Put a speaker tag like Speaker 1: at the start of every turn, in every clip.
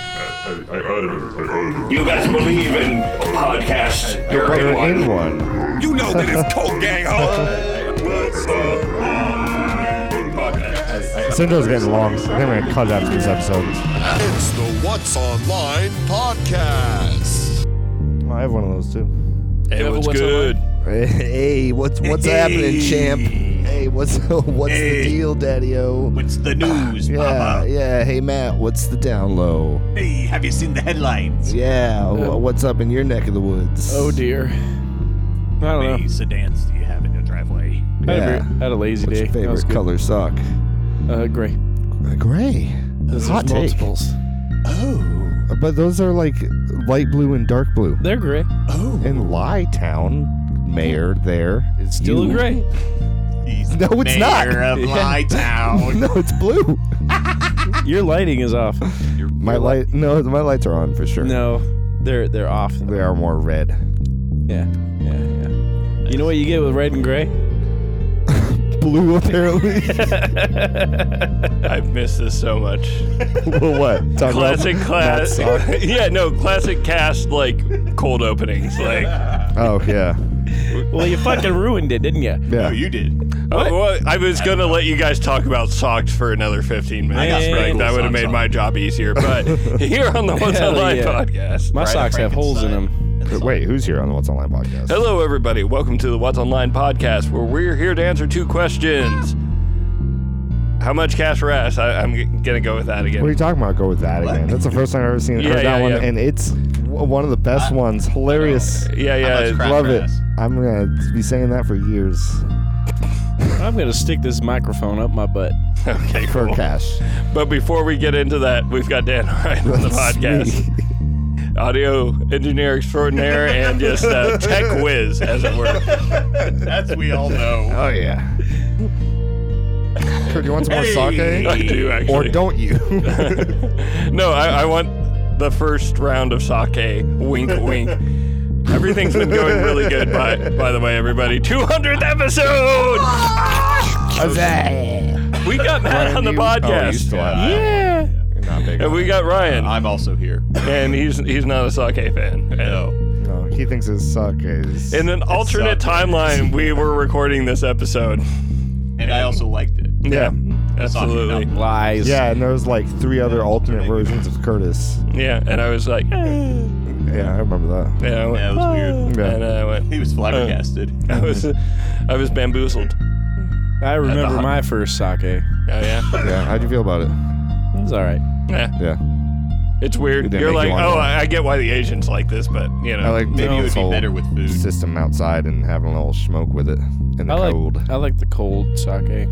Speaker 1: I heard of it. I heard of it.
Speaker 2: You guys believe in podcasts? You're
Speaker 3: We're
Speaker 2: in
Speaker 3: in
Speaker 2: one.
Speaker 3: one.
Speaker 4: You know that it's Coke Gang Ho.
Speaker 3: This intro's getting long. I think we're gonna cut it after this episode.
Speaker 5: It's the What's Online Podcast.
Speaker 3: Oh, I have one of those too.
Speaker 4: Hey,
Speaker 6: ever
Speaker 4: what's
Speaker 6: went
Speaker 4: good?
Speaker 7: Hey, what's what's happening, champ? Hey, what's what's the deal, Daddy O?
Speaker 8: What's the news,
Speaker 7: Yeah,
Speaker 8: Papa?
Speaker 7: yeah. Hey, Matt, what's the down low?
Speaker 8: Hey, have you seen the headlines?
Speaker 7: Yeah, wh- what's up in your neck of the woods?
Speaker 6: Oh dear. I don't
Speaker 8: How
Speaker 6: know.
Speaker 8: many sedans do you have in your driveway?
Speaker 6: I had,
Speaker 7: Yeah.
Speaker 6: a, very- I had a lazy
Speaker 7: What's
Speaker 6: day.
Speaker 7: your
Speaker 6: That was
Speaker 7: favorite
Speaker 6: good.
Speaker 7: color sock?
Speaker 6: Uh, gray.
Speaker 7: Gray.
Speaker 6: Those
Speaker 7: Hot take.
Speaker 6: multiples.
Speaker 3: But those are like light blue and dark blue.
Speaker 6: They're gray.
Speaker 3: In Lie Town, mayor there is
Speaker 6: Still
Speaker 3: you.
Speaker 6: gray.
Speaker 8: He's
Speaker 3: No,
Speaker 8: the
Speaker 3: it's not.
Speaker 8: mayor of
Speaker 6: Yeah.
Speaker 8: my town.
Speaker 3: No, it's blue.
Speaker 6: Your lighting is off.
Speaker 3: My light, no, my lights are on for sure.
Speaker 6: No, they're they're off.
Speaker 3: They are more red.
Speaker 6: Yeah, yeah, yeah. You know what you get with red and gray?
Speaker 3: Blue apparently.
Speaker 9: I've missed this so much.
Speaker 3: well, what? Talk about
Speaker 9: Classic
Speaker 3: Matt's
Speaker 9: class.
Speaker 3: sock?
Speaker 9: yeah, no, classic cast like cold openings. Like,
Speaker 3: Oh yeah,
Speaker 6: Well, you fucking ruined it, didn't you?
Speaker 3: yeah.
Speaker 8: You did.
Speaker 9: oh, well, I was gonna let you guys talk about socks for another 15 minutes.
Speaker 6: got some
Speaker 9: right?
Speaker 6: pretty cool
Speaker 9: that would have
Speaker 8: socks
Speaker 9: made
Speaker 8: on.
Speaker 9: my job easier. But here on the Once
Speaker 6: Hell
Speaker 9: Online
Speaker 6: yeah.
Speaker 9: podcast,
Speaker 6: My
Speaker 9: Right.
Speaker 6: socks have holes in them.
Speaker 3: Wait, who's here on the What's Online podcast?
Speaker 9: Hello, everybody. Welcome to the What's Online podcast, where we're here to answer two questions. How much cash for ass? I, I'm g- gonna go with that again.
Speaker 3: What are you talking about? Go with that again. That's the first time I've ever seen
Speaker 9: Yeah,
Speaker 3: heard that
Speaker 9: yeah,
Speaker 3: one,
Speaker 9: yeah.
Speaker 3: and it's w- one of the best ones. Hilarious.
Speaker 9: yeah, yeah.
Speaker 8: much
Speaker 9: it-
Speaker 8: crap?
Speaker 3: Love it.
Speaker 8: Ass.
Speaker 3: I'm gonna be saying that for years
Speaker 6: I'm gonna stick this microphone up my butt.
Speaker 9: Okay,
Speaker 3: for
Speaker 9: cool.
Speaker 3: cash.
Speaker 9: But before we get into that, we've got Dan Ryan on the podcast, audio engineer extraordinaire, and just uh, tech whiz, as it were.
Speaker 8: That's we all know.
Speaker 3: Oh yeah. Kurt, you want some more
Speaker 9: I
Speaker 3: sake?
Speaker 9: do actually.
Speaker 3: Or don't you?
Speaker 9: No, I, I want the first round of sake. Wink, wink. Everything's been going really good. By by the way, everybody, 200th episode. We got Matt on the
Speaker 3: you- Oh, you
Speaker 9: podcast,
Speaker 3: still have that.
Speaker 6: Yeah.
Speaker 3: You're not big.
Speaker 9: and
Speaker 3: on
Speaker 9: we got Ryan,
Speaker 8: I'm also here.
Speaker 9: and he's he's not a sake fan. No.
Speaker 3: it. No, he thinks his suck is.
Speaker 9: In an alternate timeline, we were recording this episode.
Speaker 8: And I also liked it.
Speaker 9: Yeah, absolutely.
Speaker 8: Absolutely.
Speaker 6: Lies.
Speaker 3: yeah, and there was like three other alternate versions of Curtis.
Speaker 9: Yeah, and I was like, eh,
Speaker 3: Yeah, I remember
Speaker 9: and I
Speaker 8: That
Speaker 9: went,
Speaker 8: was weird.
Speaker 3: that.
Speaker 9: and
Speaker 3: Yeah.
Speaker 9: I
Speaker 8: He
Speaker 9: went,
Speaker 8: was flabbergasted.
Speaker 3: Uh,
Speaker 9: I was, I was bamboozled.
Speaker 6: I remember my first sake. It
Speaker 9: Oh yeah,
Speaker 3: yeah. How'd you feel about it?
Speaker 6: was all right.
Speaker 9: yeah.
Speaker 3: Yeah.
Speaker 9: It's weird.
Speaker 3: It didn't
Speaker 9: You're
Speaker 3: make
Speaker 9: like,
Speaker 3: you want
Speaker 9: oh,
Speaker 3: more."
Speaker 9: I, I get why the Asians like this, but you know,
Speaker 3: I like
Speaker 8: Maybe
Speaker 3: no,
Speaker 8: it would
Speaker 3: this
Speaker 8: be
Speaker 3: whole
Speaker 8: better with food.
Speaker 3: system outside and having a little smoke with it in the
Speaker 6: I like
Speaker 3: cold.
Speaker 6: I like the cold eh? sake.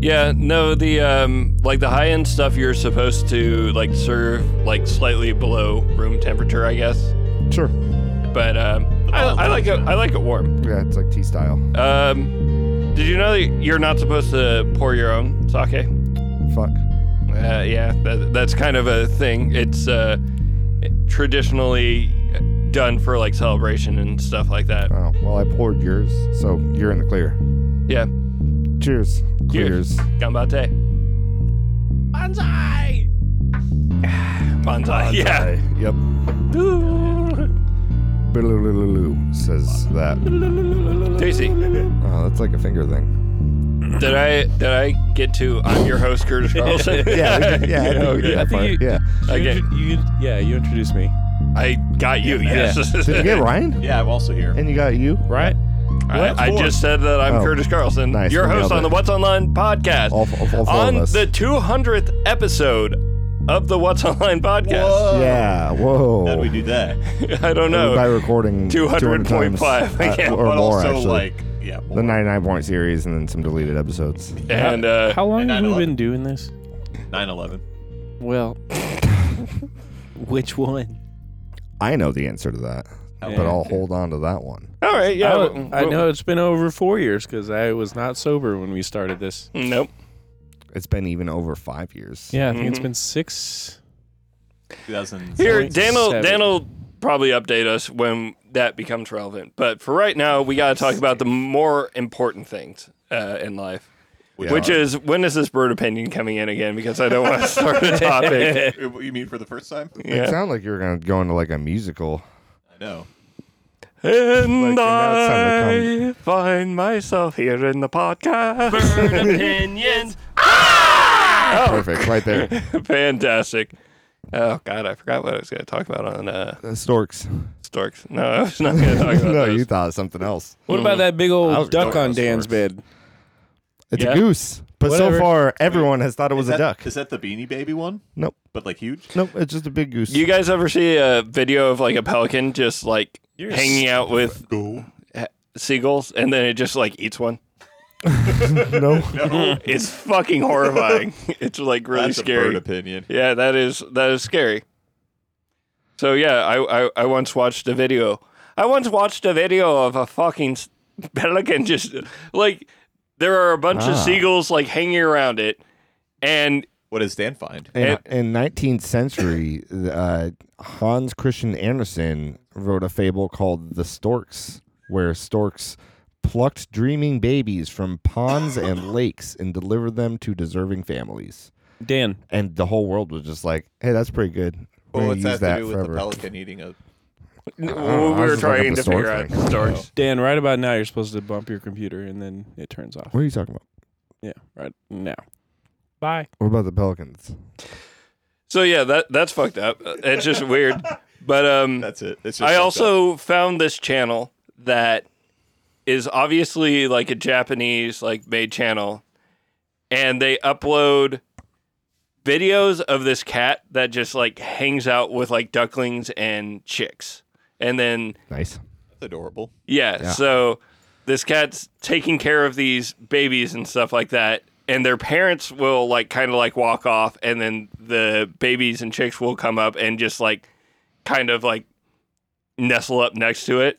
Speaker 9: yeah, no, the um, like the high end stuff you're supposed to like serve like slightly below room temperature, I guess.
Speaker 3: Sure.
Speaker 9: But um, I, I like it. I like it warm.
Speaker 3: Yeah, it's like tea style.
Speaker 9: Um, did you know that you're not supposed to pour your own sake?
Speaker 3: Fuck.
Speaker 9: Uh, yeah, that, that's kind of a thing. It's uh, traditionally done for like celebration and stuff like that.
Speaker 3: Oh, well, I poured yours, so you're in the clear.
Speaker 9: Yeah,
Speaker 3: Cheers.
Speaker 9: Cheers.
Speaker 3: Clears.
Speaker 9: gambate. Banzai! Banzai, yeah.
Speaker 3: Hey, Yep. Blue says that.
Speaker 9: Tasty.
Speaker 3: Oh, that's like a finger thing.
Speaker 9: Did I did I get to I'm your host Curtis Carlson?
Speaker 3: Yeah, we- yeah, I think we did
Speaker 9: okay.
Speaker 6: I
Speaker 3: that
Speaker 6: think
Speaker 3: part.
Speaker 6: you-
Speaker 3: Yeah.
Speaker 9: I get
Speaker 6: You, yeah, you introduced me.
Speaker 9: I got you. Yes.
Speaker 3: Did you get Ryan?
Speaker 8: Yeah, I'm also here.
Speaker 3: And you got you?
Speaker 6: Right?
Speaker 9: I, I just said that I'm
Speaker 3: Oh.
Speaker 9: Curtis Carlson,
Speaker 3: Nice,
Speaker 9: your
Speaker 3: we
Speaker 9: host
Speaker 3: nailed
Speaker 9: on
Speaker 3: it.
Speaker 9: the What's Online podcast.
Speaker 3: All f- all four of
Speaker 9: on
Speaker 3: us.
Speaker 9: the 200th episode of the What's Online podcast.
Speaker 8: Whoa.
Speaker 3: Yeah. Whoa.
Speaker 8: How do we do that?
Speaker 9: I don't
Speaker 3: By
Speaker 9: know.
Speaker 3: recording
Speaker 9: 200.5.
Speaker 3: 200 times,
Speaker 9: Yeah.
Speaker 3: uh, or
Speaker 8: but
Speaker 3: more,
Speaker 8: also
Speaker 3: actually.
Speaker 8: like yeah.
Speaker 3: the 99 point series and then some deleted episodes.
Speaker 9: And uh,
Speaker 6: How long
Speaker 8: And
Speaker 6: have
Speaker 8: I
Speaker 6: we
Speaker 8: know it.
Speaker 6: been doing this?
Speaker 8: 9/11.
Speaker 6: Well, which one?
Speaker 3: I know the answer to that, but I'll hold on to that one.
Speaker 9: all right, yeah. w-
Speaker 6: I, I
Speaker 9: w-
Speaker 6: know it's been over four years because I was not sober when we started this.
Speaker 9: Nope.
Speaker 3: It's been even over five years.
Speaker 6: Yeah, I think it's been six.
Speaker 8: 2000.
Speaker 9: Here,
Speaker 6: Point
Speaker 9: Dan'll
Speaker 6: seven.
Speaker 9: Dan'll probably update us when that becomes relevant. But for right now, we got to talk about the more important things uh, in life, Which is when is this bird opinion coming in again? Because I don't want to start a topic.
Speaker 8: What you mean for the first time?
Speaker 3: It
Speaker 9: Yeah.
Speaker 3: sounded like you were going to go into like a musical.
Speaker 8: I know.
Speaker 9: And
Speaker 3: now it's time
Speaker 9: I find myself here in the podcast.
Speaker 6: Opinions.
Speaker 3: Perfect, right there.
Speaker 9: Fantastic. Oh God, I forgot what I was going to talk about on uh,
Speaker 3: Uh, Storks.
Speaker 9: storks. No, I was not going to talk about
Speaker 3: no, you
Speaker 9: those.
Speaker 3: thought of something else.
Speaker 6: What about that big
Speaker 3: I
Speaker 6: old
Speaker 3: was
Speaker 6: duck
Speaker 3: going
Speaker 6: on
Speaker 3: with
Speaker 6: Dan's
Speaker 3: swords.
Speaker 6: bed?
Speaker 3: It's a
Speaker 9: Yeah.
Speaker 3: goose. But
Speaker 6: Whatever.
Speaker 3: so far, everyone has thought it was
Speaker 8: is that,
Speaker 3: a duck.
Speaker 8: Is that the Beanie Baby one?
Speaker 3: Nope.
Speaker 8: But like huge.
Speaker 3: Nope, it's just a big goose.
Speaker 9: Do you guys ever see a video of like a pelican just like
Speaker 6: You're
Speaker 9: hanging out with h- seagulls and then it just like eats one?
Speaker 3: no.
Speaker 9: It's fucking horrifying. it's like really
Speaker 8: That's a bird
Speaker 9: scary.
Speaker 8: opinion.
Speaker 9: Yeah, that is that is scary. So yeah, I, I I once watched a video. I once watched a video of a fucking s- pelican just like there are a bunch of seagulls like hanging around it, and
Speaker 8: What does Dan find?
Speaker 3: In,
Speaker 9: It-
Speaker 3: in 19th century, uh, Hans Christian Andersen wrote a fable called The Storks, where storks plucked dreaming babies from ponds and lakes and delivered them to deserving families.
Speaker 6: Dan,
Speaker 3: And the whole world was just like, hey, that's pretty good. We're
Speaker 8: Well,
Speaker 3: gonna
Speaker 8: what's that
Speaker 3: use
Speaker 8: to do with the pelican eating a?
Speaker 9: n-
Speaker 3: know. I
Speaker 9: we
Speaker 3: was
Speaker 9: were
Speaker 3: just looking
Speaker 9: trying
Speaker 3: up
Speaker 9: to
Speaker 3: the
Speaker 9: figure
Speaker 3: stork
Speaker 9: out
Speaker 3: thing.
Speaker 9: storks.
Speaker 6: Dan, right about now you're supposed to bump your computer and then it turns off.
Speaker 3: What are you talking about?
Speaker 6: Yeah, right now. Bye.
Speaker 3: What about the pelicans?
Speaker 9: So yeah, that that's fucked up. It's just weird. But um,
Speaker 8: That's it. It's just
Speaker 9: I
Speaker 8: fucked up.
Speaker 9: also found this channel that is obviously like a Japanese like made channel, and they upload videos of this cat that just like hangs out with like ducklings and chicks, and then
Speaker 3: Nice.
Speaker 8: That's adorable.
Speaker 9: yeah, so this cat's taking care of these babies and stuff like that. And their parents will like kind of like walk off, and then the babies and chicks will come up and just like kind of like nestle up next to it.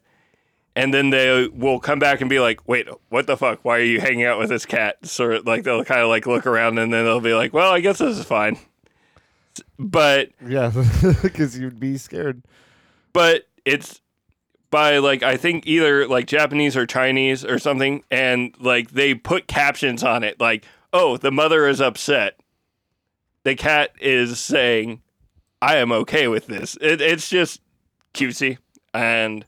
Speaker 9: And then they will come back and be like, wait, what the fuck? Why are you hanging out with this cat? Sort of like they'll kind of like look around and then they'll be like, well, I guess this is fine. But
Speaker 3: Yeah, because you'd be scared.
Speaker 9: but it's by like I think either like Japanese or Chinese or something, and like they put captions on it like, "Oh, the mother is upset. The cat is saying, I am okay with this." It, it's just cutesy, and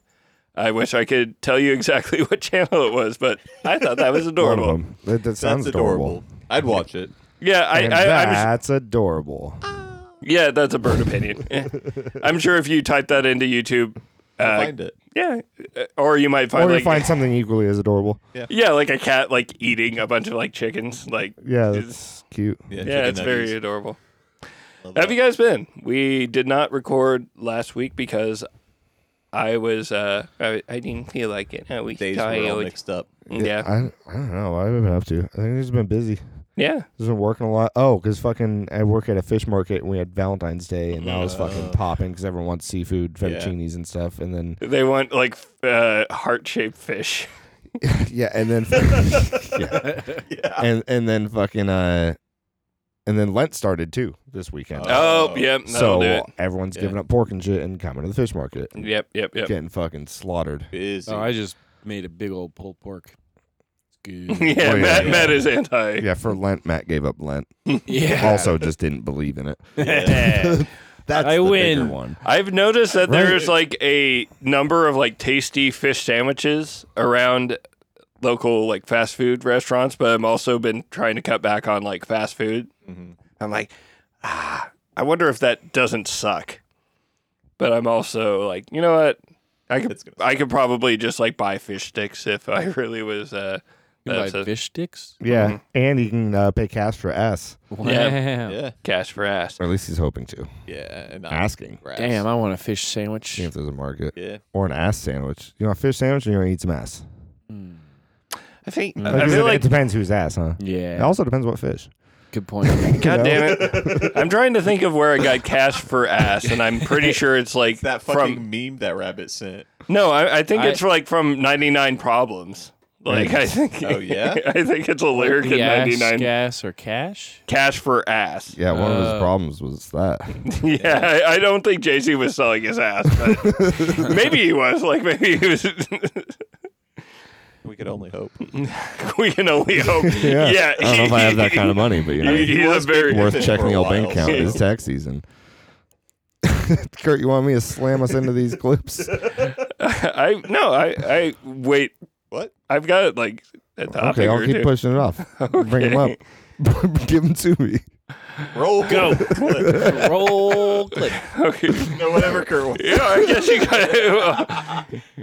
Speaker 9: I wish I could tell you exactly what channel it was, but I thought that was
Speaker 3: One of
Speaker 9: adorable.
Speaker 3: them. That, that
Speaker 8: That's
Speaker 3: sounds
Speaker 8: adorable.
Speaker 3: adorable.
Speaker 8: I'd watch it.
Speaker 9: Yeah, I,
Speaker 3: And
Speaker 9: I, I'm
Speaker 3: that's adorable.
Speaker 9: yeah, that's a bird opinion. Yeah. I'm sure if you type that into YouTube,
Speaker 8: I'd
Speaker 9: uh,
Speaker 8: find it.
Speaker 9: yeah, or you might
Speaker 3: Or
Speaker 9: find like
Speaker 3: you find something equally as adorable.
Speaker 9: Yeah, like a cat like eating a bunch of like chickens. Like
Speaker 3: Yeah,
Speaker 9: it's,
Speaker 3: that's cute.
Speaker 8: Yeah,
Speaker 9: yeah,
Speaker 8: chicken
Speaker 9: it's very
Speaker 8: nuggies.
Speaker 9: adorable.
Speaker 8: Love
Speaker 9: Have
Speaker 8: that.
Speaker 9: you guys been? We did not record last week because I was uh I, I didn't feel like it. I was
Speaker 8: Days were all
Speaker 9: tired.
Speaker 8: mixed up.
Speaker 9: Yeah,
Speaker 3: I, I don't know. I've been up to. I think I've just been busy.
Speaker 9: yeah.
Speaker 3: Just been working a lot. Oh, because fucking I work at a fish market and we had Valentine's Day and that was
Speaker 6: Uh.
Speaker 3: fucking popping because everyone wants seafood, fettuccinis and stuff. And then
Speaker 9: They want like f- uh, heart shaped fish.
Speaker 3: yeah, and then yeah. and and then fucking uh, and then Lent started too this weekend.
Speaker 9: Oh, yep. that'll
Speaker 3: so
Speaker 9: do it.
Speaker 3: everyone's giving up pork and shit and coming to the fish market, and
Speaker 9: Yep, yep, yep.
Speaker 3: getting fucking slaughtered.
Speaker 8: Busy.
Speaker 6: Oh, I just made a big old pulled pork. It's
Speaker 9: Yeah,
Speaker 6: good.
Speaker 3: Oh, yeah,
Speaker 9: Matt,
Speaker 3: yeah.
Speaker 9: Matt is anti.
Speaker 3: Yeah, for Lent, Matt gave up Lent.
Speaker 6: yeah.
Speaker 3: Also, just didn't believe in it. That's
Speaker 6: I
Speaker 3: the bigger
Speaker 6: win.
Speaker 3: one.
Speaker 9: I've noticed that
Speaker 3: Right.
Speaker 9: there's like a number of like tasty fish sandwiches around local like fast food restaurants, but I'm also been trying to cut back on like fast food. I'm like, ah, I wonder if that doesn't suck. But I'm also like, you know what? I could
Speaker 8: It's gonna
Speaker 9: I could probably just like buy fish sticks if I really was. Uh,
Speaker 6: You
Speaker 9: that's
Speaker 6: buy
Speaker 9: a-
Speaker 6: fish sticks?
Speaker 3: Yeah, and he can uh, pay cash for S,
Speaker 6: Wow.
Speaker 8: Yeah,
Speaker 9: Cash for ass.
Speaker 3: or at least he's hoping to.
Speaker 8: yeah. And
Speaker 3: Asking.
Speaker 8: grass.
Speaker 6: Damn, I want a fish sandwich.
Speaker 3: See if there's a market
Speaker 8: Yeah.
Speaker 3: or an ass sandwich. You want a fish sandwich, or you want to eat some ass?
Speaker 9: I think
Speaker 6: Mm-hmm.
Speaker 3: Like,
Speaker 9: I
Speaker 3: it-
Speaker 9: feel
Speaker 3: it
Speaker 9: like
Speaker 3: depends whose ass, huh? It
Speaker 6: Yeah.
Speaker 3: also depends what fish.
Speaker 6: Good point.
Speaker 9: God damn it! I'm trying to think of where I got cash for ass, and I'm pretty sure it's like
Speaker 8: It's that
Speaker 9: from
Speaker 8: fucking meme that rabbit sent.
Speaker 9: No, I, I think it's
Speaker 6: I-
Speaker 9: like from 99 Problems. Like I think.
Speaker 8: Oh, yeah?
Speaker 9: I think it's a lyric in
Speaker 6: Gas,
Speaker 9: 99.
Speaker 6: gas, or cash?
Speaker 9: Cash for ass.
Speaker 3: Yeah, one of his
Speaker 6: Uh,
Speaker 3: problems was that.
Speaker 9: Yeah, I, I don't think Jay Z was selling his ass, but maybe he was. Like maybe he was.
Speaker 8: We could only hope.
Speaker 9: we can only hope.
Speaker 3: I
Speaker 9: yeah.
Speaker 3: don't know if I have that kind of money, but you know,
Speaker 9: He's a very
Speaker 3: worth checking
Speaker 8: For a
Speaker 3: the old bank
Speaker 8: while,
Speaker 3: account.
Speaker 8: so.
Speaker 3: It's tax season. Kurt, you want me to slam us into these clips?
Speaker 9: I no, I I wait.
Speaker 8: What?
Speaker 9: I've got it like a topic
Speaker 3: Okay, I'll
Speaker 9: or
Speaker 3: keep
Speaker 9: two.
Speaker 3: pushing it off. Bring them up. Give them to me.
Speaker 8: Roll go.
Speaker 6: Roll clip.
Speaker 9: Okay.
Speaker 8: no, whatever Kurt wants.
Speaker 9: Yeah, I guess you got it.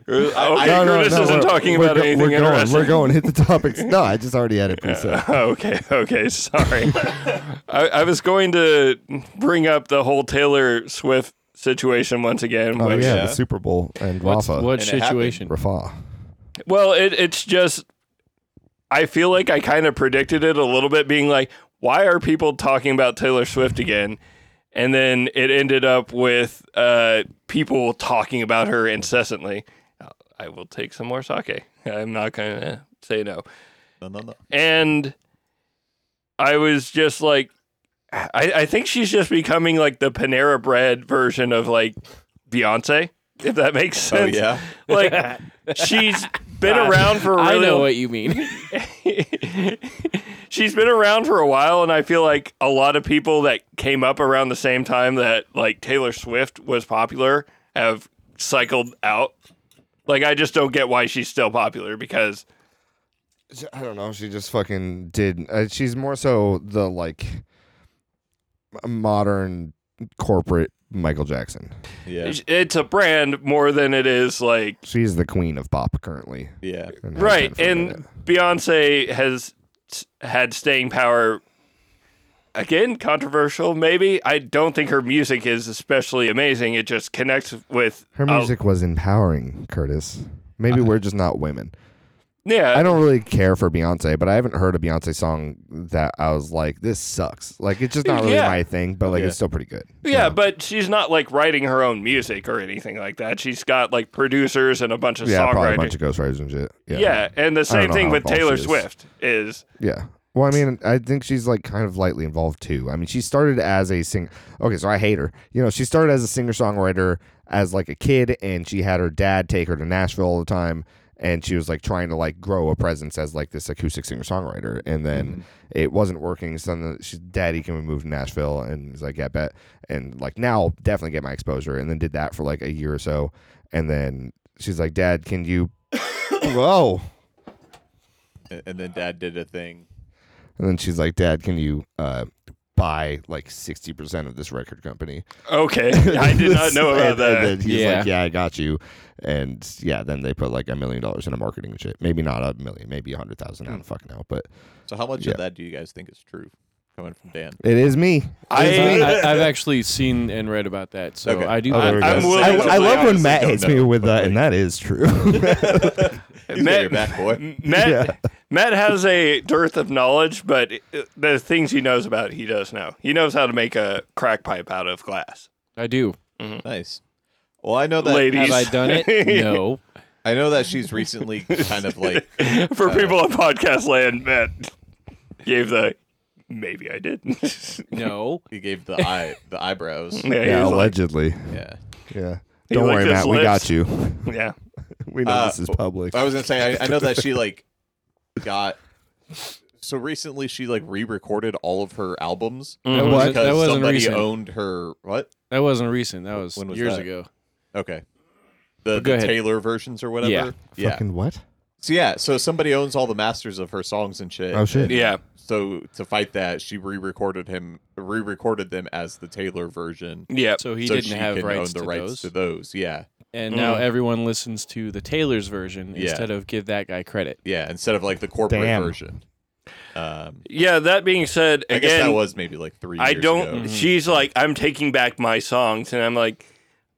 Speaker 9: okay,
Speaker 3: No, no,
Speaker 9: Curtis
Speaker 3: no,
Speaker 9: isn't
Speaker 3: we're-
Speaker 9: talking
Speaker 3: we're
Speaker 9: about
Speaker 3: go-
Speaker 9: anything
Speaker 3: We're going.
Speaker 9: interesting.
Speaker 3: We're going. Hit the topics. No, I just already had it preset.
Speaker 9: okay, okay, sorry. I, I was going to bring up the whole Taylor Swift situation once again.
Speaker 3: Oh yeah,
Speaker 9: which- uh,
Speaker 3: the Super Bowl and
Speaker 6: What's,
Speaker 3: Rafa.
Speaker 6: what
Speaker 8: And it
Speaker 6: situation?
Speaker 3: Rafa.
Speaker 9: Well, it, it's just I feel like I kind of predicted it a little bit, being like, why are people talking about Taylor Swift again? And then it ended up with uh, people talking about her incessantly. I will take some more sake. I'm not gonna say no.
Speaker 8: No, no, no.
Speaker 9: And I was just like, I, I think she's just becoming like the Panera Bread version of like Beyonce, if that makes
Speaker 8: Oh
Speaker 9: sense.
Speaker 8: yeah.
Speaker 9: Like she's been around for a really
Speaker 6: I know what you mean.
Speaker 9: she's been around for a while and I feel like a lot of people that came up around the same time that like Taylor Swift was popular have cycled out. Like I just don't get why she's still popular because
Speaker 3: I don't know. She just fucking did. Uh, she's more so the like modern corporate Michael Jackson.
Speaker 8: Yeah.
Speaker 9: it's a brand more than it is like
Speaker 3: She's the queen of pop currently.
Speaker 8: Yeah.
Speaker 3: and has been
Speaker 9: right
Speaker 3: for a minute.
Speaker 9: and Beyonce has s- had staying power again controversial maybe I don't think her music is especially amazing it just connects with
Speaker 3: her
Speaker 9: a-
Speaker 3: music was empowering, Curtis. Maybe we're just not women.
Speaker 9: yeah
Speaker 3: I don't really care for Beyonce, but I haven't heard a Beyonce song that I was like, "This sucks." Like it's just not really
Speaker 9: Yeah.
Speaker 3: my thing, but like it's still pretty good.
Speaker 9: Yeah, but she's not like writing her own music or anything like that. She's got like producers and a bunch of
Speaker 3: Yeah, probably a
Speaker 9: songwriters.
Speaker 3: bunch of ghostwriters and shit.
Speaker 9: yeah. and the
Speaker 3: don't
Speaker 9: same
Speaker 3: know
Speaker 9: thing
Speaker 3: how
Speaker 9: with
Speaker 3: involved
Speaker 9: Taylor
Speaker 3: she is.
Speaker 9: Swift is
Speaker 3: Yeah. Well, I mean, I think she's like kind of lightly involved too. I mean, she started as a singer. Okay, so I hate her. You know, she started as a singer songwriter as like a kid, and she had her dad take her to Nashville all the time, and she was like trying to like grow a presence as like this acoustic singer songwriter, and then it wasn't working. So then she's daddy can we move to Nashville, and he's like, yeah, bet, and like now I'll definitely get my exposure, and then did that for like a year or so, and then she's like, Dad, can you? Whoa.
Speaker 8: And- And then Dad did a thing.
Speaker 3: And then she's like, Dad, can you uh, buy like 60% of this record company?
Speaker 9: okay. I did not know about
Speaker 3: And- and
Speaker 9: that.
Speaker 3: then he's
Speaker 6: Yeah.
Speaker 3: like, Yeah, I got you. And yeah, then they put like a million dollars into marketing and shit. Maybe not a million, maybe a hundred thousand. I
Speaker 9: Hmm.
Speaker 3: don't fucking know. But
Speaker 8: So how much
Speaker 3: Yeah.
Speaker 8: of that do you guys think is true? Coming from Dan.
Speaker 3: it is me.
Speaker 9: I,
Speaker 6: I, I've actually seen and read about that, so
Speaker 8: Okay.
Speaker 6: I do.
Speaker 3: Oh, there we
Speaker 9: I'm
Speaker 3: go.
Speaker 9: willing
Speaker 3: I,
Speaker 9: to
Speaker 3: I love
Speaker 9: honestly
Speaker 3: when Matt
Speaker 8: don't
Speaker 3: hits
Speaker 8: know.
Speaker 3: me with that, and that is true.
Speaker 8: You got your back, boy.
Speaker 9: Matt Matt has a dearth of knowledge, but uh, the things he knows about, he does know. He knows how to make a crack pipe out of glass.
Speaker 6: I do.
Speaker 8: Nice. Well, I know that.
Speaker 9: Ladies.
Speaker 6: Have I done it? No.
Speaker 8: I know that she's recently kind of like.
Speaker 9: For
Speaker 6: Uh,
Speaker 9: people on podcast land, Matt gave the maybe I did.
Speaker 6: No.
Speaker 8: He gave the eye, the eyebrows.
Speaker 9: yeah, he
Speaker 3: yeah,
Speaker 9: was like-
Speaker 3: allegedly.
Speaker 8: Yeah.
Speaker 3: yeah.
Speaker 9: He
Speaker 3: Don't
Speaker 9: licked
Speaker 3: worry,
Speaker 9: his
Speaker 3: Matt. We
Speaker 9: lips.
Speaker 3: got you.
Speaker 9: yeah.
Speaker 3: We know
Speaker 8: Uh,
Speaker 3: this is public.
Speaker 9: oh,
Speaker 8: I was gonna say I, I know that she like got so recently she like re-recorded all of her albums
Speaker 6: That
Speaker 9: Mhm.
Speaker 6: wasn't,
Speaker 8: Mm-hmm. because
Speaker 6: Mm, that wasn't
Speaker 8: somebody
Speaker 6: recent.
Speaker 8: owned her what?
Speaker 6: That wasn't recent. That was,
Speaker 8: When was
Speaker 6: years
Speaker 8: that?
Speaker 6: ago.
Speaker 8: Okay. The,
Speaker 6: go
Speaker 8: the
Speaker 6: ahead.
Speaker 8: Taylor versions or whatever.
Speaker 6: Yeah.
Speaker 8: yeah.
Speaker 3: Fucking what?
Speaker 8: So yeah, so somebody owns all the masters of her songs and shit.
Speaker 3: Oh, shit.
Speaker 9: Uh, Yeah.
Speaker 8: So to fight that, she re-recorded him re-recorded them as the Taylor version.
Speaker 9: Yeah.
Speaker 6: So he
Speaker 8: so
Speaker 6: didn't
Speaker 8: she
Speaker 6: have
Speaker 8: can
Speaker 6: rights,
Speaker 8: own the
Speaker 6: to,
Speaker 8: rights
Speaker 6: those.
Speaker 8: to those. Yeah.
Speaker 6: and now everyone listens to the Taylor's version
Speaker 8: Yeah.
Speaker 6: instead of give that guy credit.
Speaker 8: Yeah. Instead of like the corporate
Speaker 3: Damn.
Speaker 8: version. Um
Speaker 9: Yeah, that being said,
Speaker 8: I guess
Speaker 9: again,
Speaker 8: that was maybe like three
Speaker 9: I
Speaker 8: years
Speaker 9: don't.
Speaker 8: ago.
Speaker 9: She's like, I'm taking back my songs, and I'm like,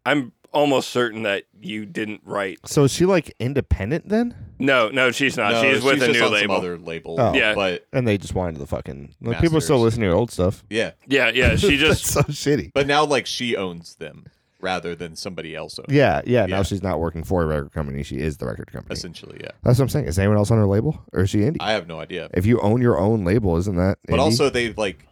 Speaker 9: I'm almost certain that you didn't write.
Speaker 3: So is she like independent then?
Speaker 9: No, no, she's not.
Speaker 8: No,
Speaker 9: Uh, she's, with a
Speaker 8: just
Speaker 9: new
Speaker 8: on
Speaker 9: label.
Speaker 8: Some other label.
Speaker 3: Oh.
Speaker 9: Yeah.
Speaker 8: But
Speaker 3: And they just wanted the fucking. Like, people are still
Speaker 8: Masters.
Speaker 3: listening to her old stuff.
Speaker 8: yeah.
Speaker 9: Yeah, yeah. She
Speaker 3: That's
Speaker 9: just
Speaker 3: so shitty.
Speaker 8: But now like she owns them rather than somebody else owns.
Speaker 3: Yeah, yeah. Now
Speaker 8: Yeah.
Speaker 3: she's not working for a record company. She is the record company.
Speaker 8: Essentially, yeah.
Speaker 3: That's what I'm saying. Is anyone else on her label, or is she indie?
Speaker 8: I have no idea.
Speaker 3: if you own your own label, isn't that?
Speaker 8: But
Speaker 3: indie?
Speaker 8: also they like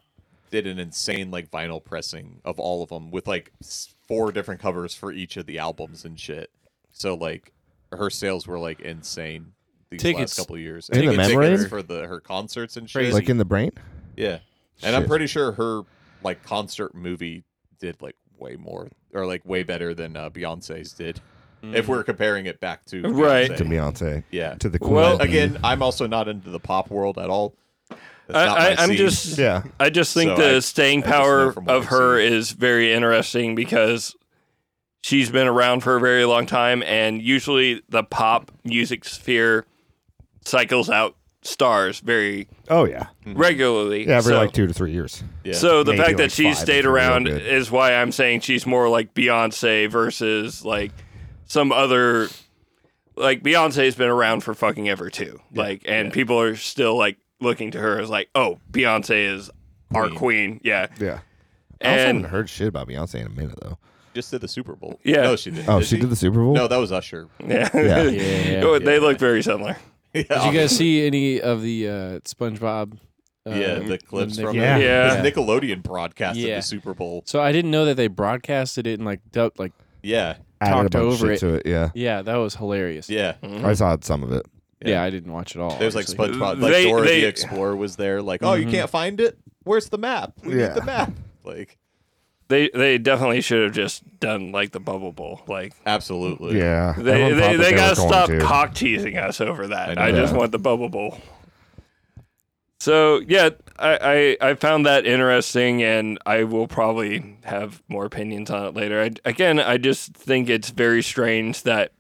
Speaker 8: did an insane like vinyl pressing of all of them with like s- four different covers for each of the albums and shit. So like her sales were like insane these last
Speaker 6: Tickets.
Speaker 8: couple of years.
Speaker 3: In the
Speaker 8: Tickets
Speaker 3: memory?
Speaker 8: for the her concerts and shit.
Speaker 3: Like in the brain?
Speaker 8: yeah, and I'm
Speaker 3: Shit.
Speaker 8: pretty sure her like concert movie did like way more or like way better than uh, Beyonce's did. If we're comparing it back to
Speaker 9: Mm. Right.
Speaker 8: Beyonce.
Speaker 3: To Beyonce.
Speaker 8: yeah.
Speaker 3: To the Queen.
Speaker 9: Well,
Speaker 8: Again, I'm also not into the pop world at all. That's not
Speaker 9: I, I,
Speaker 8: my
Speaker 9: I'm
Speaker 8: scene.
Speaker 9: just
Speaker 3: Yeah.
Speaker 9: I just
Speaker 8: So
Speaker 9: think the
Speaker 8: I-
Speaker 9: staying
Speaker 8: I just know
Speaker 9: power
Speaker 8: from what
Speaker 9: of
Speaker 8: I've
Speaker 9: her
Speaker 8: seen.
Speaker 9: is very interesting because she's been around for a very long time, and usually the pop music sphere cycles out stars very
Speaker 3: Oh yeah.
Speaker 8: Mm-hmm.
Speaker 9: regularly.
Speaker 3: Yeah, every
Speaker 9: Mm. so,
Speaker 3: like two to three years.
Speaker 8: yeah.
Speaker 9: so the
Speaker 3: maybe
Speaker 9: fact
Speaker 3: like
Speaker 9: that she
Speaker 3: five
Speaker 9: stayed
Speaker 3: is really
Speaker 9: around
Speaker 3: good.
Speaker 9: is why I'm saying she's more like Beyonce versus like some other. Like Beyonce's been around for fucking ever too. Like, and people are still like looking to her as like, oh, Beyonce is our queen. Yeah.
Speaker 3: Yeah. I also haven't
Speaker 9: And
Speaker 3: heard shit about Beyonce in a minute though.
Speaker 8: just did the Super Bowl.
Speaker 9: Yeah.
Speaker 8: No, she did.
Speaker 3: Oh, she, did the Super Bowl?
Speaker 8: No, that was Usher.
Speaker 9: yeah,
Speaker 3: Yeah.
Speaker 6: Yeah.
Speaker 9: Oh, they look very similar.
Speaker 6: Did you guys see any of the uh, SpongeBob? Uh,
Speaker 8: yeah, the clips from
Speaker 3: Yeah.
Speaker 8: it.
Speaker 9: Yeah.
Speaker 8: Because Nickelodeon broadcasted
Speaker 6: Yeah.
Speaker 8: the Super Bowl.
Speaker 6: So I didn't know that they broadcasted it and like dubbed like
Speaker 8: Yeah,
Speaker 3: Added
Speaker 6: talked
Speaker 3: a bunch
Speaker 6: over
Speaker 3: of shit to it. Yeah.
Speaker 6: yeah that was hilarious
Speaker 8: yeah.
Speaker 9: Mm-hmm.
Speaker 3: I saw some of it.
Speaker 6: yeah, I didn't watch it all.
Speaker 8: There's like
Speaker 6: actually.
Speaker 8: SpongeBob, like
Speaker 9: They-
Speaker 8: Dora
Speaker 9: they-
Speaker 8: the Explorer was there. Like, oh, you can't find it. Where's the map? We
Speaker 3: Mm-hmm. Yeah.
Speaker 8: need the map. Like,
Speaker 9: They they definitely should have just done like the bubble bowl. Like
Speaker 8: absolutely.
Speaker 3: Yeah. Everyone
Speaker 9: they
Speaker 3: thought
Speaker 9: they,
Speaker 3: that
Speaker 9: they,
Speaker 3: were
Speaker 9: gotta
Speaker 3: going
Speaker 9: stop
Speaker 3: to.
Speaker 9: cock teasing us over that.
Speaker 8: know.
Speaker 9: I, just
Speaker 3: Yeah.
Speaker 9: want the bubble bowl. So yeah, I, I I found that interesting, and I will probably have more opinions on it later. I, again, I just think it's very strange that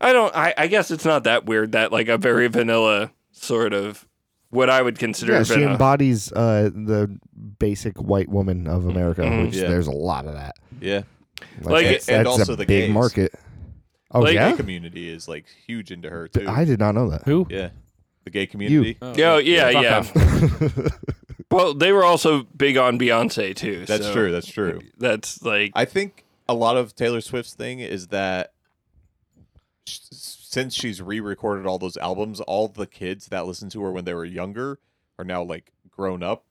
Speaker 9: I don't. I, I guess it's not that weird that like a very vanilla sort of what I would consider
Speaker 3: Yeah, she
Speaker 9: vanilla.
Speaker 3: embodies uh, the basic white woman of America, which
Speaker 8: Mm-hmm. Yeah.
Speaker 3: there's a lot of that.
Speaker 8: Yeah.
Speaker 9: Like,
Speaker 3: that's,
Speaker 8: and
Speaker 3: that's
Speaker 8: also
Speaker 3: a
Speaker 8: the
Speaker 3: big
Speaker 8: gays.
Speaker 3: market. Oh
Speaker 9: Like,
Speaker 8: The
Speaker 3: yeah,
Speaker 8: gay community is like huge into her too.
Speaker 3: I did not know that.
Speaker 6: who?
Speaker 8: yeah. The gay community.
Speaker 6: Oh,
Speaker 9: Yeah, yeah,
Speaker 6: Fuck
Speaker 9: yeah.
Speaker 6: off.
Speaker 9: Well, they were also big on Beyonce too.
Speaker 8: That's
Speaker 9: so
Speaker 8: true. That's true.
Speaker 9: That's like
Speaker 8: I think a lot of Taylor Swift's thing is that sh- since she's re-recorded all those albums, all the kids that listened to her when they were younger are now like grown up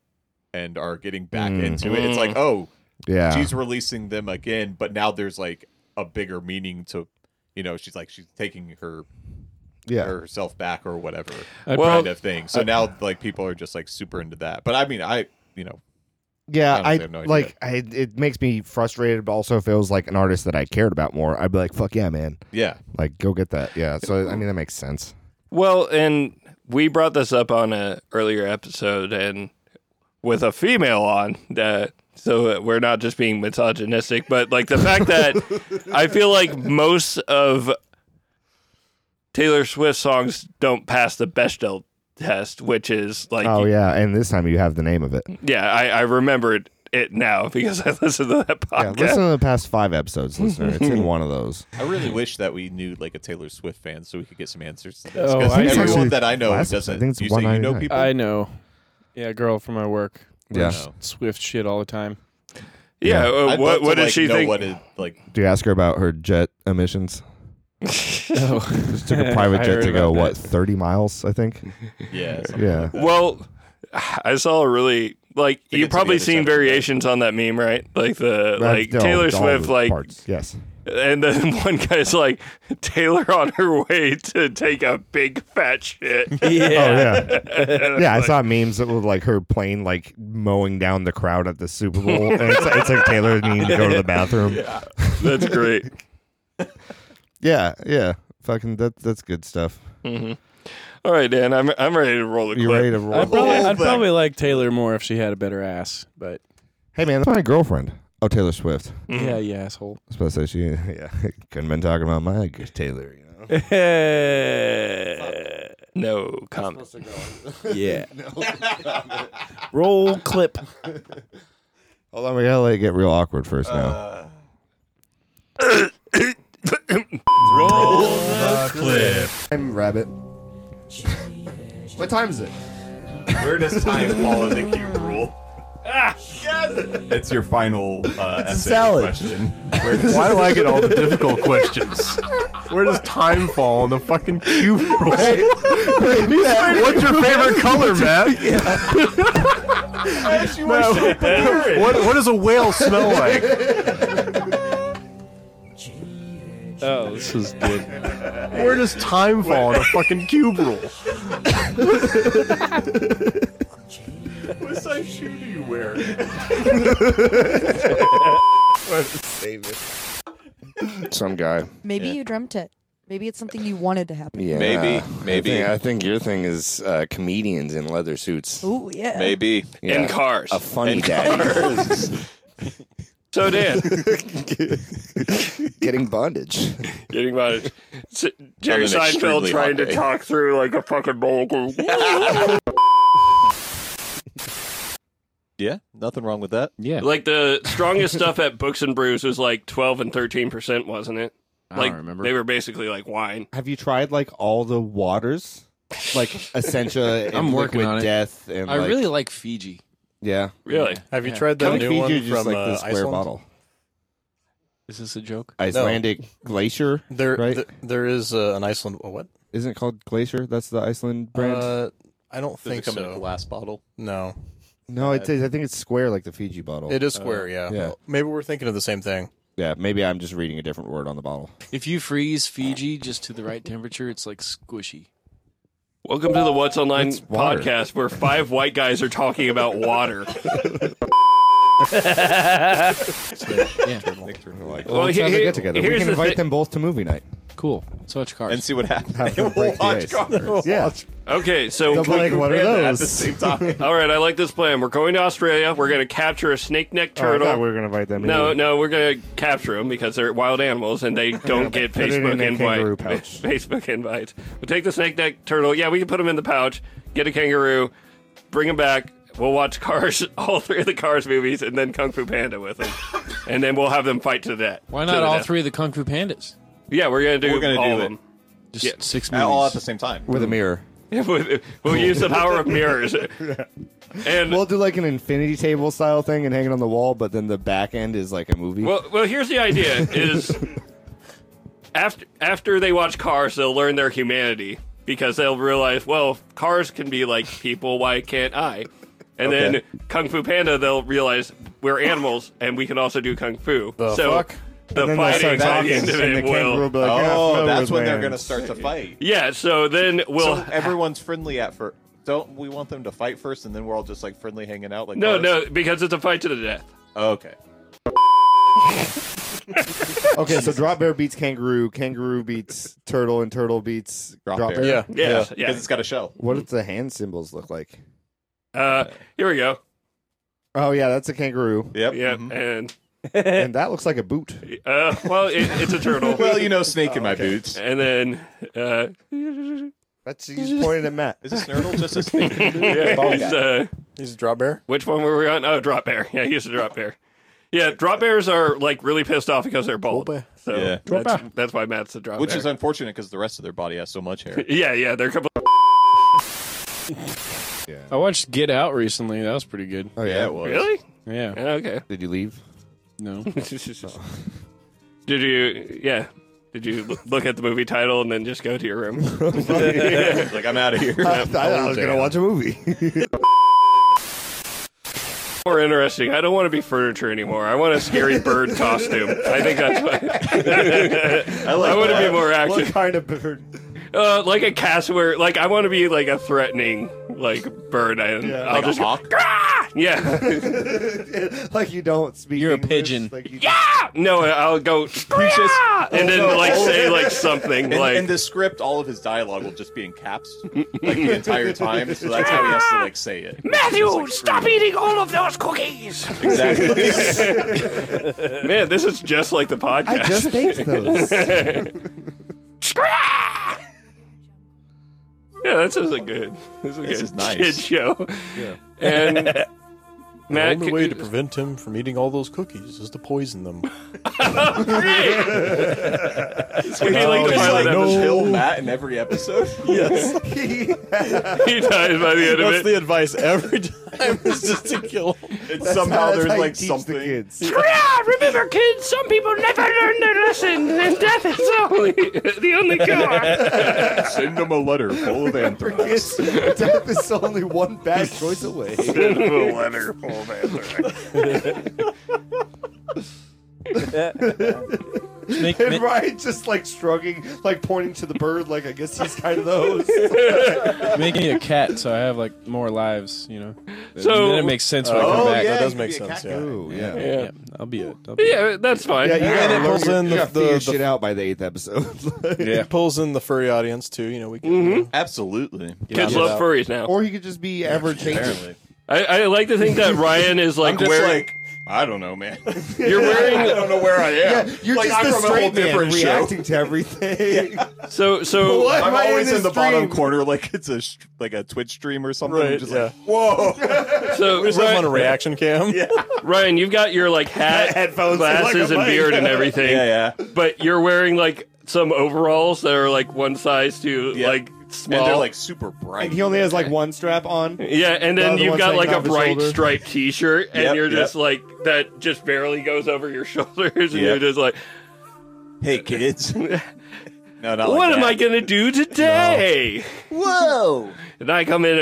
Speaker 8: and are getting back
Speaker 3: Mm.
Speaker 8: into it. It's
Speaker 9: Mm.
Speaker 8: like, oh,
Speaker 3: Yeah,
Speaker 8: she's releasing them again, but now there's like a bigger meaning to, you know, she's like she's taking her
Speaker 3: yeah.
Speaker 8: herself back or whatever
Speaker 6: I
Speaker 9: Well-
Speaker 8: kind of thing. So now like people are just like super into that. But I mean, I you know,
Speaker 3: Yeah,
Speaker 8: Honestly,
Speaker 3: I,
Speaker 8: I have no idea.
Speaker 3: like. I, it makes me frustrated, but also feels like an artist that I cared about more. I'd be like, "Fuck yeah, man!
Speaker 8: yeah,
Speaker 3: Like, go get that." Yeah. So I mean, that makes sense.
Speaker 9: Well, and we brought this up on a earlier episode, and with a female on, uh, so we're not just being misogynistic, but like the fact that I feel like most of Taylor Swift songs don't pass the Bechdel test, which is like,
Speaker 3: Oh yeah, and this time you have the name of it.
Speaker 9: yeah, I, I remember it, it now because I listened to that
Speaker 3: Yeah.
Speaker 9: podcast.
Speaker 3: Listen to the past five episodes, listener. It's in one of those.
Speaker 8: I really wish that we knew like a Taylor Swift fan so we could get some answers to this.
Speaker 6: Oh,
Speaker 8: Because
Speaker 6: I think it's
Speaker 8: everyone
Speaker 3: actually
Speaker 8: that I know
Speaker 3: last- I
Speaker 8: doesn't.
Speaker 3: think it's
Speaker 8: you say you know
Speaker 3: 199.
Speaker 8: people?
Speaker 6: I know. Yeah, a girl from my work.
Speaker 3: Yeah.
Speaker 6: Wears Swift shit all the time.
Speaker 9: yeah, uh,
Speaker 8: I'd love
Speaker 9: what
Speaker 8: to,
Speaker 9: what did
Speaker 8: like,
Speaker 9: she
Speaker 8: know
Speaker 9: think?
Speaker 8: What it, like,
Speaker 3: Do you ask her about her jet emissions?
Speaker 6: Oh.
Speaker 3: Just took a private
Speaker 6: I
Speaker 3: jet to
Speaker 6: heard
Speaker 3: go
Speaker 6: about
Speaker 3: what thirty miles, I think.
Speaker 8: yeah, something
Speaker 3: Yeah.
Speaker 8: like that.
Speaker 9: Well, I saw a really like
Speaker 8: They get
Speaker 9: you
Speaker 8: to the
Speaker 9: probably
Speaker 8: other side
Speaker 9: seen
Speaker 8: of the
Speaker 9: variations on that meme, right? Like the
Speaker 3: That's
Speaker 9: like
Speaker 3: all-
Speaker 9: Taylor
Speaker 3: all
Speaker 9: Swift,
Speaker 3: the
Speaker 9: like,
Speaker 3: parts. yes,
Speaker 9: and then one guy's like Taylor on her way to take a big fat shit.
Speaker 3: oh yeah, yeah. I saw memes that were like her plane like mowing down the crowd at the Super Bowl. and it's, it's like Taylor needing to go to the bathroom. Yeah,
Speaker 9: That's great.
Speaker 3: yeah, Fucking that. That's good stuff.
Speaker 9: All right, Dan, I'm I'm ready to roll the
Speaker 3: You
Speaker 9: clip.
Speaker 3: ready to roll?
Speaker 6: I'd probably,
Speaker 8: whole
Speaker 6: I'd
Speaker 8: thing.
Speaker 6: probably like Taylor more if she had a better ass, but
Speaker 3: hey man, that's my girlfriend. Oh, Taylor Swift.
Speaker 9: Mm.
Speaker 3: I
Speaker 6: yeah, you asshole.
Speaker 3: was about to say she. Yeah, couldn't been talking about my good Taylor. You know.
Speaker 9: no comment.
Speaker 6: yeah. Roll clip.
Speaker 3: Hold on, we gotta let it get real awkward first now.
Speaker 9: Uh,
Speaker 10: Time rabbit. What time is it?
Speaker 7: Where does time fall in the cube rule?
Speaker 8: Ah,
Speaker 7: It's your final uh, essay
Speaker 10: salad.
Speaker 7: question. Where does, Why do I get all the difficult questions? Where does time fall in the fucking cube rule? What's your favorite color, Matt? No. what, what does a whale smell like?
Speaker 6: Oh, this is good.
Speaker 7: Where does time fall in a fucking cube rule?
Speaker 8: What size shoe do you wear?
Speaker 11: Some guy.
Speaker 12: Maybe you dreamt it. Maybe it's something you wanted to happen.
Speaker 11: Yeah.
Speaker 8: Maybe,
Speaker 11: I think-
Speaker 8: maybe.
Speaker 11: I think, your thing is uh, comedians in leather suits.
Speaker 12: Oh yeah.
Speaker 8: Maybe.
Speaker 11: Yeah.
Speaker 9: in cars.
Speaker 11: A funny daddy
Speaker 9: so Dan,
Speaker 13: Getting bondage.
Speaker 9: getting about it. S- Jerry
Speaker 8: On an
Speaker 9: Seinfeld
Speaker 8: extremely
Speaker 9: trying
Speaker 8: hot
Speaker 9: to
Speaker 8: day.
Speaker 9: talk through like a fucking bowl.
Speaker 8: Yeah, nothing wrong with that.
Speaker 6: Yeah.
Speaker 9: like the strongest stuff at Books and Brews was like twelve and thirteen percent, wasn't it?
Speaker 6: I
Speaker 9: Like
Speaker 6: don't remember.
Speaker 9: they were basically like wine.
Speaker 3: Have you tried like all the waters? Like Essentia and
Speaker 6: I'm working
Speaker 3: Liquid
Speaker 6: on it.
Speaker 3: Death and
Speaker 11: I
Speaker 3: like,
Speaker 11: really
Speaker 6: like Fiji.
Speaker 3: Yeah.
Speaker 9: Really?
Speaker 14: Have you tried the
Speaker 3: Come
Speaker 14: new
Speaker 3: feed
Speaker 14: one
Speaker 3: you just
Speaker 14: from
Speaker 3: like
Speaker 14: uh,
Speaker 3: the square
Speaker 14: Iceland?
Speaker 3: bottle.
Speaker 6: Is this a joke?
Speaker 3: Icelandic glacier.
Speaker 14: There,
Speaker 3: right?
Speaker 14: th- there is uh, an Iceland. oh, What
Speaker 3: Isn't it called Glacier? That's the Iceland brand.
Speaker 14: Uh, I don't
Speaker 8: Does it
Speaker 14: think
Speaker 8: come in a
Speaker 14: so.
Speaker 8: glass bottle?
Speaker 14: No,
Speaker 3: no, it is. I think it's square like the Fiji bottle.
Speaker 14: it is square. Uh, yeah.
Speaker 3: yeah.
Speaker 14: Maybe we're thinking of the same thing.
Speaker 3: yeah, maybe I'm just reading a different word on the bottle.
Speaker 11: If you freeze Fiji just to the right temperature, it's like squishy.
Speaker 9: Welcome to the What's Online
Speaker 3: It's water.
Speaker 9: podcast where five white guys are talking about water.
Speaker 3: Well,
Speaker 9: he-
Speaker 3: let's have a
Speaker 9: he-
Speaker 3: get together. We
Speaker 9: here's
Speaker 3: can
Speaker 9: the
Speaker 3: invite
Speaker 9: thi-
Speaker 3: them both to movie night.
Speaker 11: Cool. Let's watch cars.
Speaker 8: And see what happens.
Speaker 3: Have them break the ice. Yeah.
Speaker 9: Okay, so
Speaker 3: They'll be like, what are
Speaker 8: Compare that At the
Speaker 3: those?
Speaker 8: same time.
Speaker 9: all right, I like this plan. We're going to Australia. We're going to capture a snake neck
Speaker 3: Oh, I
Speaker 9: turtle.
Speaker 3: thought we were gonna invite them.
Speaker 9: No,
Speaker 3: in.
Speaker 9: no, we're gonna capture them because they're wild animals and they don't get
Speaker 3: Put it in
Speaker 9: Facebook
Speaker 3: a
Speaker 9: invite.
Speaker 3: kangaroo pouch.
Speaker 9: Facebook invites. We'll take the snake neck turtle. Yeah, we can put him in the pouch. Get a kangaroo. Bring him back. We'll watch Cars, all three of the Cars movies, and then Kung Fu Panda with him, and then we'll have them fight to that.
Speaker 11: Why
Speaker 9: to
Speaker 11: not
Speaker 9: the
Speaker 11: all
Speaker 9: death.
Speaker 11: three of the Kung Fu Pandas?
Speaker 9: Yeah, we're gonna do
Speaker 8: We're gonna
Speaker 9: all
Speaker 8: do
Speaker 9: of
Speaker 8: it.
Speaker 9: them.
Speaker 11: Just
Speaker 9: Yeah.
Speaker 11: six
Speaker 8: At- all at the
Speaker 11: movies.
Speaker 8: same time.
Speaker 3: with a mirror.
Speaker 9: Yeah, we- we'll use the power of mirrors. And
Speaker 3: We'll do like an infinity table style thing and hang it on the wall, but then the back end is like a movie.
Speaker 9: Well, well, here's the idea: is after after they watch Cars, they'll learn their humanity because they'll realize, well, if cars can be like people. Why can't I? And then Kung Fu Panda, they'll realize we're animals and we can also do kung fu.
Speaker 14: The
Speaker 9: so
Speaker 14: fuck?
Speaker 3: then
Speaker 9: the
Speaker 3: they'll
Speaker 9: fighting
Speaker 3: start
Speaker 9: at
Speaker 3: talking,
Speaker 9: the end of
Speaker 3: and the
Speaker 9: it
Speaker 3: kangaroo will
Speaker 9: will.
Speaker 3: be like, "Yeah,
Speaker 8: oh,
Speaker 3: smell
Speaker 8: that's
Speaker 3: with
Speaker 8: when
Speaker 3: my
Speaker 8: they're going to
Speaker 3: hands."
Speaker 8: start to fight.
Speaker 9: Yeah. So then we'll.
Speaker 8: so everyone's friendly at first. Don't we want them to fight first, and then we're all just like friendly hanging out? Like
Speaker 9: no,
Speaker 8: cars?
Speaker 9: no, because it's a fight to the death.
Speaker 8: Okay.
Speaker 3: Okay, so drop bear beats kangaroo, kangaroo beats turtle, and turtle beats drop,
Speaker 8: Drop
Speaker 3: bear.
Speaker 8: bear.
Speaker 14: Yeah.
Speaker 9: Yeah,
Speaker 8: Because
Speaker 9: yeah.
Speaker 8: it's got a shell.
Speaker 3: What does the hand symbols look like?
Speaker 9: Uh, here we go.
Speaker 3: Oh yeah, that's a kangaroo,
Speaker 8: Yep.
Speaker 9: Yeah,
Speaker 8: mhm.
Speaker 9: and
Speaker 3: and that looks like a boot.
Speaker 9: uh, well, it, it's a turtle.
Speaker 8: Well, you know, snake
Speaker 9: Oh,
Speaker 8: in my boots.
Speaker 9: and then uh,
Speaker 3: That's you just pointed at Matt.
Speaker 8: Is this nurdle just a snake?
Speaker 9: yeah, he's, uh,
Speaker 14: He's a drop bear.
Speaker 9: Which one were we on? Oh, drop bear. Yeah, he's a drop bear. Yeah, drop bears are like really pissed off because they're bald.
Speaker 14: Drop bear.
Speaker 9: So
Speaker 8: Yeah.
Speaker 9: that's, that's why Matt's a drop
Speaker 8: Which
Speaker 9: bear.
Speaker 8: is unfortunate because the rest of their body has so much hair.
Speaker 9: yeah, yeah, they're couple.
Speaker 6: I watched Get Out recently. That was pretty good.
Speaker 3: Oh yeah,
Speaker 8: was.
Speaker 9: Really?
Speaker 6: Yeah.
Speaker 9: Yeah, okay.
Speaker 3: Did you leave?
Speaker 6: No.
Speaker 9: Did you? Yeah. Did you l- look at the movie title and then just go to your room?
Speaker 8: like I'm out of here.
Speaker 3: I, thought I was gonna watch a movie.
Speaker 9: More interesting. I don't want to be furniture anymore. I want a scary bird costume. I think that's what
Speaker 8: I like.
Speaker 9: I want to
Speaker 8: that.
Speaker 9: be more action.
Speaker 3: kind of bird?
Speaker 9: Uh, like a cassowary. Like I want to be like a threatening like bird. I, I'll
Speaker 8: Like a
Speaker 9: just go,
Speaker 8: hawk?
Speaker 9: "Grah!" Yeah.
Speaker 3: like you don't speak.
Speaker 11: You're a
Speaker 3: English,
Speaker 11: pigeon.
Speaker 3: Like you
Speaker 9: yeah no i'll go "Grah!" and then like say like something
Speaker 8: In,
Speaker 9: like
Speaker 8: in the script, all of his dialogue will just be in caps like the entire time, so that's how he has to like say it.
Speaker 9: matthew stop eating all of those cookies
Speaker 8: Exactly.
Speaker 9: man this is just like the podcast
Speaker 3: I just baked those.
Speaker 9: Grah! yeah this is a good this is a
Speaker 8: This
Speaker 9: good
Speaker 8: is nice.
Speaker 9: kid show yeah and
Speaker 14: The
Speaker 9: Matt,
Speaker 14: only
Speaker 9: c-
Speaker 14: way to prevent him from eating all those cookies is to poison them.
Speaker 9: would you like to
Speaker 8: Oh, He's
Speaker 9: pilot
Speaker 8: like,
Speaker 9: episode?
Speaker 8: kill Matt in every episode.
Speaker 9: He dies by the end of
Speaker 14: That's
Speaker 9: it.
Speaker 14: the advice every time is just to kill him.
Speaker 8: And somehow
Speaker 3: That's
Speaker 8: there's
Speaker 3: how you
Speaker 8: like
Speaker 3: teach
Speaker 8: something.
Speaker 3: The kids.
Speaker 9: Grah! Remember, kids, some people never learn their lesson, and death is only the only cure.
Speaker 8: Send him a letter full of anthrax.
Speaker 3: It's- Death is only one bad choice away.
Speaker 1: Make-
Speaker 3: and
Speaker 1: make-
Speaker 3: Ryan just like shrugging, like pointing to the bird, like I guess he's kind of the host.
Speaker 1: Make me a cat so I have like more lives, you know.
Speaker 9: So-
Speaker 1: then it makes sense when I
Speaker 9: Oh,
Speaker 1: come back.
Speaker 9: yeah,
Speaker 6: That does
Speaker 9: you
Speaker 6: make
Speaker 9: could be a
Speaker 6: sense.
Speaker 9: cat
Speaker 6: Yeah.
Speaker 9: guy.
Speaker 14: Ooh, yeah.
Speaker 1: Yeah, I'll be it. I'll be it.
Speaker 9: Yeah, that's fine.
Speaker 6: Yeah, you gotta learn your- you gotta figure shit
Speaker 14: shit out by the eighth episode.
Speaker 6: It pulls in the furry audience too. You know, we can
Speaker 8: absolutely.
Speaker 9: Kids love furries now.
Speaker 14: Or he could just be ever changing.
Speaker 9: I, I like to think that Ryan is like
Speaker 8: I'm just
Speaker 9: wearing.
Speaker 8: like, I don't know, man.
Speaker 9: you're
Speaker 8: I
Speaker 9: wearing.
Speaker 8: don't know where I am.
Speaker 15: Yeah, you're
Speaker 8: Like,
Speaker 15: just
Speaker 8: I'm
Speaker 15: the
Speaker 8: from a whole
Speaker 15: straight man
Speaker 8: different show.
Speaker 15: reacting to everything.
Speaker 9: So so.
Speaker 15: What?
Speaker 8: I'm
Speaker 15: Am I in
Speaker 8: always in,
Speaker 15: this
Speaker 8: the bottom
Speaker 15: dream?
Speaker 8: corner, like it's a sh- like a Twitch stream or something. I'm
Speaker 6: Right,
Speaker 8: just
Speaker 6: yeah.
Speaker 8: like, whoa.
Speaker 9: So
Speaker 6: We just have him on a
Speaker 9: Ryan,
Speaker 6: reaction cam.
Speaker 9: Ryan, you've got your like hat,
Speaker 3: Headphones,
Speaker 9: glasses,
Speaker 3: like a
Speaker 9: and
Speaker 3: mic.
Speaker 9: beard and everything.
Speaker 8: yeah, yeah.
Speaker 9: But you're wearing like some overalls that are like one size too
Speaker 8: Yeah.
Speaker 9: like small.
Speaker 8: And they're like super bright.
Speaker 3: And he only has like one strap on.
Speaker 9: yeah, and
Speaker 3: The
Speaker 9: then
Speaker 3: other
Speaker 9: you've
Speaker 3: one's
Speaker 9: got like
Speaker 3: hanging
Speaker 9: a
Speaker 3: off his
Speaker 9: bright
Speaker 3: shoulder.
Speaker 9: striped T-shirt, and
Speaker 8: Yep,
Speaker 9: you're
Speaker 8: yep.
Speaker 9: just like that just barely goes over your shoulders,
Speaker 8: Yep.
Speaker 9: and you're just like,
Speaker 8: hey kids. no, not like
Speaker 9: "What am
Speaker 8: that.
Speaker 9: I gonna do today?"
Speaker 15: Whoa!
Speaker 9: And I come in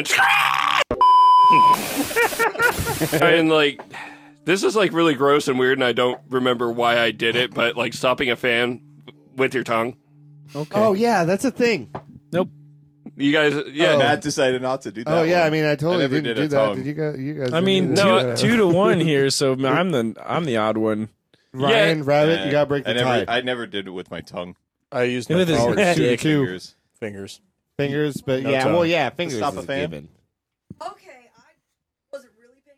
Speaker 9: and and like this is like really gross and weird, and I don't remember why I did it, but like stopping a fan with your tongue.
Speaker 1: Okay.
Speaker 3: Oh yeah, that's a thing.
Speaker 9: You guys, yeah,
Speaker 8: Matt decided not to do that.
Speaker 3: Oh yeah,
Speaker 8: one.
Speaker 3: I mean, I totally
Speaker 8: never
Speaker 3: didn't
Speaker 8: did a
Speaker 3: do that.
Speaker 8: tongue.
Speaker 3: Did you guys? You guys?
Speaker 1: I mean,
Speaker 3: didn't do
Speaker 1: two,
Speaker 3: that.
Speaker 1: two to one here, so I'm the I'm the odd one.
Speaker 3: Ryan Rabbit,
Speaker 8: Uh,
Speaker 3: you gotta break
Speaker 8: I
Speaker 3: the
Speaker 8: never,
Speaker 3: tie. Oh,
Speaker 8: I never did it with my tongue.
Speaker 6: I used
Speaker 1: Look
Speaker 6: my
Speaker 1: at this
Speaker 6: power
Speaker 1: dick.
Speaker 3: Two to two
Speaker 8: Fingers.
Speaker 6: fingers.
Speaker 3: fingers, but
Speaker 6: No
Speaker 3: yeah,
Speaker 6: tongue.
Speaker 3: well, yeah, fingers.
Speaker 8: Stop
Speaker 3: is
Speaker 8: a fan.
Speaker 3: given.
Speaker 12: Okay, I wasn't really paying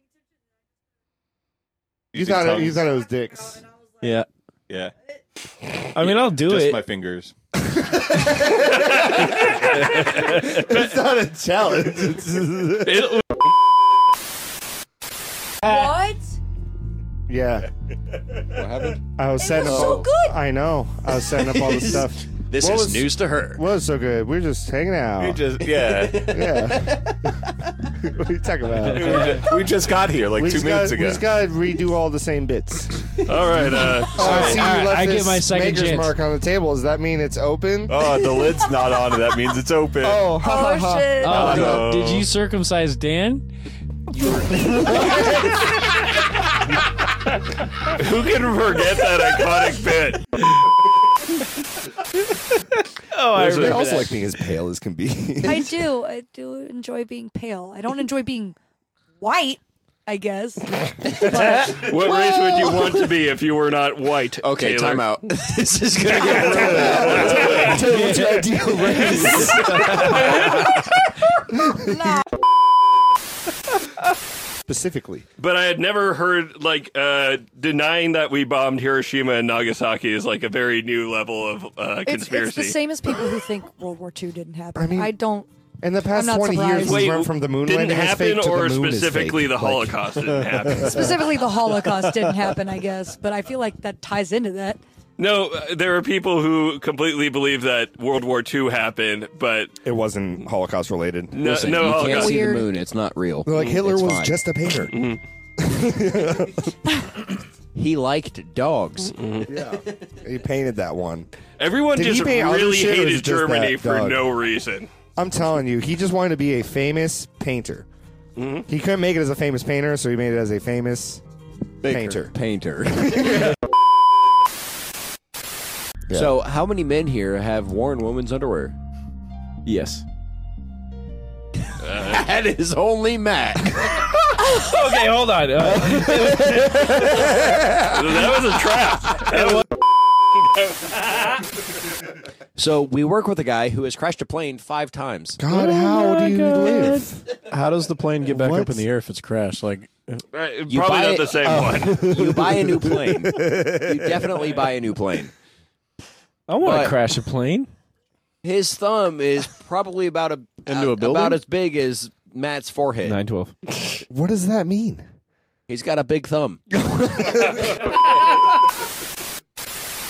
Speaker 3: You
Speaker 8: Using
Speaker 3: thought it,
Speaker 8: tongues.
Speaker 3: you thought it was dicks.
Speaker 1: Yeah.
Speaker 8: Yeah,
Speaker 1: I mean, I'll do
Speaker 8: just
Speaker 1: it.
Speaker 8: my fingers.
Speaker 3: it's not a challenge. It's-
Speaker 9: It-
Speaker 12: What?
Speaker 3: yeah,
Speaker 8: What happened?
Speaker 3: I was setting up.
Speaker 12: was so good.
Speaker 3: I know. I was setting up all this stuff.
Speaker 6: This
Speaker 3: What is was-
Speaker 6: news to her.
Speaker 3: Well, it's so good. We're just hanging out.
Speaker 8: We just yeah.
Speaker 3: yeah. what are you talking about?
Speaker 8: we, just, we just got here like
Speaker 3: we
Speaker 8: two
Speaker 3: just
Speaker 8: minutes
Speaker 3: gotta, We
Speaker 8: ago.
Speaker 3: just gotta redo all the same bits.
Speaker 9: all right, uh,
Speaker 3: Oh, I see you
Speaker 1: all right,
Speaker 3: left
Speaker 1: I
Speaker 3: this
Speaker 1: get my second
Speaker 3: maker's
Speaker 1: chance.
Speaker 3: mark on the table. Does that mean it's open?
Speaker 8: oh, the lid's not on. That means it's open.
Speaker 3: Oh, ha, ha,
Speaker 12: Oh
Speaker 3: ha.
Speaker 12: shit!
Speaker 1: Oh,
Speaker 8: Oh,
Speaker 11: Uh,
Speaker 8: no.
Speaker 1: Did you circumcise Dan?
Speaker 9: who can forget that iconic bit? oh, I
Speaker 15: I also like being as pale as can be.
Speaker 12: I do. I do enjoy being pale. I don't enjoy being white. I guess. But-
Speaker 9: What race would you want to be if you were not white?
Speaker 6: Oh, Okay,
Speaker 9: Taylor?
Speaker 6: time out. this is gonna get
Speaker 15: Tell you what's your ideal race.
Speaker 3: Specifically,
Speaker 9: But I had never heard like uh, denying that we bombed Hiroshima and Nagasaki is like a very new level of uh,
Speaker 12: It's, it's
Speaker 9: conspiracy.
Speaker 12: the same as people who think World War II didn't happen. I, uh,
Speaker 3: I mean-
Speaker 12: don't.
Speaker 3: in the past
Speaker 12: not
Speaker 3: twenty years,
Speaker 12: surprised.
Speaker 3: we've
Speaker 9: Wait,
Speaker 3: went from the moon
Speaker 9: didn't
Speaker 3: landing is fake
Speaker 9: happen,
Speaker 3: to
Speaker 9: or
Speaker 3: the moon is
Speaker 9: specifically
Speaker 3: fake.
Speaker 9: the
Speaker 3: Like,
Speaker 9: Holocaust didn't happen.
Speaker 12: Specifically, the Holocaust didn't happen, I guess, but I feel like that ties into that.
Speaker 9: No, uh, there are people who completely believe that World War II happened, but
Speaker 15: it wasn't Holocaust related.
Speaker 9: no,
Speaker 16: Listen,
Speaker 9: no
Speaker 16: you can't
Speaker 9: Holocaust.
Speaker 16: see the
Speaker 12: Weird.
Speaker 16: moon. It's not real.
Speaker 3: They're like Hitler
Speaker 16: It's
Speaker 3: was
Speaker 16: fine.
Speaker 3: just a painter.
Speaker 16: He liked dogs.
Speaker 3: he painted that one.
Speaker 9: Everyone
Speaker 3: Did he
Speaker 9: just
Speaker 3: pay other
Speaker 9: really
Speaker 3: shit or is it
Speaker 9: hated
Speaker 3: just
Speaker 9: Germany
Speaker 3: that
Speaker 9: for
Speaker 3: dog?
Speaker 9: no reason.
Speaker 3: I'm telling you, he just wanted to be a famous painter. He couldn't make it as a famous painter, so he made it as a famous painter.
Speaker 16: Painter. So, how many men here have worn women's underwear?
Speaker 1: Yes.
Speaker 16: That is only Matt.
Speaker 1: Okay, hold on. Uh,
Speaker 9: that was a trap. That was-
Speaker 16: so, we work with a guy who has crashed a plane five times.
Speaker 3: God, how do you live?
Speaker 6: How does the plane get back
Speaker 3: What?
Speaker 6: up in the air if it's crashed? Like,
Speaker 9: Right,
Speaker 16: You
Speaker 9: probably
Speaker 16: buy
Speaker 9: not
Speaker 16: it-
Speaker 9: the same one.
Speaker 16: You buy a new plane. You definitely buy a new plane.
Speaker 1: I want
Speaker 16: But-
Speaker 1: to crash a plane.
Speaker 16: His thumb is probably about a
Speaker 6: Into a building?
Speaker 16: about as big as Matt's forehead.
Speaker 1: Nine twelve.
Speaker 3: What does that mean?
Speaker 16: He's got a big thumb.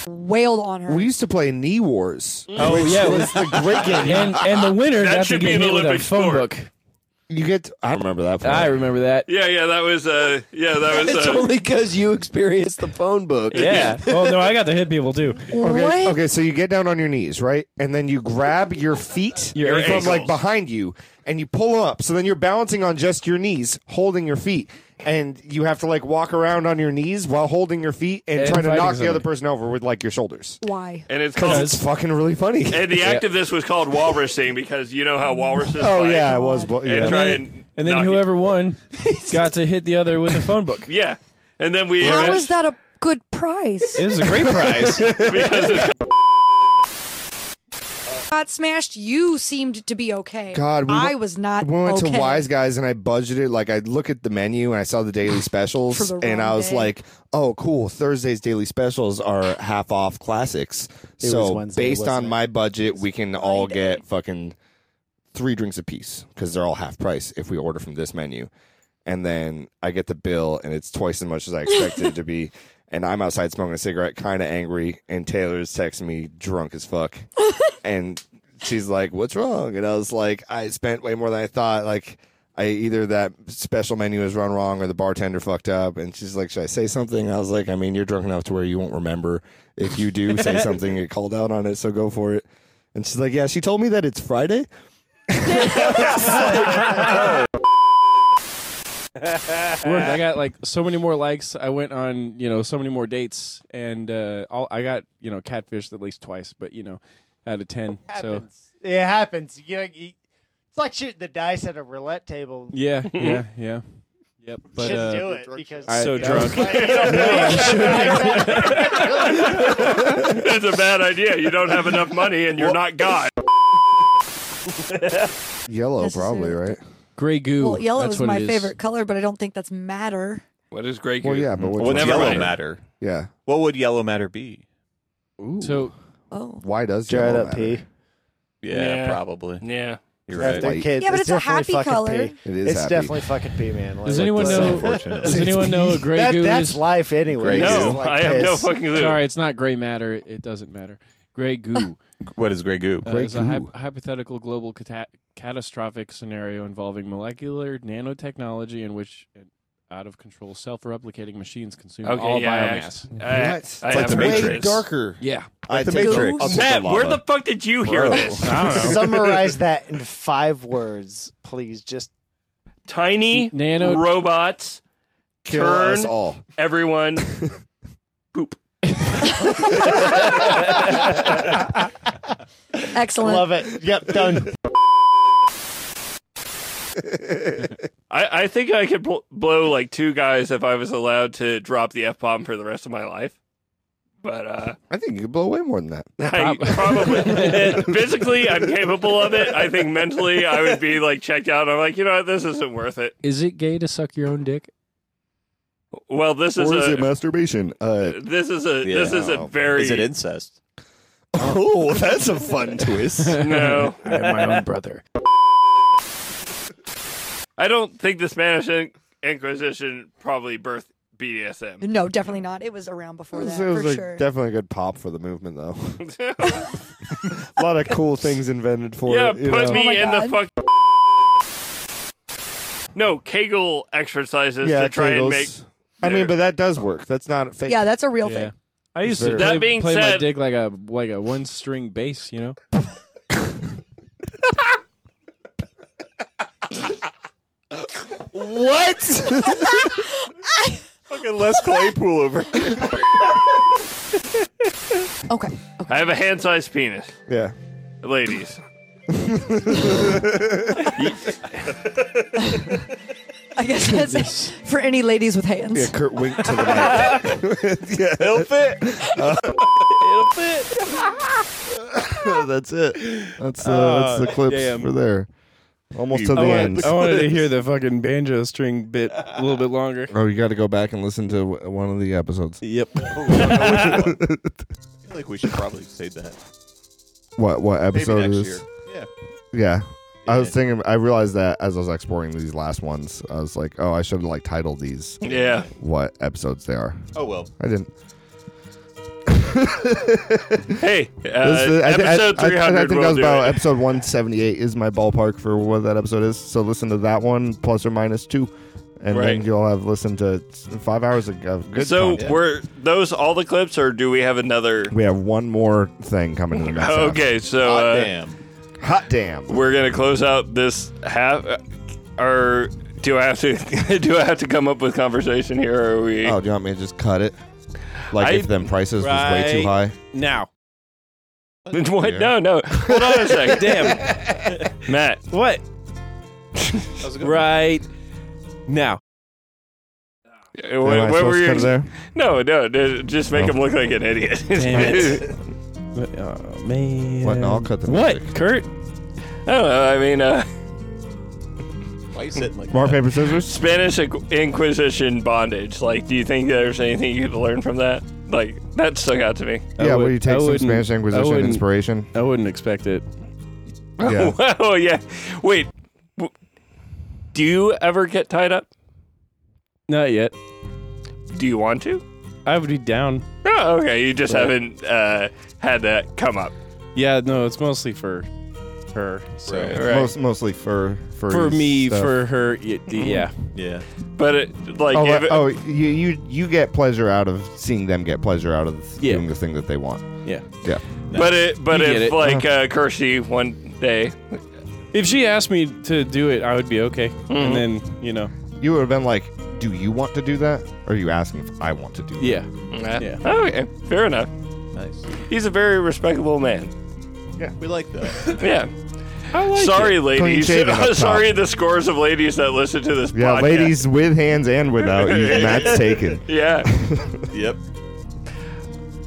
Speaker 12: Wailed on her.
Speaker 3: We used to play knee wars.
Speaker 1: Oh yeah, was the great game. And and the winner
Speaker 9: That
Speaker 1: got to
Speaker 9: should be
Speaker 1: get
Speaker 9: an
Speaker 1: hit with a
Speaker 9: Olympic
Speaker 1: phone
Speaker 9: sport.
Speaker 1: book.
Speaker 3: You get to,
Speaker 14: I remember that. Part.
Speaker 1: I remember that.
Speaker 9: Yeah, yeah, that was uh, yeah, that was
Speaker 16: It's
Speaker 9: uh,
Speaker 16: only because you experienced the phone book.
Speaker 1: Yeah. oh no, I got to hit people too.
Speaker 3: okay,
Speaker 12: what?
Speaker 3: okay, so you get down on your knees, right? And then you grab your feet
Speaker 1: Your
Speaker 3: from
Speaker 9: ankles.
Speaker 3: like behind you and you pull up. So then you're balancing on just your knees, holding your feet, and you have to like walk around on your knees while holding your feet and,
Speaker 9: And
Speaker 3: trying to
Speaker 9: fighting
Speaker 3: knock the
Speaker 9: somebody.
Speaker 3: other person over with like your shoulders.
Speaker 12: Why?
Speaker 9: And it's
Speaker 3: Because
Speaker 9: called.
Speaker 3: it's fucking really funny.
Speaker 9: and the act of this was called walrusing because you know how walruses.
Speaker 3: Oh,
Speaker 9: fight.
Speaker 3: yeah, it was, but- yeah.
Speaker 9: And try
Speaker 3: And
Speaker 9: and
Speaker 6: And then whoever won got to hit the other with a phone book.
Speaker 9: yeah, and then we.
Speaker 12: How is that a good prize?
Speaker 6: It was a great prize.
Speaker 9: because it's
Speaker 12: Got smashed. You seemed to be okay.
Speaker 3: God, we
Speaker 12: I
Speaker 3: went-
Speaker 12: was not.
Speaker 3: We went
Speaker 12: okay.
Speaker 3: to Wise Guys and I budgeted. Like I look at the menu and I saw the daily specials,
Speaker 12: For the
Speaker 3: and
Speaker 12: wrong
Speaker 3: I was
Speaker 12: day.
Speaker 3: like, "Oh, cool! Thursday's daily specials are half off classics."
Speaker 17: It was
Speaker 3: so
Speaker 17: Wednesday,
Speaker 3: based on
Speaker 17: wasn't it?
Speaker 3: my budget, we can all get fucking three drinks apiece because they're all half price if we order from this menu. And then I get the bill, and it's twice as much as I expected it to be. And I'm outside smoking a cigarette, kind of angry. And Taylor's texting me, drunk as fuck. and she's like, "What's wrong?" And I was like, "I spent way more than I thought. Like, I either that special menu was run wrong or the bartender fucked up." And she's like, "Should I say something?" I was like, "I mean, you're drunk enough to where you won't remember. If you do say something, get called out on it. So go for it." And she's like, "Yeah, she told me that it's Friday."
Speaker 6: It worked. I got like so many more likes. I went on, you know, so many more dates, and uh, all, I got, you know, catfished at least twice. But you know, out of ten, so
Speaker 18: It happens. You know, you, it's like shooting the dice at a roulette table.
Speaker 6: yeah, yeah, yeah. Yep. But
Speaker 18: Shouldn't
Speaker 6: uh,
Speaker 18: do it because-
Speaker 6: I-
Speaker 18: So
Speaker 6: yeah.
Speaker 18: drunk.
Speaker 9: it's a bad idea. You don't have enough money, and you're not God.
Speaker 3: Yellow, probably right.
Speaker 6: Gray goo.
Speaker 12: Well, yellow is my favorite color, but I don't think that's matter.
Speaker 9: What is gray?
Speaker 3: Well, yeah, but what-
Speaker 8: Well,
Speaker 3: Never
Speaker 8: yellow
Speaker 3: mind.
Speaker 8: matter?
Speaker 3: Yeah.
Speaker 8: What would yellow matter be?
Speaker 6: So,
Speaker 12: oh,
Speaker 3: why does
Speaker 8: Dried
Speaker 3: yellow
Speaker 8: up
Speaker 3: matter?
Speaker 8: pee. Yeah,
Speaker 18: Yeah.
Speaker 8: probably.
Speaker 9: Yeah.
Speaker 8: You're
Speaker 18: After
Speaker 8: right.
Speaker 18: their kids,
Speaker 12: Yeah, but it's a
Speaker 18: definitely
Speaker 12: happy
Speaker 18: fucking
Speaker 12: color.
Speaker 18: Pee.
Speaker 3: It is
Speaker 18: It's
Speaker 3: happy.
Speaker 18: definitely fucking pee, man.
Speaker 6: Does anyone know? Does anyone know a gray
Speaker 18: that,
Speaker 6: goo
Speaker 18: That's
Speaker 6: is
Speaker 18: life anyway. It's like piss.
Speaker 6: Sorry, it's not gray matter. It, it doesn't matter. Gray
Speaker 9: Oh,
Speaker 6: goo.
Speaker 8: What is gray goo?
Speaker 6: Uh,
Speaker 8: Gray
Speaker 6: it's a hy-
Speaker 8: goo.
Speaker 6: hypothetical global cata- catastrophic scenario involving molecular nanotechnology in which an out of control self replicating machines consume
Speaker 9: Okay,
Speaker 6: all
Speaker 9: yeah, I
Speaker 6: biomass.
Speaker 9: actually- I- What? I It's like have the a Matrix. Matrix.
Speaker 3: darker.
Speaker 6: Yeah.
Speaker 3: Like the Matrix. I'll take
Speaker 9: Matt,
Speaker 3: the
Speaker 9: where
Speaker 3: lava.
Speaker 9: the fuck did you hear
Speaker 3: Bro.
Speaker 9: this?
Speaker 18: Summarize that in five words, please. Just
Speaker 9: Tiny
Speaker 6: nano
Speaker 9: robots
Speaker 18: Kill
Speaker 9: turn
Speaker 18: us all.
Speaker 9: everyone poop.
Speaker 12: Excellent.
Speaker 18: Love it. Yep, done.
Speaker 9: I, I think I could bl- blow like two guys if I was allowed to drop the f bomb for the rest of my life. But uh,
Speaker 3: I think you could blow way more than that.
Speaker 9: I probably physically I'm capable of it. I think mentally I would be like checked out. I'm like, you know what, this isn't worth it.
Speaker 6: Is it gay to suck your own dick?
Speaker 9: Well, this is
Speaker 3: or is
Speaker 9: a
Speaker 3: it masturbation? Uh,
Speaker 9: this is a this is
Speaker 6: oh,
Speaker 9: a very
Speaker 8: Is it incest?
Speaker 3: oh, that's a fun twist.
Speaker 9: No.
Speaker 6: I have my own brother.
Speaker 9: I don't think the Spanish In- Inquisition probably birthed BDSM.
Speaker 12: No, definitely not. It was around before that
Speaker 3: It was
Speaker 12: for
Speaker 3: a-
Speaker 12: sure.
Speaker 3: definitely a good pop for the movement, though. a lot of cool things invented for
Speaker 9: yeah,
Speaker 3: it. you
Speaker 9: put
Speaker 3: know?
Speaker 9: me in the fuck. No Kegel exercises
Speaker 3: Yeah,
Speaker 9: to try
Speaker 3: Kegels.
Speaker 9: and make.
Speaker 3: I mean, but that does work. That's not fake.
Speaker 12: yeah, that's a real thing.
Speaker 6: I used
Speaker 3: Sure.
Speaker 6: to
Speaker 3: That
Speaker 6: play,
Speaker 3: being
Speaker 6: play my
Speaker 3: said-
Speaker 6: dick like a like a one string bass, you know.
Speaker 3: What?
Speaker 8: Fucking Les Claypool over.
Speaker 12: okay.
Speaker 9: I have a hand sized penis,
Speaker 3: Yeah.
Speaker 9: ladies.
Speaker 12: I guess that's it for any ladies with hands.
Speaker 3: Yeah, Kurt winked to the mic. yeah. Uh, It'll fit.
Speaker 9: It'll fit.
Speaker 3: that's it. That's, uh,
Speaker 6: Ah,
Speaker 3: that's the clips
Speaker 6: damn.
Speaker 3: for there. Almost
Speaker 9: Oh,
Speaker 3: to the
Speaker 6: I wanted-
Speaker 3: end.
Speaker 6: I wanted to hear the fucking banjo string bit a little bit longer.
Speaker 3: Oh, you got to go back and listen to w- one of the episodes.
Speaker 6: Yep.
Speaker 8: I feel like we should probably say that.
Speaker 3: What what
Speaker 8: Maybe
Speaker 3: episode
Speaker 8: next
Speaker 3: is
Speaker 8: year.
Speaker 3: this?
Speaker 8: Yeah.
Speaker 3: Yeah. I was thinking. I realized that as I was exporting these last ones, I was like, "Oh, I should have like titled these."
Speaker 9: Yeah.
Speaker 3: What episodes they are?
Speaker 8: Oh, well.
Speaker 3: I didn't.
Speaker 9: hey, uh,
Speaker 3: This is- I thi- I-
Speaker 9: episode
Speaker 3: I- I,
Speaker 9: three hundred.
Speaker 3: think that
Speaker 9: we'll
Speaker 3: was
Speaker 9: do
Speaker 3: about
Speaker 9: it.
Speaker 3: episode one seventy eight is my ballpark for what that episode is. So listen to that one plus or minus two, and
Speaker 9: Right.
Speaker 3: then you'll have listened to s- five hours of of good.
Speaker 9: so
Speaker 3: content.
Speaker 9: were those all the clips, or do we have another?
Speaker 3: we have one more thing coming in the next. episode.
Speaker 9: Okay, so uh,
Speaker 8: damn.
Speaker 3: Hot damn.
Speaker 9: We're gonna close out this half. uh, Or do I have to? do I have to come up with conversation here? Or are we?
Speaker 3: Oh, do you want me to just cut it? Like
Speaker 9: I-
Speaker 3: if them prices was way too high.
Speaker 9: Right now. What? No, no. Hold on a sec. Damn. Matt.
Speaker 6: What? right now.
Speaker 9: What, what were you? No, no. d- Just make him look like an idiot.
Speaker 6: Damn it. What- oh, man.
Speaker 3: What? No, I'll cut the
Speaker 6: What, Kurt?
Speaker 9: I don't know. I mean, uh,
Speaker 8: Why you sitting like
Speaker 3: Rock, paper, scissors.
Speaker 9: Spanish Inqu- Inquisition bondage. Like, do you think there's anything you could learn from that? Like, that stuck out to me.
Speaker 6: I
Speaker 3: Yeah, will
Speaker 6: would-
Speaker 3: you
Speaker 6: I
Speaker 3: take some
Speaker 6: wouldn't-
Speaker 3: Spanish
Speaker 6: I
Speaker 3: Inquisition
Speaker 6: wouldn't-
Speaker 3: inspiration?
Speaker 6: I wouldn't expect it.
Speaker 3: Yeah.
Speaker 9: oh yeah. Wait. W- Do you ever get tied up?
Speaker 6: Not yet.
Speaker 9: Do you want to?
Speaker 6: I would be down.
Speaker 9: Oh, okay. You just
Speaker 6: Right.
Speaker 9: haven't uh, had that come up.
Speaker 6: Yeah, no, it's mostly for her. So
Speaker 9: Right.
Speaker 3: Most, mostly for for
Speaker 6: for me,
Speaker 3: stuff.
Speaker 6: for her, y- d-
Speaker 9: Mm-hmm.
Speaker 6: yeah.
Speaker 8: Yeah.
Speaker 9: But it, like,
Speaker 3: oh,
Speaker 9: if
Speaker 3: uh,
Speaker 9: it-
Speaker 3: oh, you you you get pleasure out of seeing them get pleasure out of
Speaker 6: Yeah.
Speaker 3: doing the thing that they want.
Speaker 6: Yeah.
Speaker 3: Yeah.
Speaker 9: but it, but
Speaker 6: You
Speaker 9: if
Speaker 6: get it.
Speaker 9: like uh, Kirsty one day,
Speaker 6: If she asked me to do it, I would be okay.
Speaker 9: Mhm.
Speaker 6: And then you know,
Speaker 3: You would have been like, "Do you want to do that? Or are you asking if I want to do?"
Speaker 6: yeah.
Speaker 9: uh,
Speaker 6: Yeah.
Speaker 9: okay, fair enough.
Speaker 8: Nice.
Speaker 9: He's a very respectable man.
Speaker 8: We like that.
Speaker 9: Yeah. sorry, ladies.
Speaker 3: shaven up top.
Speaker 9: sorry, the scores of ladies that listen to this.
Speaker 3: That? Yeah,
Speaker 9: podcast.
Speaker 3: ladies with hands and without, you Matt's taken.
Speaker 9: Yeah.
Speaker 8: yep.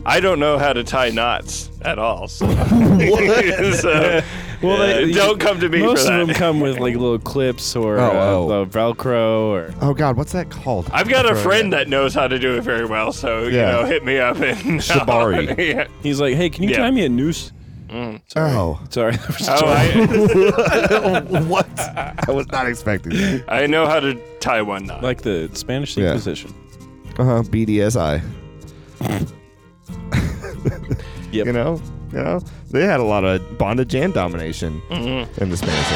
Speaker 9: I don't know how to tie knots at all. So, So,
Speaker 6: Well,
Speaker 9: uh,
Speaker 6: they-
Speaker 9: don't come to me
Speaker 6: Most
Speaker 9: for that.
Speaker 6: of them come with like little clips or
Speaker 3: Oh,
Speaker 6: uh,
Speaker 3: oh.
Speaker 6: the Velcro or.
Speaker 3: Oh God, what's that called?
Speaker 9: I've got a friend that knows how to do it very well, so you
Speaker 3: Yeah.
Speaker 9: know, hit me up and
Speaker 3: Shibari.
Speaker 9: yeah.
Speaker 6: He's like, hey, can you
Speaker 9: Yeah.
Speaker 6: tie me a noose?
Speaker 9: Mm.
Speaker 3: Oh,
Speaker 6: Sorry.
Speaker 9: Oh, I,
Speaker 3: what? I was not expecting that.
Speaker 9: I know how to tie one knot.
Speaker 6: like the Spanish
Speaker 3: Yeah.
Speaker 6: Inquisition.
Speaker 3: Uh huh. BDSI.
Speaker 6: Yep.
Speaker 3: You know, you know, they had a lot of bondage and domination
Speaker 9: Mhm.
Speaker 3: in the Spanish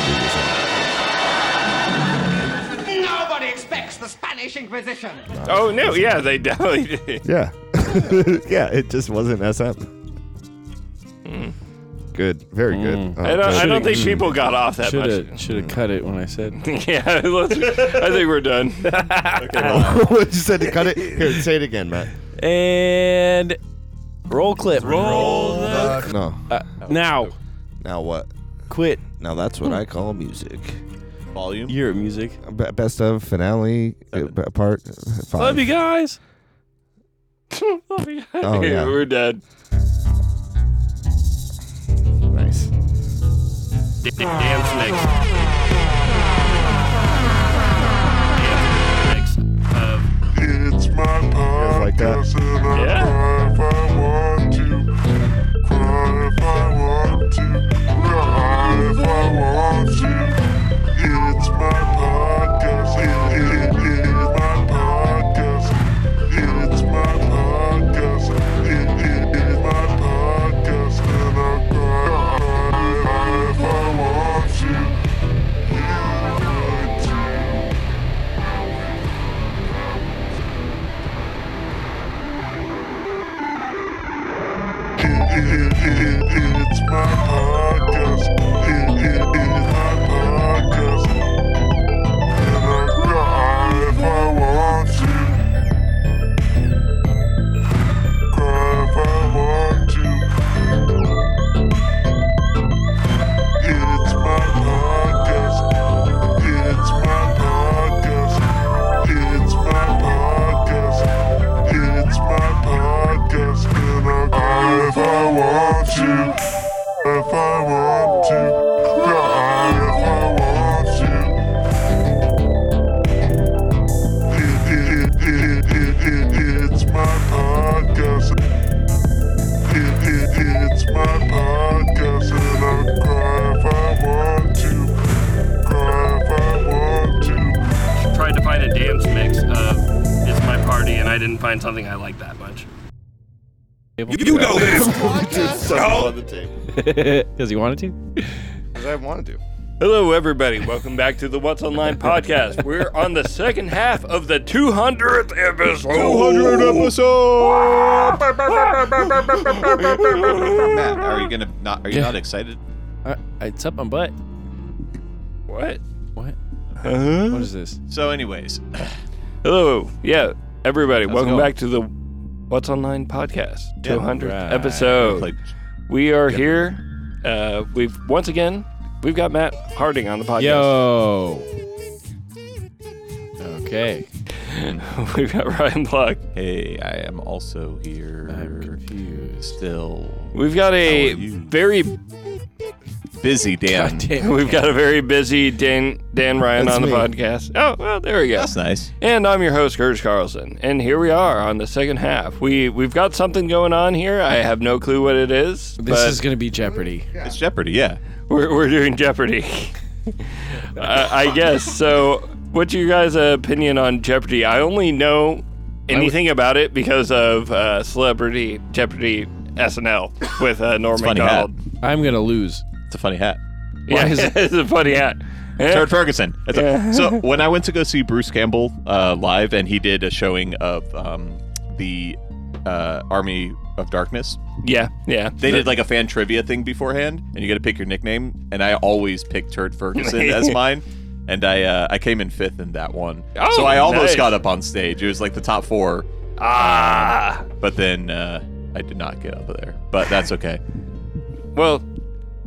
Speaker 3: Inquisition.
Speaker 12: Nobody expects the Spanish Inquisition.
Speaker 9: Oh no, yeah, they definitely did.
Speaker 3: Yeah, yeah. It just wasn't SM.
Speaker 9: Mm.
Speaker 3: Good, very good. Oh,
Speaker 9: I don't, I don't think people got off that
Speaker 6: Should have should have cut it when I said.
Speaker 9: much. yeah, let's, I think we're done.
Speaker 3: people. you said to cut it. Here, say it again, Matt.
Speaker 6: And roll clip. Roll the
Speaker 3: No.
Speaker 9: Uh,
Speaker 6: now.
Speaker 3: Now what?
Speaker 6: Quit.
Speaker 3: Now that's what
Speaker 9: hmm.
Speaker 3: I call music.
Speaker 8: Volume.
Speaker 6: You're at music.
Speaker 3: B- best of finale uh, b- part uh, five.
Speaker 6: Love you guys.
Speaker 9: Love you.
Speaker 3: Oh, yeah.
Speaker 9: We're dead.
Speaker 3: Nice.
Speaker 9: D- dance mix. Dance mix of
Speaker 11: It's my podcast,
Speaker 3: like
Speaker 7: uh,
Speaker 3: that.
Speaker 11: and I
Speaker 9: Yeah.
Speaker 11: cry if I want to. Cry if I want to. Cry if I want to. It's my podcast. It, it, it is my podcast. It's my podcast. It, it, it is my podcast, and I cry, cry if I want to. You want to. It- it- it- It's my podcast. It- it- It's my podcast. And I cry if I want to. Cry if I want to. It's my podcast. It's my podcast. It's my podcast. It's my podcast, and I cry if I want to. If I want to, cry if I want to. It, it, it, it, it, it, it's my podcast. It, it, it's my podcast, and I cry if I want to. Cry if I want to.
Speaker 9: tried to find a dance mix of It's My Party, and I didn't find something I liked that much.
Speaker 19: You know this.
Speaker 3: on the table.
Speaker 6: Because you wanted to.
Speaker 3: Because I wanted to.
Speaker 9: Hello, everybody. Welcome back to the What's Online podcast. We're on the second half of the 200th episode.
Speaker 8: 200 episode.
Speaker 9: episode.
Speaker 8: Matt, are you gonna not? Are you
Speaker 6: Yeah.
Speaker 8: not excited?
Speaker 6: Uh, it's up my butt.
Speaker 9: What?
Speaker 6: What?
Speaker 9: Huh?
Speaker 6: What is this?
Speaker 8: So, anyways,
Speaker 9: Hello. Yeah, everybody.
Speaker 8: How's it
Speaker 9: welcome
Speaker 8: going?
Speaker 9: back to the What's Online podcast,
Speaker 8: Yeah.
Speaker 9: 200th
Speaker 8: Right.
Speaker 9: episode.
Speaker 8: Like-
Speaker 9: we are here. Uh, we've once again, we've got Matt Harding on the podcast.
Speaker 6: Yo. Okay.
Speaker 9: we've got Ryan Block.
Speaker 8: Hey, I am also here. I'm confused. Still.
Speaker 9: We've got a very
Speaker 8: busy Dan.
Speaker 9: We've got a very busy Dan Dan Ryan
Speaker 8: That's
Speaker 9: on the
Speaker 8: me.
Speaker 9: podcast. Oh, well, there we go.
Speaker 8: That's nice.
Speaker 9: And I'm your host, Gersh Carlson, and here we are on the second half. We we've got something going on here. I have no clue what it is.
Speaker 6: This
Speaker 9: but
Speaker 6: is going to be Jeopardy.
Speaker 8: It's Jeopardy, yeah.
Speaker 9: We're we're doing Jeopardy. uh, I guess. So, what's your guys' opinion on Jeopardy? I only know anything about it because of uh, Celebrity Jeopardy SNL with uh, Norm
Speaker 8: It's a funny
Speaker 9: Macdonald.
Speaker 8: hat.
Speaker 6: I'm gonna lose.
Speaker 8: It's a funny hat.
Speaker 9: Yeah, it's a funny hat. Yeah.
Speaker 8: Jared Ferguson. It's a-
Speaker 9: Yeah.
Speaker 8: so when I went to go see Bruce Campbell uh, live, and he did a showing of um, the uh, Army of Darkness.
Speaker 9: Yeah, yeah.
Speaker 8: They did like a fan trivia thing beforehand, and you got to pick your nickname. And I always picked Turd Ferguson as mine, and I uh, I came in fifth in that one.
Speaker 9: Oh,
Speaker 8: so I almost
Speaker 9: nice.
Speaker 8: got up on stage. It was like the top four.
Speaker 9: Ah.
Speaker 8: But then uh, I did not get up there. But that's okay.
Speaker 9: Well,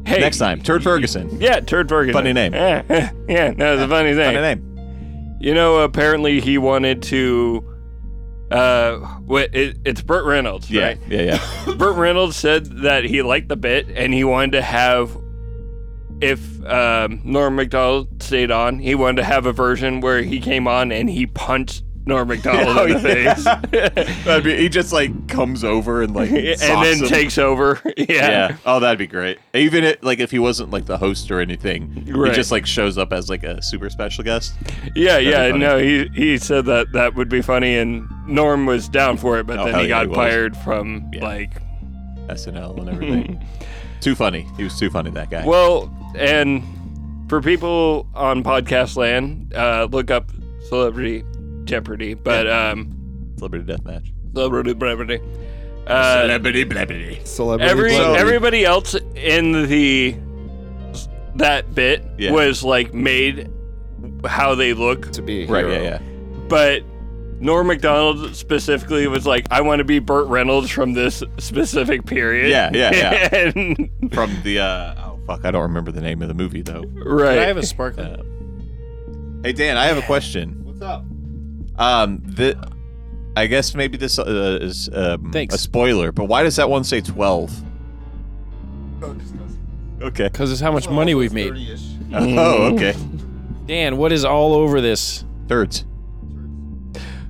Speaker 9: hey.
Speaker 8: next time, Turd Ferguson.
Speaker 9: Yeah, Turd Ferguson.
Speaker 8: Funny name.
Speaker 9: Yeah, yeah, that was a funny name. Funny name. You know, apparently he wanted to. Uh, what it, it's Burt Reynolds.
Speaker 8: Yeah,
Speaker 9: right?
Speaker 8: yeah, yeah.
Speaker 9: Burt Reynolds said that he liked the bit and he wanted to have, if um, Norm McDonald stayed on, he wanted to have a version where he came on and he punched Norm McDonald in the
Speaker 8: Oh, yeah.
Speaker 9: face.
Speaker 8: That'd be, he just like comes over and like
Speaker 9: And
Speaker 8: socks
Speaker 9: then
Speaker 8: him.
Speaker 9: takes over. Yeah.
Speaker 8: Oh, that'd be great. Even it, like if he wasn't like the host or anything,
Speaker 9: Right.
Speaker 8: he just like shows up as like a super special guest.
Speaker 9: Yeah,
Speaker 8: That'd be
Speaker 9: yeah,
Speaker 8: funny.
Speaker 9: no, he he said that that would be funny, and Norm was down for it, but
Speaker 8: Oh,
Speaker 9: then
Speaker 8: hell
Speaker 9: he
Speaker 8: yeah,
Speaker 9: got
Speaker 8: he was.
Speaker 9: fired from like
Speaker 8: SNL and everything. too funny. He was too funny that guy.
Speaker 9: Well, and for people on podcast land, uh, look up Celebrity Jeopardy, but um,
Speaker 8: Celebrity Deathmatch,
Speaker 9: Celebrity Jeopardy, uh,
Speaker 8: Celebrity Jeopardy,
Speaker 3: Celebrity
Speaker 9: Every
Speaker 3: Jeopardy.
Speaker 9: everybody else in the that bit
Speaker 8: Yeah.
Speaker 9: was like made how they look
Speaker 3: to be
Speaker 8: Right, yeah, yeah.
Speaker 9: but Norm Macdonald specifically was like, I want to be Burt Reynolds from this specific period.
Speaker 8: Yeah, yeah,
Speaker 9: yeah. and,
Speaker 8: From the uh, oh fuck, I don't remember the name of the movie though.
Speaker 9: right.
Speaker 6: I have a sparkling?
Speaker 8: Hey Dan, I have a question.
Speaker 3: What's up?
Speaker 8: Um, the I guess maybe this uh, is um,
Speaker 6: Thanks.
Speaker 8: a spoiler, but why does that one say twelve? Okay.
Speaker 6: Because it's how much money we've made.
Speaker 8: Oh, okay.
Speaker 6: Dan, what is all over this?
Speaker 8: Thirds.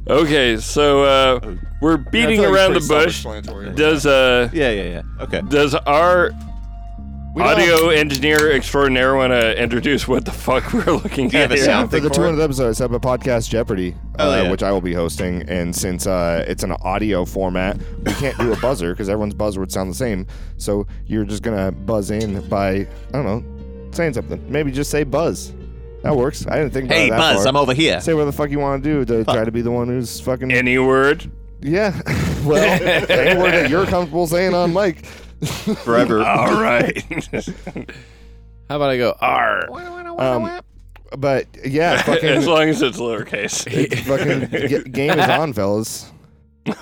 Speaker 9: Okay, so uh, we're beating
Speaker 3: Yeah, I feel like
Speaker 9: around the
Speaker 3: it's
Speaker 9: bush.
Speaker 3: pretty self-explanatory.
Speaker 9: Does uh?
Speaker 8: Yeah, yeah, yeah. Okay.
Speaker 9: Does our
Speaker 3: don't-
Speaker 9: audio engineer extraordinaire want to introduce what the fuck we're looking at here?
Speaker 3: for the 200th episode, it's up a podcast Jeopardy,
Speaker 9: Oh,
Speaker 3: uh,
Speaker 9: yeah.
Speaker 3: which I will be hosting. And since uh, it's an audio format, we can't do a buzzer because everyone's buzzer would sound the same. So you're just gonna buzz in by I don't know, saying something. Maybe just say buzz. That works. I didn't think about
Speaker 8: Hey,
Speaker 3: it that
Speaker 8: Buzz,
Speaker 3: far.
Speaker 8: I'm over here.
Speaker 3: Say what the fuck you want to do to try to be the one who's fucking.
Speaker 9: Any word?
Speaker 3: Yeah. well, any word that you're comfortable saying on mic.
Speaker 8: Forever.
Speaker 9: All right.
Speaker 6: How about I go R?
Speaker 3: Um, but yeah, fucking.
Speaker 9: as long as it's lowercase.
Speaker 3: fucking g- game is on, fellas.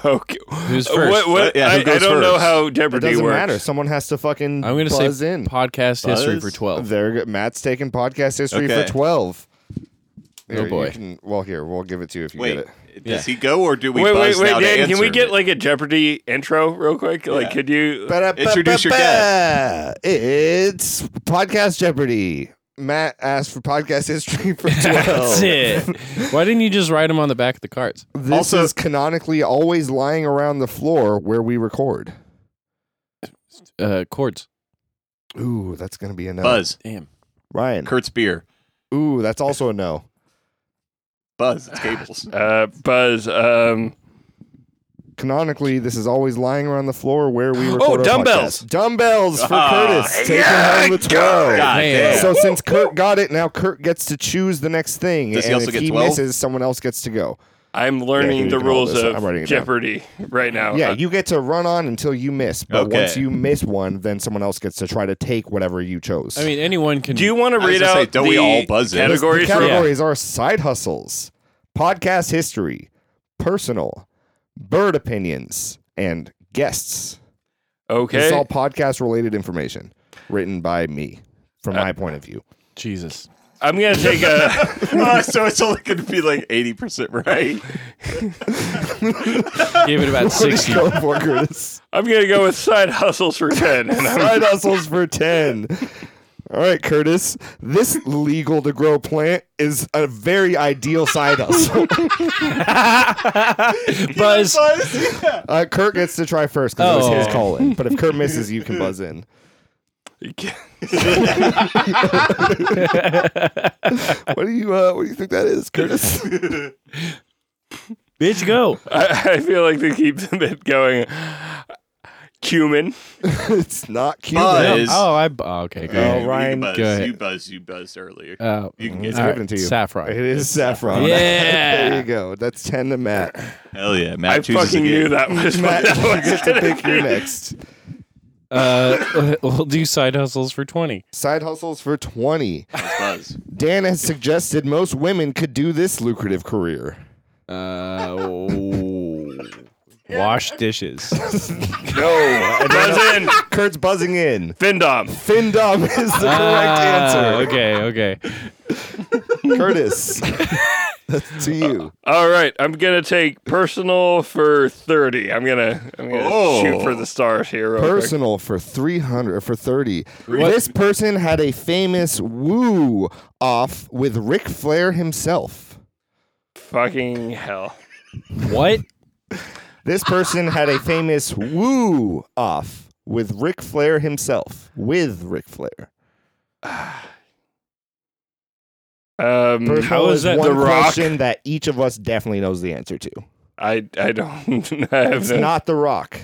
Speaker 9: Okay.
Speaker 6: Who's first?
Speaker 9: Uh, What, what,
Speaker 6: Yeah,
Speaker 9: I,
Speaker 6: who
Speaker 9: I
Speaker 6: goes
Speaker 9: don't know
Speaker 6: first?
Speaker 9: how
Speaker 3: It
Speaker 9: Jeopardy
Speaker 3: doesn't
Speaker 9: works.
Speaker 3: matter. Someone has to fucking
Speaker 6: I'm gonna say
Speaker 3: buzz in.
Speaker 6: podcast history for
Speaker 3: Buzz?
Speaker 6: 12.
Speaker 3: There, you go. Matt's taking podcast history
Speaker 8: Okay.
Speaker 3: for twelve.
Speaker 6: Oh,
Speaker 3: Here, you
Speaker 6: boy.
Speaker 3: can- well, here we'll give it to you if you
Speaker 8: Wait,
Speaker 3: get it.
Speaker 8: does he go or do we
Speaker 9: wait,
Speaker 8: buzz
Speaker 9: wait, wait,
Speaker 8: now to
Speaker 9: Dan, can we
Speaker 8: answer
Speaker 9: get like a Jeopardy intro real quick? Like, could you
Speaker 8: Introduce your
Speaker 3: guest. It's podcast Jeopardy. Matt asked for podcast history for twelve.
Speaker 6: That's it. Oh. Why didn't you just write them on the back of the cards?
Speaker 3: This is canonically always lying around the floor where we record.
Speaker 6: Uh, chords.
Speaker 3: Ooh, that's gonna be a no.
Speaker 8: Buzz.
Speaker 6: Damn.
Speaker 3: Ryan.
Speaker 8: Kurt's beer.
Speaker 3: Ooh, that's also a no.
Speaker 8: Buzz. It's cables.
Speaker 9: Uh, Buzz. Um,
Speaker 3: Canonically, this is always lying around the floor where we record.
Speaker 9: Oh,
Speaker 3: our
Speaker 9: dumbbells.
Speaker 3: podcast. Dumbbells for
Speaker 9: Ah,
Speaker 3: Curtis. Taking
Speaker 9: yeah,
Speaker 3: home the twelve.
Speaker 9: God damn.
Speaker 3: So since Kurt got it, now Kurt gets to choose the next thing,
Speaker 8: Does he
Speaker 3: and
Speaker 8: also
Speaker 3: if
Speaker 8: get
Speaker 3: he
Speaker 8: 12?
Speaker 3: misses, someone else gets to go.
Speaker 9: I'm learning
Speaker 3: you
Speaker 9: the
Speaker 3: can hold
Speaker 9: rules
Speaker 3: this. I'm writing
Speaker 9: of
Speaker 3: it down.
Speaker 9: Jeopardy right now.
Speaker 3: Yeah,
Speaker 9: Uh,
Speaker 3: you get to run on until you miss, but
Speaker 9: Okay.
Speaker 3: once you miss one, then someone else gets to try to take whatever you chose.
Speaker 6: I mean, anyone can.
Speaker 9: Do you want to read out the categories?
Speaker 3: The
Speaker 9: real-
Speaker 3: categories are side hustles, podcast history, personal, bird opinions, and guests.
Speaker 9: Okay.
Speaker 3: This is all podcast related information written by me
Speaker 6: Uh,
Speaker 3: from my point of view.
Speaker 6: Jesus.
Speaker 9: I'm gonna take a.
Speaker 8: Uh, so it's only going to be like eighty percent right.
Speaker 6: Give it about
Speaker 3: What are you
Speaker 6: 60.
Speaker 3: going for, Curtis?
Speaker 9: I'm gonna go with side hustles for ten. And I'm-
Speaker 3: Side hustles for 10. All right, Curtis. This legal to grow plant is a very ideal side hustle.
Speaker 6: Buzz.
Speaker 3: Uh, Kurt gets to try first because
Speaker 6: Oh.
Speaker 3: it's his call in. But if Kurt misses, you can buzz in. what do you uh, What do you think that is, Curtis?
Speaker 9: Bitch, go. I, I feel like they keep the bit going. Cumin.
Speaker 3: it's not
Speaker 9: cumin.
Speaker 6: Oh, I. Oh, okay. Go
Speaker 8: You-
Speaker 6: ahead.
Speaker 8: you buzzed,
Speaker 6: go ahead.
Speaker 8: You buzzed. You buzzed earlier.
Speaker 6: Uh,
Speaker 8: you can
Speaker 3: It's
Speaker 8: get
Speaker 3: given to you.
Speaker 6: Saffron.
Speaker 3: It is saffron.
Speaker 6: Yeah.
Speaker 3: there you go. That's ten to Matt.
Speaker 8: Hell yeah, Matt
Speaker 9: I
Speaker 8: chooses
Speaker 9: fucking
Speaker 8: again.
Speaker 9: knew that was
Speaker 3: Matt,
Speaker 9: what that
Speaker 3: you
Speaker 9: was
Speaker 3: get to
Speaker 9: gonna
Speaker 3: pick your
Speaker 9: be.
Speaker 3: next.
Speaker 6: Uh, we'll do side hustles for twenty.
Speaker 3: Side hustles for twenty.
Speaker 8: Buzz.
Speaker 3: Dan has suggested most women could do this lucrative career.
Speaker 6: Uh, wash dishes.
Speaker 3: No, and then-
Speaker 9: Buzz in.
Speaker 3: Kurt's buzzing in.
Speaker 9: Findom.
Speaker 3: Findom is the
Speaker 6: Ah,
Speaker 3: correct
Speaker 6: Okay. Okay.
Speaker 3: answer. Curtis, that's to you.
Speaker 9: All right, I'm gonna take personal for thirty. I'm gonna I'm gonna
Speaker 3: Oh.
Speaker 9: shoot for the stars here. Real quick.
Speaker 3: personal for 300 or for 30 this person had a famous woo off with Ric Flair himself
Speaker 9: Fucking hell.
Speaker 6: what
Speaker 3: this person had a famous woo off with Ric Flair himself with Ric Flair
Speaker 9: Um,
Speaker 3: Personal
Speaker 9: how is that
Speaker 3: one
Speaker 9: the rock?
Speaker 3: question that each of us definitely knows the answer to
Speaker 9: I I don't. I have
Speaker 3: it's
Speaker 9: no-
Speaker 3: not the rock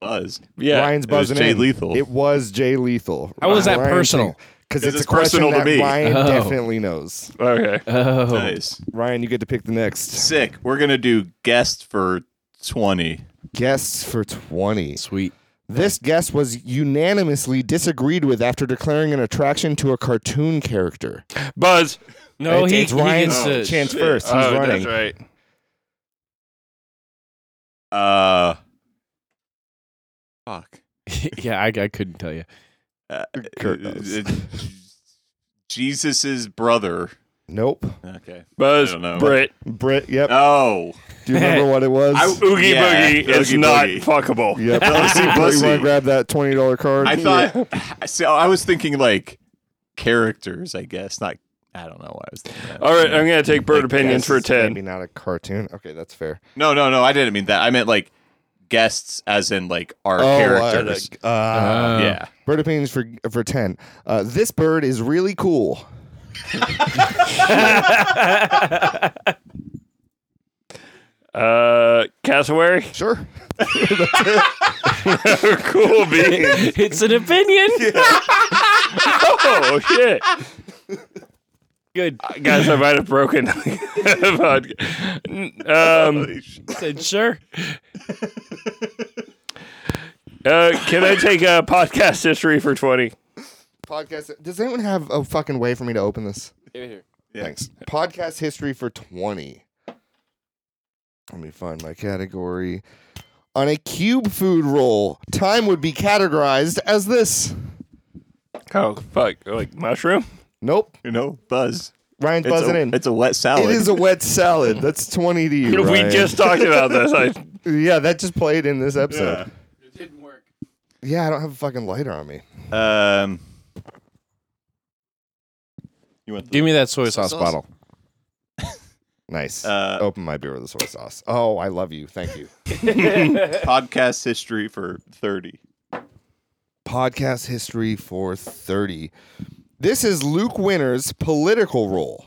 Speaker 8: Buzz.
Speaker 9: Yeah,
Speaker 3: Ryan's
Speaker 9: it was
Speaker 3: buzzing
Speaker 9: Jay
Speaker 3: in.
Speaker 9: Lethal.
Speaker 3: it was Jay Lethal
Speaker 6: How was that personal?
Speaker 3: because
Speaker 8: 'Cause
Speaker 3: it's,
Speaker 8: it's
Speaker 3: a question
Speaker 8: personal to
Speaker 3: that
Speaker 8: me.
Speaker 3: Ryan
Speaker 6: Oh.
Speaker 3: definitely knows
Speaker 9: Okay.
Speaker 6: Oh.
Speaker 8: Nice.
Speaker 3: Ryan you get to pick the next
Speaker 8: Sick. We're gonna do guest for twenty.
Speaker 3: guests for 20.
Speaker 6: Sweet.
Speaker 3: This guest was unanimously disagreed with after declaring an attraction to a cartoon character.
Speaker 9: Buzz.
Speaker 3: It's-
Speaker 6: No, Oh, he,
Speaker 3: it's
Speaker 6: he
Speaker 3: Ryan's
Speaker 6: gets to-
Speaker 3: chance first. He's
Speaker 9: oh,
Speaker 3: running.
Speaker 9: that's right.
Speaker 8: Uh, fuck.
Speaker 6: yeah, I, I couldn't tell you.
Speaker 8: Uh,
Speaker 3: Kurt knows.
Speaker 8: uh, Jesus's brother.
Speaker 3: Nope.
Speaker 8: Okay.
Speaker 9: Buzz.
Speaker 8: I don't know.
Speaker 9: Britt.
Speaker 3: Britt, yep.
Speaker 8: Oh.
Speaker 3: Do you remember what it was?
Speaker 9: Uh, I, Oogie
Speaker 8: Yeah,
Speaker 9: Boogie is
Speaker 8: Oogie
Speaker 9: not
Speaker 8: Boogie.
Speaker 9: fuckable.
Speaker 3: yep.
Speaker 8: Bussy,
Speaker 3: You want
Speaker 8: Bussy.
Speaker 3: to grab that $20 card?
Speaker 8: I thought. So I was thinking like characters, I guess. Not. I don't know what I was thinking.
Speaker 9: All right, I'm gonna take bird
Speaker 8: Like
Speaker 9: opinions for
Speaker 3: Guests, Maybe
Speaker 9: ten.
Speaker 3: not a cartoon. Okay, that's fair.
Speaker 8: No, no, no. I didn't mean that. I meant like guests, as in like our
Speaker 3: uh,
Speaker 8: Oh, characters.
Speaker 3: uh, uh,
Speaker 8: yeah.
Speaker 3: Bird opinions for for 10. Uh, this bird is really cool.
Speaker 9: Uh, Cassowary.
Speaker 3: Sure.
Speaker 9: cool beans.
Speaker 6: It's an opinion.
Speaker 9: oh shit,
Speaker 6: Good.
Speaker 9: guys! I might have broken.
Speaker 8: Oh,
Speaker 9: um,
Speaker 6: Said sure.
Speaker 9: uh, can I take a podcast history for twenty?
Speaker 3: Podcast. Does anyone have a fucking way for me to open this?
Speaker 6: here.
Speaker 3: Thanks. Podcast history for 20. Let me find my category. On a cube food roll, time would be categorized as this.
Speaker 9: Oh fuck! Like mushroom.
Speaker 3: Nope.
Speaker 8: You know, Buzz.
Speaker 3: Ryan's
Speaker 8: It's
Speaker 3: buzzing
Speaker 8: a,
Speaker 3: in.
Speaker 8: it's a wet salad.
Speaker 3: It is a wet salad. That's 20 to you.
Speaker 9: we
Speaker 3: Ryan.
Speaker 9: just talked about this. I,
Speaker 3: Yeah, that just played in this episode. It didn't work. Yeah, I don't have a fucking lighter on me.
Speaker 8: Um, you want
Speaker 6: Give me that soy sauce,
Speaker 8: sauce?
Speaker 6: bottle.
Speaker 3: Nice.
Speaker 8: Uh,
Speaker 3: Open my beer with the soy sauce. Oh, I love you. Thank you.
Speaker 8: podcast history for thirty.
Speaker 3: Podcast history for 30. This is Luke Winner's political role.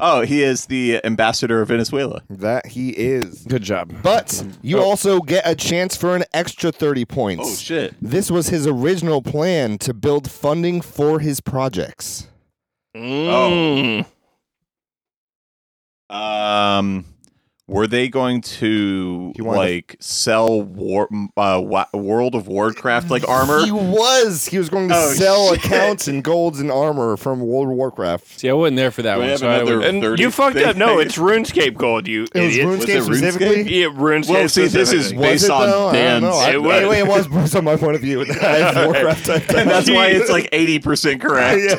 Speaker 8: Oh, he is the ambassador of Venezuela.
Speaker 3: That he is.
Speaker 6: Good job.
Speaker 3: But you also get a chance for an extra 30 points.
Speaker 8: Oh shit!
Speaker 3: This was his original plan to build funding for his projects.
Speaker 9: Oh. Mm.
Speaker 8: Um, Were they going to like sell war, m- uh, wa- World of Warcraft like armor?
Speaker 3: He was. He was going to
Speaker 8: Oh,
Speaker 3: sell
Speaker 8: shit.
Speaker 3: accounts and golds and armor from World of Warcraft.
Speaker 6: See, I wasn't there for that
Speaker 8: We one, have so I another would-
Speaker 9: And you fucked up. No, it's RuneScape Gold. You
Speaker 3: It was
Speaker 9: idiot.
Speaker 3: RuneScape Was it specifically? RuneScape?
Speaker 9: Yeah, RuneScape.
Speaker 3: Well, see, this is
Speaker 9: specifically.
Speaker 3: Was it, though? I don't know. I-
Speaker 9: It was.
Speaker 3: Anyway, it was based on my point of view. I have Warcraft.
Speaker 8: and that's why it's like eighty percent correct.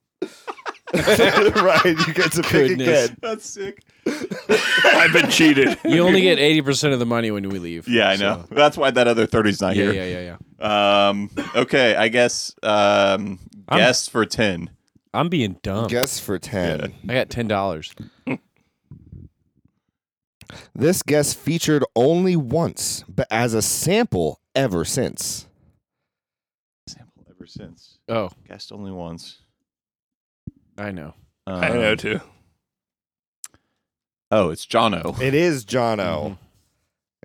Speaker 3: right, you get to pick
Speaker 6: Goodness.
Speaker 3: again.
Speaker 8: That's sick.
Speaker 9: I've been cheated.
Speaker 6: You only get eighty percent of the money when we leave.
Speaker 8: Yeah, I know. That's why that other 30's not
Speaker 6: Yeah,
Speaker 8: here.
Speaker 6: yeah, yeah,
Speaker 8: yeah. Um, okay, I guess um,
Speaker 6: I'm-
Speaker 8: guess for 10.
Speaker 6: I'm being dumb.
Speaker 3: Guess for 10.
Speaker 6: I got ten dollars.
Speaker 3: This guest featured only once, but as a sample ever since.
Speaker 8: Ever since.
Speaker 6: Oh.
Speaker 8: Guessed only once. Um,
Speaker 6: I know.
Speaker 9: I know too.
Speaker 8: Oh, it's Jono.
Speaker 3: It is John O. Mm-hmm.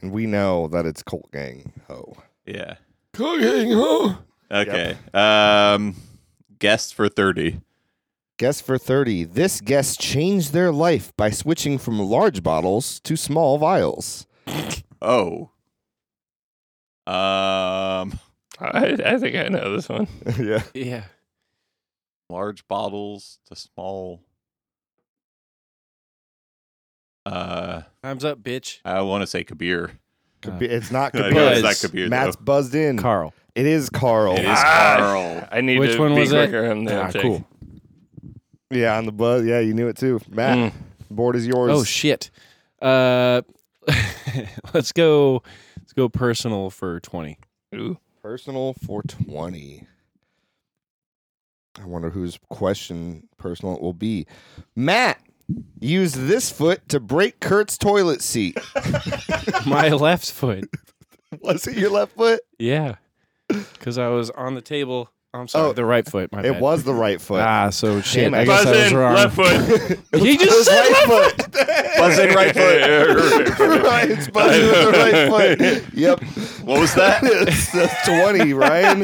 Speaker 3: And we know that it's Colt Gang Ho.
Speaker 8: Yeah.
Speaker 3: Colt Gang Ho.
Speaker 8: Okay. Um, guessed for 30.
Speaker 3: Guest for 30. This guest changed their life by switching from large bottles to small vials.
Speaker 8: Oh. Um,
Speaker 9: I, I think I know this one.
Speaker 3: yeah.
Speaker 6: Yeah.
Speaker 8: Large bottles to small. Uh,
Speaker 6: Time's up, bitch. Uh,
Speaker 8: I want to say Kabir.
Speaker 3: Could be- it's not
Speaker 8: I
Speaker 3: Kabir.
Speaker 8: know it's not Kabir, though.
Speaker 3: Matt's buzzed in.
Speaker 6: Carl.
Speaker 3: It is Carl. Ah,
Speaker 8: It is Carl.
Speaker 9: I need
Speaker 6: Which
Speaker 9: to
Speaker 6: one
Speaker 9: be
Speaker 6: was it?
Speaker 9: quicker on the
Speaker 6: Ah,
Speaker 9: uptake.
Speaker 6: cool.
Speaker 3: Yeah, on the buzz. Yeah, you knew it too. Matt, board is yours.
Speaker 6: Oh shit. Uh, let's go. Let's go personal for twenty.
Speaker 3: Personal for 20. I wonder whose question personal it will be. Matt used this foot to break Kurt's toilet seat.
Speaker 6: My left foot.
Speaker 3: Was it your left foot?
Speaker 6: Yeah. Because I was on the table. I'm sorry. the right foot. My
Speaker 3: it
Speaker 6: bad.
Speaker 3: was the right foot.
Speaker 6: Ah, so shit.
Speaker 3: Damn it.
Speaker 6: I guess I was
Speaker 3: Buzzing,
Speaker 6: wrong.
Speaker 3: left
Speaker 9: foot.
Speaker 6: he just said left foot.
Speaker 8: Buzz in right foot.
Speaker 3: Ryan's buzzing with the right foot. Yep.
Speaker 8: What was that?
Speaker 3: It's the 20, Ryan.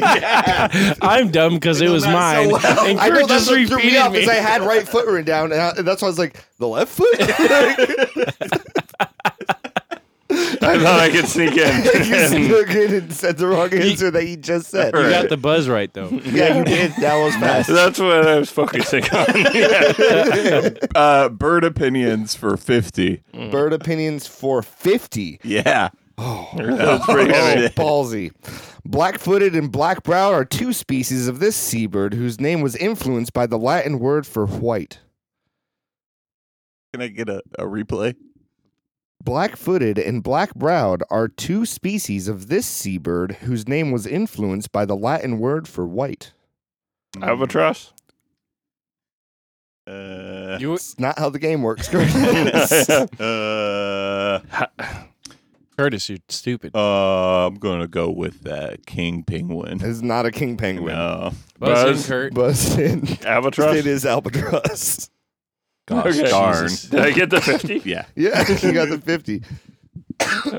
Speaker 6: I'm dumb because it was mine. And
Speaker 3: I
Speaker 6: Kurt
Speaker 3: know that's
Speaker 6: just
Speaker 3: what threw me
Speaker 6: repeated
Speaker 3: off
Speaker 6: me.
Speaker 3: because I had right foot written down, and, I, and that's why I was like, the left foot? I
Speaker 9: I thought I could sneak
Speaker 3: you
Speaker 9: in.
Speaker 3: snuck in and said the wrong answer that you just said.
Speaker 6: you got the buzz right though.
Speaker 3: Yeah, you did. That was fast.
Speaker 9: That's what I was focusing on.
Speaker 8: uh, bird opinions for 50.
Speaker 3: Bird opinions for 50.
Speaker 8: Yeah.
Speaker 3: Oh,
Speaker 8: That was pretty heavy.
Speaker 3: ballsy. Black footed and black browed are two species of this seabird whose name was influenced by the Latin word for white.
Speaker 8: Can I get a, a replay?
Speaker 3: Black footed and black browed are two species of this seabird whose name was influenced by the Latin word for white.
Speaker 9: Albatross.
Speaker 8: Uh,
Speaker 6: You,
Speaker 3: It's not how the game works.
Speaker 8: uh,
Speaker 6: Curtis, you're stupid.
Speaker 8: uh, I'm going to go with uh, King Penguin.
Speaker 3: it's not a king penguin.
Speaker 8: No.
Speaker 6: Buzz,
Speaker 9: Buzz.
Speaker 6: in, Kurt.
Speaker 3: Buzz in.
Speaker 9: Albatross.
Speaker 3: It is albatross.
Speaker 8: Gosh
Speaker 9: Okay.
Speaker 8: darn.
Speaker 9: Did I get the 50?
Speaker 8: Yeah.
Speaker 3: Yeah, you got the 50.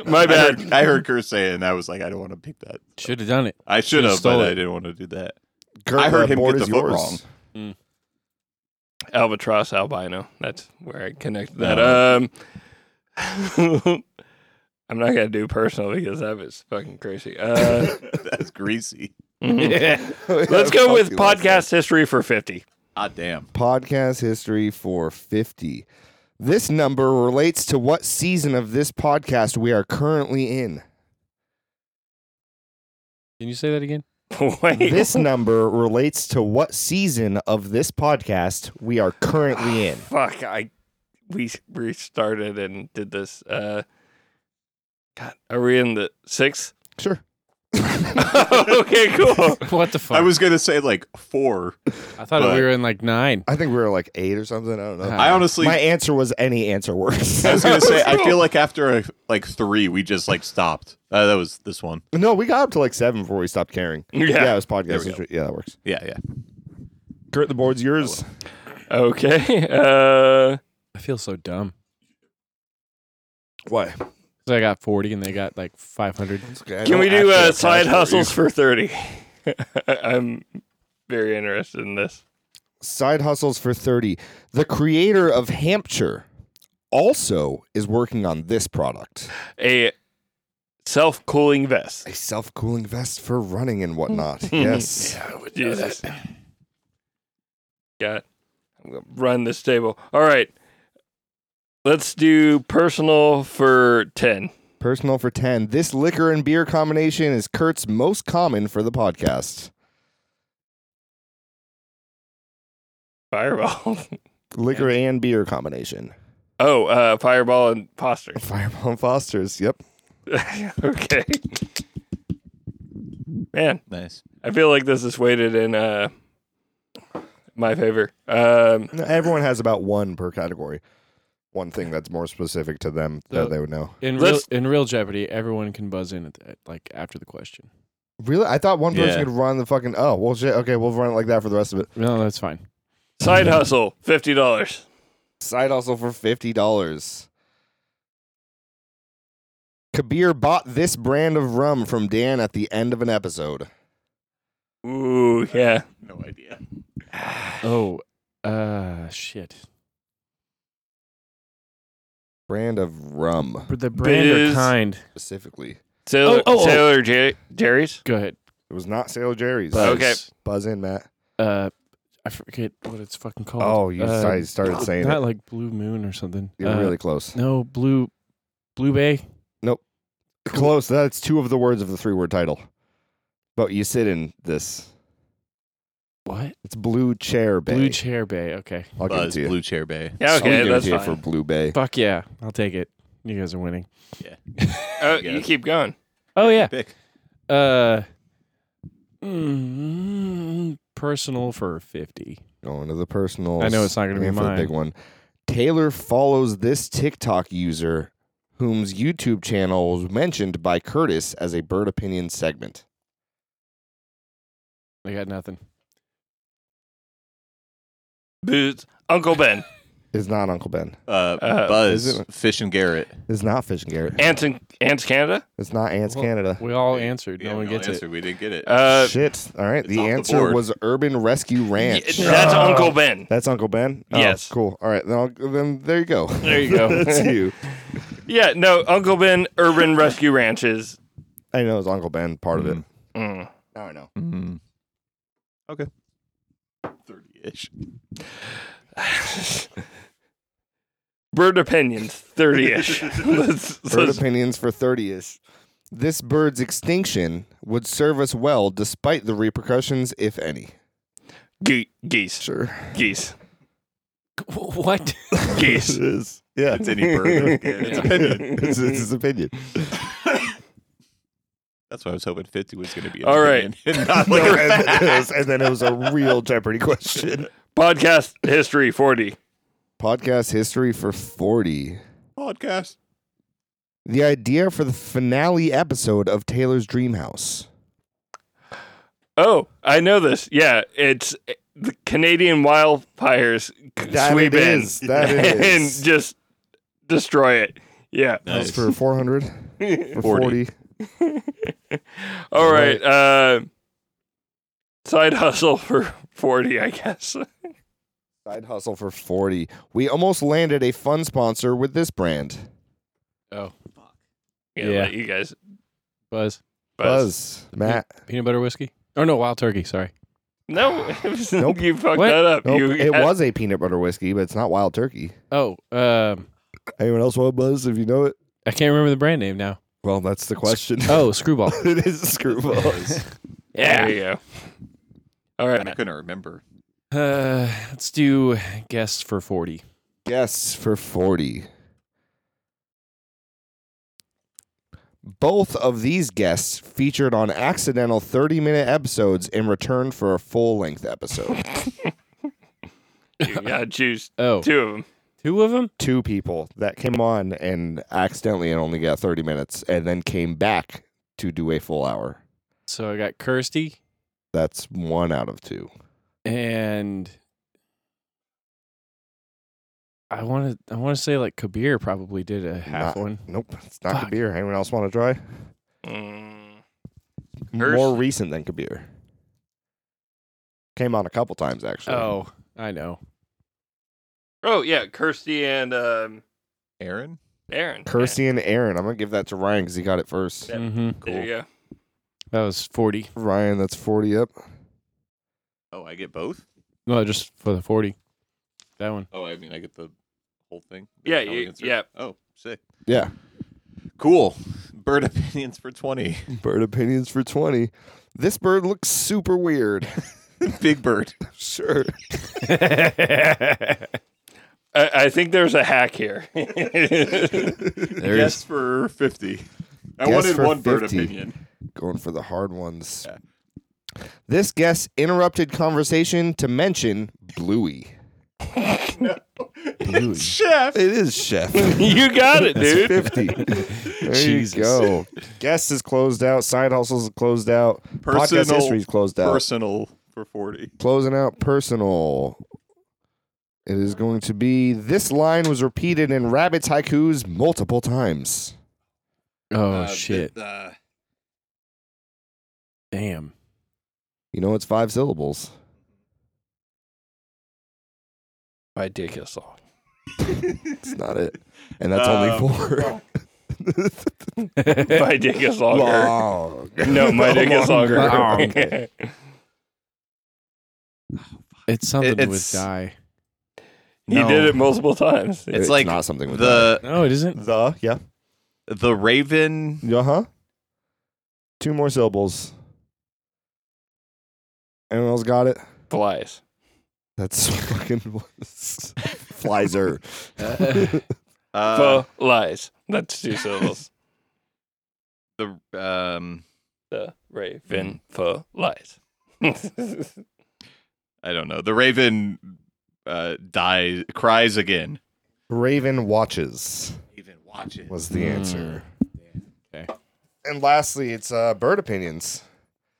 Speaker 9: My
Speaker 8: I
Speaker 9: bad.
Speaker 8: heard, I heard Kurt say it, and I was like, I don't want to pick that.
Speaker 6: Should have done it.
Speaker 8: I should have,
Speaker 6: stole
Speaker 8: but I
Speaker 6: it.
Speaker 8: didn't want to do that.
Speaker 3: Kurt,
Speaker 8: I
Speaker 3: uh,
Speaker 8: heard him
Speaker 3: board
Speaker 8: get the
Speaker 3: is
Speaker 8: foot
Speaker 3: yours.
Speaker 8: wrong.
Speaker 9: Albatross albino. That's where I connected that. Um, I'm not gonna do personal because that was fucking crazy. Uh,
Speaker 8: That's greasy.
Speaker 9: let's go with
Speaker 3: Fuck you,
Speaker 9: podcast history for 50.
Speaker 8: Ah, damn.
Speaker 3: podcast history for 50. This number relates to what season of this podcast we are currently in.
Speaker 6: Can you say that again?
Speaker 9: Wait,
Speaker 3: This number relates to what season of this podcast we are currently in.
Speaker 9: fuck! I we restarted and did this. Uh, God, are we in the sixth?
Speaker 3: Sure.
Speaker 9: okay, cool.
Speaker 6: What the fuck?
Speaker 8: I was going to say like four.
Speaker 6: I thought
Speaker 8: but-
Speaker 6: we were in like nine.
Speaker 3: I think we were like eight or something. I don't know.
Speaker 8: I honestly.
Speaker 3: My answer was any answer works.
Speaker 8: I was gonna say, I feel like after like three, we just like stopped. Uh, that was this one.
Speaker 3: no, we got up to like seven before we stopped caring.
Speaker 9: Yeah.
Speaker 3: it was
Speaker 8: There
Speaker 3: podcast
Speaker 8: we go.
Speaker 3: history. Yeah, that works.
Speaker 8: Yeah, yeah.
Speaker 3: Kurt, the board's yours.
Speaker 9: Okay. Uh,
Speaker 6: I feel so dumb.
Speaker 3: Why?
Speaker 6: 'Cause I got forty and they got like five hundred.
Speaker 9: can we do uh, side hustles for 30? I'm very interested in this.
Speaker 3: Side hustles for 30. The creator of Hampshire also is working on this product
Speaker 9: a self cooling vest.
Speaker 3: A self cooling vest for running and whatnot. yes.
Speaker 9: Yeah, I would do that. Got. I'm gonna run this table. All right. Let's do personal for 10.
Speaker 3: Personal for 10. This liquor and beer combination is Kurt's most common for the podcast.
Speaker 9: Fireball.
Speaker 3: liquor and beer combination.
Speaker 9: Oh, uh, Fireball and Foster.
Speaker 3: Fireball and Foster's. Yep.
Speaker 9: okay. Man.
Speaker 8: Nice.
Speaker 9: I feel like this is weighted in uh, my favor. Um,
Speaker 3: No, Everyone has about one per category. One thing that's more specific to them
Speaker 6: So,
Speaker 3: that they would know.
Speaker 6: In real, in real Jeopardy, everyone can buzz in at the, at, like after the question.
Speaker 3: Really? I thought one person
Speaker 6: Yeah.
Speaker 3: could run the fucking. Oh, well, shit. Okay, we'll run it like that for the rest of it.
Speaker 6: No, that's fine.
Speaker 9: side hustle, $50.
Speaker 3: Side hustle for fifty dollars. Kabir bought this brand of rum from Dan at the end of an episode.
Speaker 9: Ooh, yeah.
Speaker 8: No idea.
Speaker 6: Oh, uh, shit.
Speaker 3: Brand of rum.
Speaker 6: For the brand or
Speaker 9: Biz.
Speaker 6: kind.
Speaker 3: specifically.
Speaker 9: Sailor,
Speaker 6: Oh, oh, oh.
Speaker 9: Sailor Jer- Jerry's?
Speaker 6: Go ahead.
Speaker 3: It was not Sailor Jerry's.
Speaker 6: Buzz.
Speaker 9: Okay.
Speaker 3: Buzz in, Matt.
Speaker 6: Uh, I forget what it's fucking called.
Speaker 3: Oh, you
Speaker 6: uh,
Speaker 3: started- started
Speaker 6: not-
Speaker 3: saying
Speaker 6: not
Speaker 3: it.
Speaker 6: like Blue Moon or something.
Speaker 3: You're
Speaker 6: Uh,
Speaker 3: really close.
Speaker 6: No, Blue, Blue Bay.
Speaker 3: Nope. Close. That's two of the words of the three word title. But you sit in this.
Speaker 6: What?
Speaker 3: It's Blue Chair Bay.
Speaker 6: Blue Chair Bay. Okay.
Speaker 3: I'll give it
Speaker 8: Buzz,
Speaker 3: to you.
Speaker 8: Blue Chair Bay.
Speaker 9: Yeah,
Speaker 3: I'll
Speaker 9: okay,
Speaker 3: give it
Speaker 9: that's
Speaker 3: to you
Speaker 9: fine.
Speaker 3: for Blue Bay.
Speaker 6: Fuck yeah, I'll take it. You guys are winning.
Speaker 9: oh, you keep going.
Speaker 6: Oh yeah.
Speaker 8: Pick.
Speaker 6: Uh, mm, personal for fifty.
Speaker 3: Going to the personal.
Speaker 6: I know it's not gonna be
Speaker 3: the
Speaker 6: mine.
Speaker 3: big one. Taylor follows this TikTok user, whom's YouTube channel was mentioned by Curtis as a bird opinion segment.
Speaker 6: I got nothing.
Speaker 9: Boots. Uncle Ben.
Speaker 3: It's not Uncle Ben.
Speaker 8: Uh,
Speaker 9: Uh,
Speaker 8: Buzz,
Speaker 3: is it-
Speaker 8: Fish and Garrett.
Speaker 3: It's not Fish and Garrett.
Speaker 9: Ants, and, Ants Canada?
Speaker 3: It's not Ants Canada.
Speaker 6: We all answered. no
Speaker 8: we
Speaker 6: one
Speaker 8: all
Speaker 6: gets
Speaker 8: answered. We didn't get it.
Speaker 9: Uh,
Speaker 3: Shit. All right. The
Speaker 8: off the
Speaker 3: answer
Speaker 8: board.
Speaker 3: was Urban Rescue Ranch.
Speaker 9: that's Uncle Ben.
Speaker 3: That's Uncle Ben. Oh,
Speaker 9: Yes.
Speaker 3: Cool. All right. Then, I'll, then there you go.
Speaker 9: There you go.
Speaker 3: That's you.
Speaker 9: Yeah, no, Uncle Ben Urban Rescue Ranches.
Speaker 3: I know it's Uncle Ben. Part of it.
Speaker 9: Mm.
Speaker 3: Now I know.
Speaker 8: Mm. Okay. 30 ish.
Speaker 9: Bird opinions, 30 ish.
Speaker 3: Bird opinions for 30 ish. This bird's extinction would serve us well despite the repercussions, if any.
Speaker 9: geese.
Speaker 3: Sure.
Speaker 9: Geese.
Speaker 6: it. What?
Speaker 9: Geese.
Speaker 3: It is. Yeah.
Speaker 8: It's any bird. Yeah, it's opinion.
Speaker 3: it's, it's his opinion.
Speaker 8: That's why I was hoping 50 was going to be. an
Speaker 9: All right.
Speaker 8: opinion and not
Speaker 3: No,
Speaker 8: like a
Speaker 3: and, then it
Speaker 8: fact.
Speaker 3: was, and then it was a real Jeopardy question.
Speaker 9: Podcast history, 40.
Speaker 3: Podcast history for 40.
Speaker 8: podcast.
Speaker 3: The idea for the finale episode of Taylor's Dream House.
Speaker 9: Oh, I know this. Yeah, it's uh, the Canadian wildfires c-
Speaker 3: That
Speaker 9: sweep
Speaker 3: it
Speaker 9: in
Speaker 3: is. That it
Speaker 9: and
Speaker 3: is.
Speaker 9: just destroy it. Yeah.
Speaker 3: That's
Speaker 8: Nice.
Speaker 3: for 400. For 40.
Speaker 8: 40.
Speaker 9: All right. Uh, side hustle for 40, I guess.
Speaker 3: Side hustle for 40. We almost landed a fun sponsor with this brand.
Speaker 6: Oh,
Speaker 9: Yeah,
Speaker 6: Yeah.
Speaker 9: let you guys
Speaker 6: Buzz.
Speaker 9: buzz.
Speaker 3: Buzz. Matt.
Speaker 6: Peanut butter whiskey. Oh no, wild turkey. Sorry.
Speaker 9: No,
Speaker 3: Nope.
Speaker 9: you fucked
Speaker 6: What?
Speaker 9: that up.
Speaker 3: Nope,
Speaker 9: You,
Speaker 3: it was a peanut butter whiskey, but it's not wild turkey.
Speaker 6: Oh, um,
Speaker 3: Anyone else want Buzz if you know it?
Speaker 6: I can't remember the brand name now.
Speaker 3: Well, that's the question.
Speaker 6: Oh, Screwball.
Speaker 3: it is screwballs.
Speaker 9: Yeah. There you go. All
Speaker 8: I
Speaker 9: right.
Speaker 8: couldn't remember.
Speaker 6: Uh, let's do guests for forty.
Speaker 3: Yes, for 40. Both of these guests featured on accidental 30 minute episodes in return for a full length episode.
Speaker 9: You gotta choose
Speaker 6: Oh,
Speaker 9: two of them.
Speaker 6: two of them.
Speaker 3: Two people that came on and accidentally and only got 30 minutes and then came back to do a full hour.
Speaker 6: So I got Kirsty
Speaker 3: That's one out of two.
Speaker 6: and I want to. I want to say like Kabir probably did a half
Speaker 3: Not-
Speaker 6: one.
Speaker 3: Nope, it's not
Speaker 6: Fuck.
Speaker 3: Kabir. Anyone else want to try?
Speaker 9: Mm.
Speaker 3: More recent than Kabir. Came on a couple
Speaker 8: Oh,
Speaker 3: times actually.
Speaker 6: Oh, I know.
Speaker 9: Oh yeah, Kirsty and um,
Speaker 8: Aaron?
Speaker 9: Aaron.
Speaker 3: Kirsty and Aaron. I'm gonna give that to Ryan because he got it first.
Speaker 9: Yep.
Speaker 6: Mm-hmm.
Speaker 9: There you go.
Speaker 3: That was 40. Ryan, that's 40 up.
Speaker 8: Oh, I get both?
Speaker 6: No, just for the 40. That one.
Speaker 8: Oh, I mean, I get the whole thing?
Speaker 9: Yeah,
Speaker 8: No
Speaker 9: you,
Speaker 8: answer?
Speaker 9: yeah.
Speaker 8: Oh, sick.
Speaker 3: Yeah.
Speaker 8: Cool. Bird opinions for 20.
Speaker 3: Bird opinions for 20. This bird looks super weird.
Speaker 8: Big bird.
Speaker 3: Sure.
Speaker 9: I, I think there's a hack here.
Speaker 8: Guess for 50. I
Speaker 3: Guess
Speaker 8: wanted
Speaker 3: for
Speaker 8: one bird
Speaker 3: 50.
Speaker 8: opinion.
Speaker 3: Going for the hard ones. This guest interrupted conversation to mention Bluey. Bluey.
Speaker 8: Chef.
Speaker 3: It is Chef.
Speaker 9: you got it,
Speaker 3: That's
Speaker 9: dude.
Speaker 3: 50. There
Speaker 8: Jesus.
Speaker 3: you go. Guest is closed out. Side hustles is closed out. Podcast history is closed out.
Speaker 8: Personal for 40.
Speaker 3: Closing out personal. It is going to be this line was repeated in Rabbit's haikus multiple times.
Speaker 6: Oh
Speaker 8: Uh,
Speaker 6: shit!
Speaker 8: but, uh,
Speaker 6: Damn.
Speaker 3: You know it's five syllables.
Speaker 9: My dick is long.
Speaker 3: It's not it. And that's
Speaker 9: Um,
Speaker 3: only four.
Speaker 9: My dick is longer.
Speaker 3: Long.
Speaker 9: No, my dick is longer.
Speaker 6: Long. It's something
Speaker 8: It-
Speaker 6: with
Speaker 8: it's-
Speaker 6: die.
Speaker 9: he did it multiple times.
Speaker 8: It's, like
Speaker 3: not something with
Speaker 8: the
Speaker 6: No, it isn't.
Speaker 3: The yeah.
Speaker 8: the Raven.
Speaker 3: Uh huh. Two more syllables. Anyone else got it?
Speaker 9: Flies.
Speaker 3: That's fucking Flizer.
Speaker 8: Uh,
Speaker 9: lies. That's two syllables.
Speaker 8: the um,
Speaker 9: The raven for lies.
Speaker 8: I don't know. The Raven uh, dies, cries again.
Speaker 3: Raven watches
Speaker 8: Even watch it.
Speaker 3: was the answer.
Speaker 6: Hmm. Okay.
Speaker 3: And lastly, it's uh, bird opinions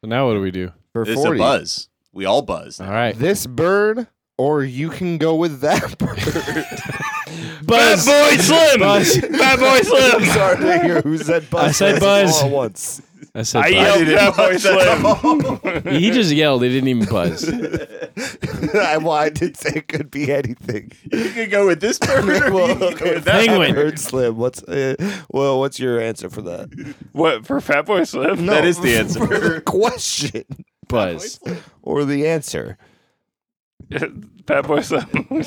Speaker 6: So now what do we do?
Speaker 3: for
Speaker 8: It's a
Speaker 3: forty.
Speaker 8: buzz. We all buzz.
Speaker 6: All right.
Speaker 3: This bird, or you can go with that bird.
Speaker 6: Buzz.
Speaker 9: Boy Slim.
Speaker 6: Buzz.
Speaker 9: Bad Boy Slim.
Speaker 3: Sorry to hear who said buzz.
Speaker 6: I said
Speaker 3: first and
Speaker 6: buzz.
Speaker 3: all at once.
Speaker 6: I said
Speaker 9: I
Speaker 6: buzz.
Speaker 9: yelled
Speaker 8: didn't
Speaker 9: Bad Boy
Speaker 8: watch that
Speaker 9: Slim.
Speaker 6: He just yelled. It didn't even buzz.
Speaker 3: I, well, I did say it could be anything.
Speaker 8: You can go with this bird. or
Speaker 3: well,
Speaker 8: you can go
Speaker 3: okay,
Speaker 8: with that
Speaker 6: Penguin.
Speaker 8: bird.
Speaker 3: Bird slim. What's uh, well? What's your answer for that?
Speaker 9: What for Fat Boy Slim?
Speaker 3: No.
Speaker 8: That is the answer.
Speaker 3: For the question
Speaker 6: Buzz.
Speaker 3: or the answer?
Speaker 9: Fat Boy Slim.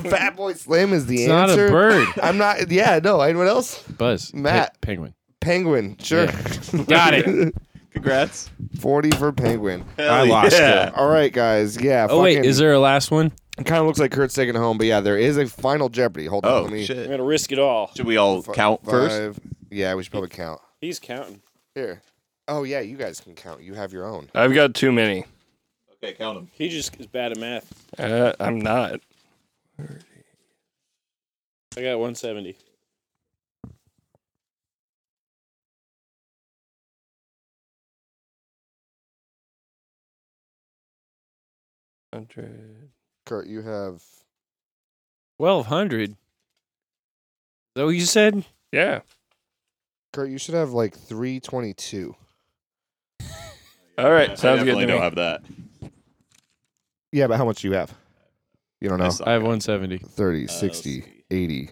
Speaker 3: Fat Boy Slim is the
Speaker 6: It's not a
Speaker 3: answer.
Speaker 6: bird.
Speaker 3: I'm not. Yeah, no. Anyone else?
Speaker 6: Buzz. Pe-
Speaker 3: Matt.
Speaker 6: penguin.
Speaker 3: Penguin. Sure.
Speaker 6: Got it.
Speaker 8: Congrats.
Speaker 3: Forty for penguin.
Speaker 6: I lost
Speaker 8: yeah.
Speaker 6: it.
Speaker 3: All right, guys. Yeah.
Speaker 6: Oh wait,
Speaker 3: fucking-
Speaker 6: is there a last one?
Speaker 3: It kind of looks like Kurt's taking it home, but yeah, there is a final Jeopardy. Hold on.
Speaker 8: Oh
Speaker 3: let me,
Speaker 8: shit.
Speaker 20: I'm gonna risk it all.
Speaker 8: Should we all
Speaker 3: F-
Speaker 8: count first?
Speaker 3: five. Yeah, we should probably count.
Speaker 20: He's counting.
Speaker 3: Here. Oh yeah, you guys can count. You have your own.
Speaker 9: I've got too many.
Speaker 8: Okay, count them.
Speaker 20: He just is bad at math.
Speaker 9: Uh, I'm not.
Speaker 20: I got 170.
Speaker 9: Hundred.
Speaker 3: Kurt, you have.
Speaker 6: Twelve hundred. Is that what you said?
Speaker 9: Yeah.
Speaker 3: Kurt, you should have like three twenty-two.
Speaker 9: All right.
Speaker 8: I
Speaker 9: Sounds good.
Speaker 8: definitely
Speaker 9: To
Speaker 8: don't
Speaker 9: me.
Speaker 8: have that.
Speaker 3: Yeah, but how much do you have? You don't know.
Speaker 8: suck.
Speaker 6: I have one seventy.
Speaker 3: 30,
Speaker 8: let's
Speaker 3: 60,
Speaker 8: see.
Speaker 3: 80,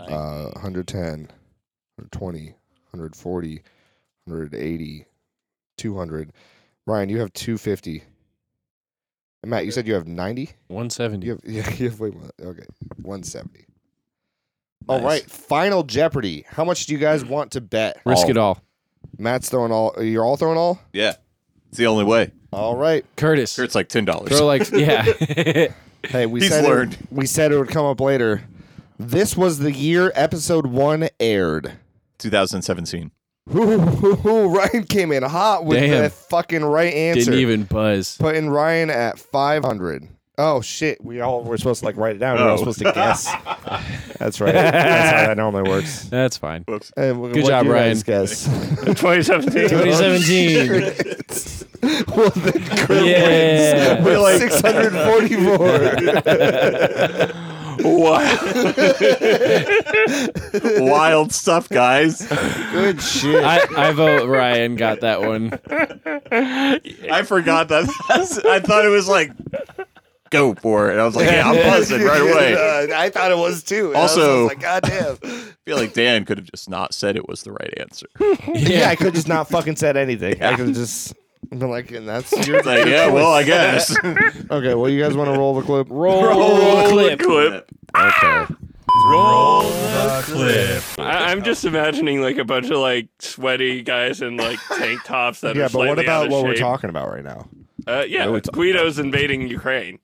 Speaker 3: uh, 110, 120, 140, 180, 200. Ryan, you have 250. And Matt, you said you have 90?
Speaker 6: One seventy.
Speaker 3: You have, yeah, you have way more. Okay, 170. All right, final Jeopardy. How much do you guys want to bet?
Speaker 6: Risk it all.
Speaker 3: Matt's throwing all. You're all throwing all?
Speaker 8: Yeah. It's the only way.
Speaker 3: All right.
Speaker 6: Curtis.
Speaker 8: Sure, it's like ten dollars.
Speaker 6: Throw like yeah.
Speaker 3: Hey, we
Speaker 8: He's
Speaker 3: said
Speaker 8: learned.
Speaker 3: It, we said it would come up later. This was the year episode one aired.
Speaker 8: 2017.
Speaker 3: Ooh, ooh, ooh, Ryan came in hot with
Speaker 6: Damn.
Speaker 3: the fucking right answer.
Speaker 6: Didn't even buzz.
Speaker 3: Putting Ryan at 500. Oh shit! We all were supposed to like write it down. We were all
Speaker 8: Oh.
Speaker 3: supposed to guess. That's right. That's how that normally works.
Speaker 6: That's fine.
Speaker 3: And what
Speaker 6: Good job,
Speaker 3: do you
Speaker 6: Ryan.
Speaker 3: guys Guess.
Speaker 9: 2017.
Speaker 6: 2017.
Speaker 3: well, then
Speaker 6: yeah.
Speaker 3: we're like 644.
Speaker 9: wow.
Speaker 8: Wild stuff, guys.
Speaker 3: Good shit.
Speaker 6: I, I vote Ryan got that one.
Speaker 8: I forgot that. I thought it was like go for it. And I was like, yeah, I'm buzzing right away.
Speaker 3: Uh, I thought it was too. And I was- I was
Speaker 8: Also-
Speaker 3: like, God damn.
Speaker 8: I feel like Dan could have just not said it was the right answer.
Speaker 14: yeah. I could just not fucking said anything. I could just been like, and that's your.
Speaker 8: It's like,
Speaker 14: your
Speaker 8: yeah, well, I
Speaker 14: choice.
Speaker 8: guess.
Speaker 14: okay, well, you guys want to roll the clip?
Speaker 6: Roll, the clip.
Speaker 14: Okay.
Speaker 9: Roll the clip. I, I'm just imagining like a bunch of like sweaty guys in like tank tops that
Speaker 3: yeah,
Speaker 9: are
Speaker 3: but what
Speaker 9: slightly
Speaker 3: about
Speaker 9: out of
Speaker 3: what we're
Speaker 9: shape.
Speaker 3: talking about right now?
Speaker 9: Uh, yeah,
Speaker 3: What are we
Speaker 9: with Guido's invading Ukraine.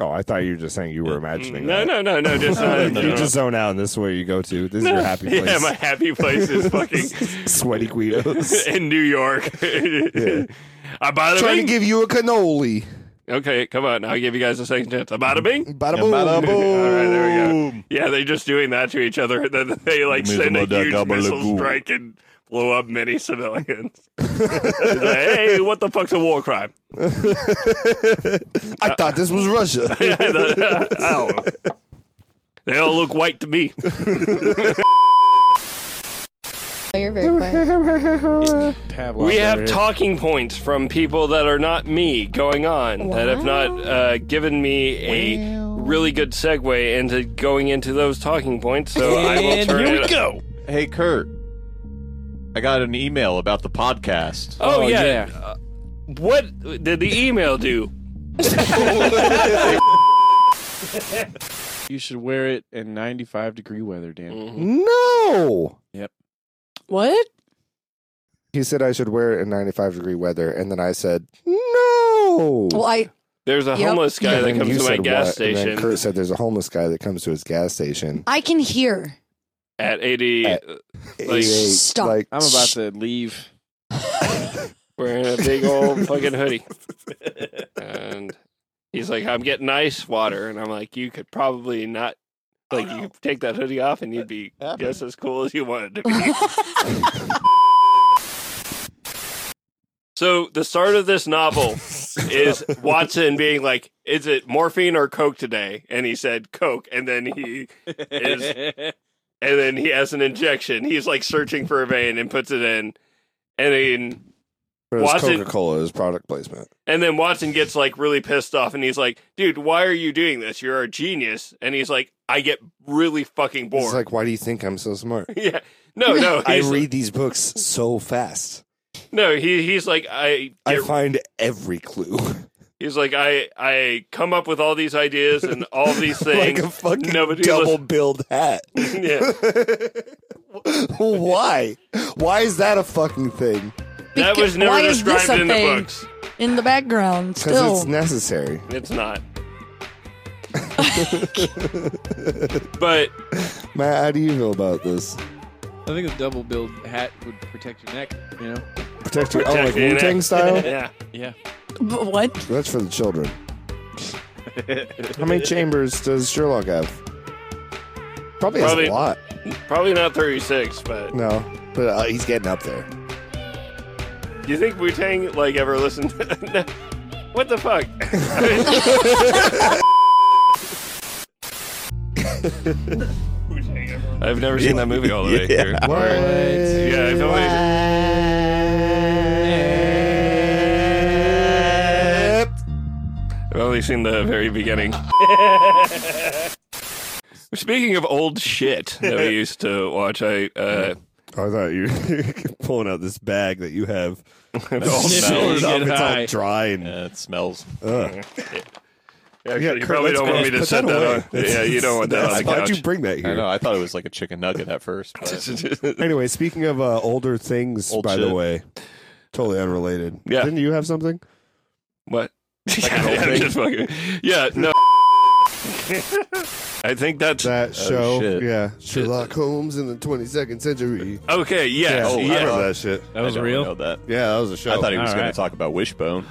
Speaker 3: Oh, I thought you were just saying you were imagining.
Speaker 9: No,
Speaker 3: that.
Speaker 9: no, no, no, just uh,
Speaker 3: you
Speaker 9: no.
Speaker 3: just zone out, and this is where you go to. This is your happy place.
Speaker 9: Yeah, my happy place is fucking
Speaker 3: sweaty Guidos.
Speaker 9: in New York. I bada
Speaker 3: Trying
Speaker 9: bing.
Speaker 3: to give you a cannoli.
Speaker 9: okay, come on. I'll give you guys a second chance. A bada bing.
Speaker 3: Bada boom. Bada
Speaker 9: All right, there we go. Yeah, they're just doing that to each other. And then they like
Speaker 8: Mismo
Speaker 9: send a
Speaker 8: da
Speaker 9: huge
Speaker 8: gabalagool.
Speaker 9: missile strike and blow up many civilians. It's like, hey, what the fuck's a war crime?
Speaker 3: I thought this was Russia.
Speaker 9: Ow. They all look white to me.
Speaker 21: You're very quiet.
Speaker 9: we have talking points from people that are not me going on that have not uh, given me a really good segue into going into those talking points. So I will
Speaker 8: And
Speaker 9: turn
Speaker 8: here we
Speaker 9: it-
Speaker 8: go. Hey, Kurt. I got an email about the podcast.
Speaker 9: Oh, yeah. Uh, what did the email do?
Speaker 6: You should wear it in 95 degree weather, Dan.
Speaker 3: No.
Speaker 6: Yep.
Speaker 21: What?
Speaker 3: He said I should wear it in 95 degree weather, and then I said no.
Speaker 12: Well, I
Speaker 9: There's a
Speaker 12: Yep.
Speaker 9: homeless guy
Speaker 3: And
Speaker 9: that
Speaker 3: then
Speaker 9: comes
Speaker 3: you
Speaker 9: to my
Speaker 3: said
Speaker 9: gas
Speaker 3: what? And then
Speaker 9: station
Speaker 3: Kurt said there's a homeless guy that comes to his gas station.
Speaker 12: I can hear.
Speaker 9: at 80. uh, like,
Speaker 3: 88,
Speaker 12: Stop.
Speaker 3: Like,
Speaker 6: I'm about to leave.
Speaker 9: wearing a big old fucking hoodie. And he's like, I'm getting ice water. And I'm like, you could probably not, like, you could take that hoodie off and you'd be just as cool as you wanted to be. so the start of this novel is Watson being like, is it morphine or Coke today? And he said, Coke. And then he is and then he has an injection. He's like searching for a vein and puts it in, and then
Speaker 3: But it was
Speaker 9: Watson
Speaker 3: Coca Cola is product placement.
Speaker 9: and then Watson gets like really pissed off, and he's like, "Dude, why are you doing this? You're a genius." And he's like, "I get really fucking
Speaker 3: It's
Speaker 9: bored."
Speaker 3: like, why do you think I'm so smart?
Speaker 9: yeah, no, no,
Speaker 3: I
Speaker 9: he's,
Speaker 3: read these books so fast.
Speaker 9: no. He he's like, I
Speaker 3: I
Speaker 9: get
Speaker 3: find every clue.
Speaker 9: He's like, I I come up with all these ideas and all these
Speaker 3: like
Speaker 9: things.
Speaker 3: a fucking
Speaker 9: Nobody
Speaker 3: double
Speaker 9: listen-
Speaker 3: billed hat.
Speaker 9: Yeah.
Speaker 3: Why? Why is that a fucking thing?
Speaker 9: That was never
Speaker 12: Why is
Speaker 9: described
Speaker 12: this a
Speaker 9: in
Speaker 12: thing
Speaker 9: the books.
Speaker 12: in the background still?
Speaker 3: Because it's necessary.
Speaker 9: It's not. But
Speaker 3: Matt, how do you feel about this?
Speaker 6: I think a double billed hat would protect your neck, you know?
Speaker 3: Protect your oh, like Wu Tang style.
Speaker 6: Yeah.
Speaker 12: But what?
Speaker 3: That's for the children. How many chambers does Sherlock have? Probably,
Speaker 9: Probably-
Speaker 3: has a lot.
Speaker 9: Probably not 36, but
Speaker 3: No, but uh, he's getting up there.
Speaker 9: do you think Wu Tang like ever listened? No. what the fuck? I've never seen that movie all the way through. Yeah, I've only. I've only seen the very beginning. Speaking of old shit that we used to watch, I uh,
Speaker 3: I thought you were pulling out this bag that you have.
Speaker 9: It all smells.
Speaker 3: It's all-
Speaker 9: Get
Speaker 3: it's all
Speaker 9: high.
Speaker 3: dry and
Speaker 8: it smells.
Speaker 3: Ugh.
Speaker 9: Actually, you
Speaker 3: Kurt,
Speaker 9: probably
Speaker 3: let's
Speaker 9: don't want me to
Speaker 3: put
Speaker 9: set that
Speaker 3: away.
Speaker 9: on. Yeah, you don't want that on the
Speaker 3: That's- Why'd
Speaker 9: couch.
Speaker 3: you bring that
Speaker 8: I
Speaker 3: here?
Speaker 8: know. I thought it was like a chicken nugget at first. but-
Speaker 3: Anyway, speaking of uh, older things,
Speaker 8: Old
Speaker 3: by the
Speaker 8: shit.
Speaker 3: way, totally unrelated.
Speaker 9: Yeah.
Speaker 3: Didn't you have something?
Speaker 9: What? yeah, I'm just fucking- yeah, no. I think that's
Speaker 3: That show, yeah, Sherlock Holmes in the 22nd century.
Speaker 9: Okay, yes,
Speaker 3: oh,
Speaker 9: yes.
Speaker 3: I remember that shit.
Speaker 6: That was
Speaker 8: I don't
Speaker 6: real?
Speaker 8: Know that.
Speaker 3: Yeah, that was a show.
Speaker 8: I thought he was
Speaker 3: Oh, All
Speaker 8: going
Speaker 3: right.
Speaker 8: to talk about Wishbone.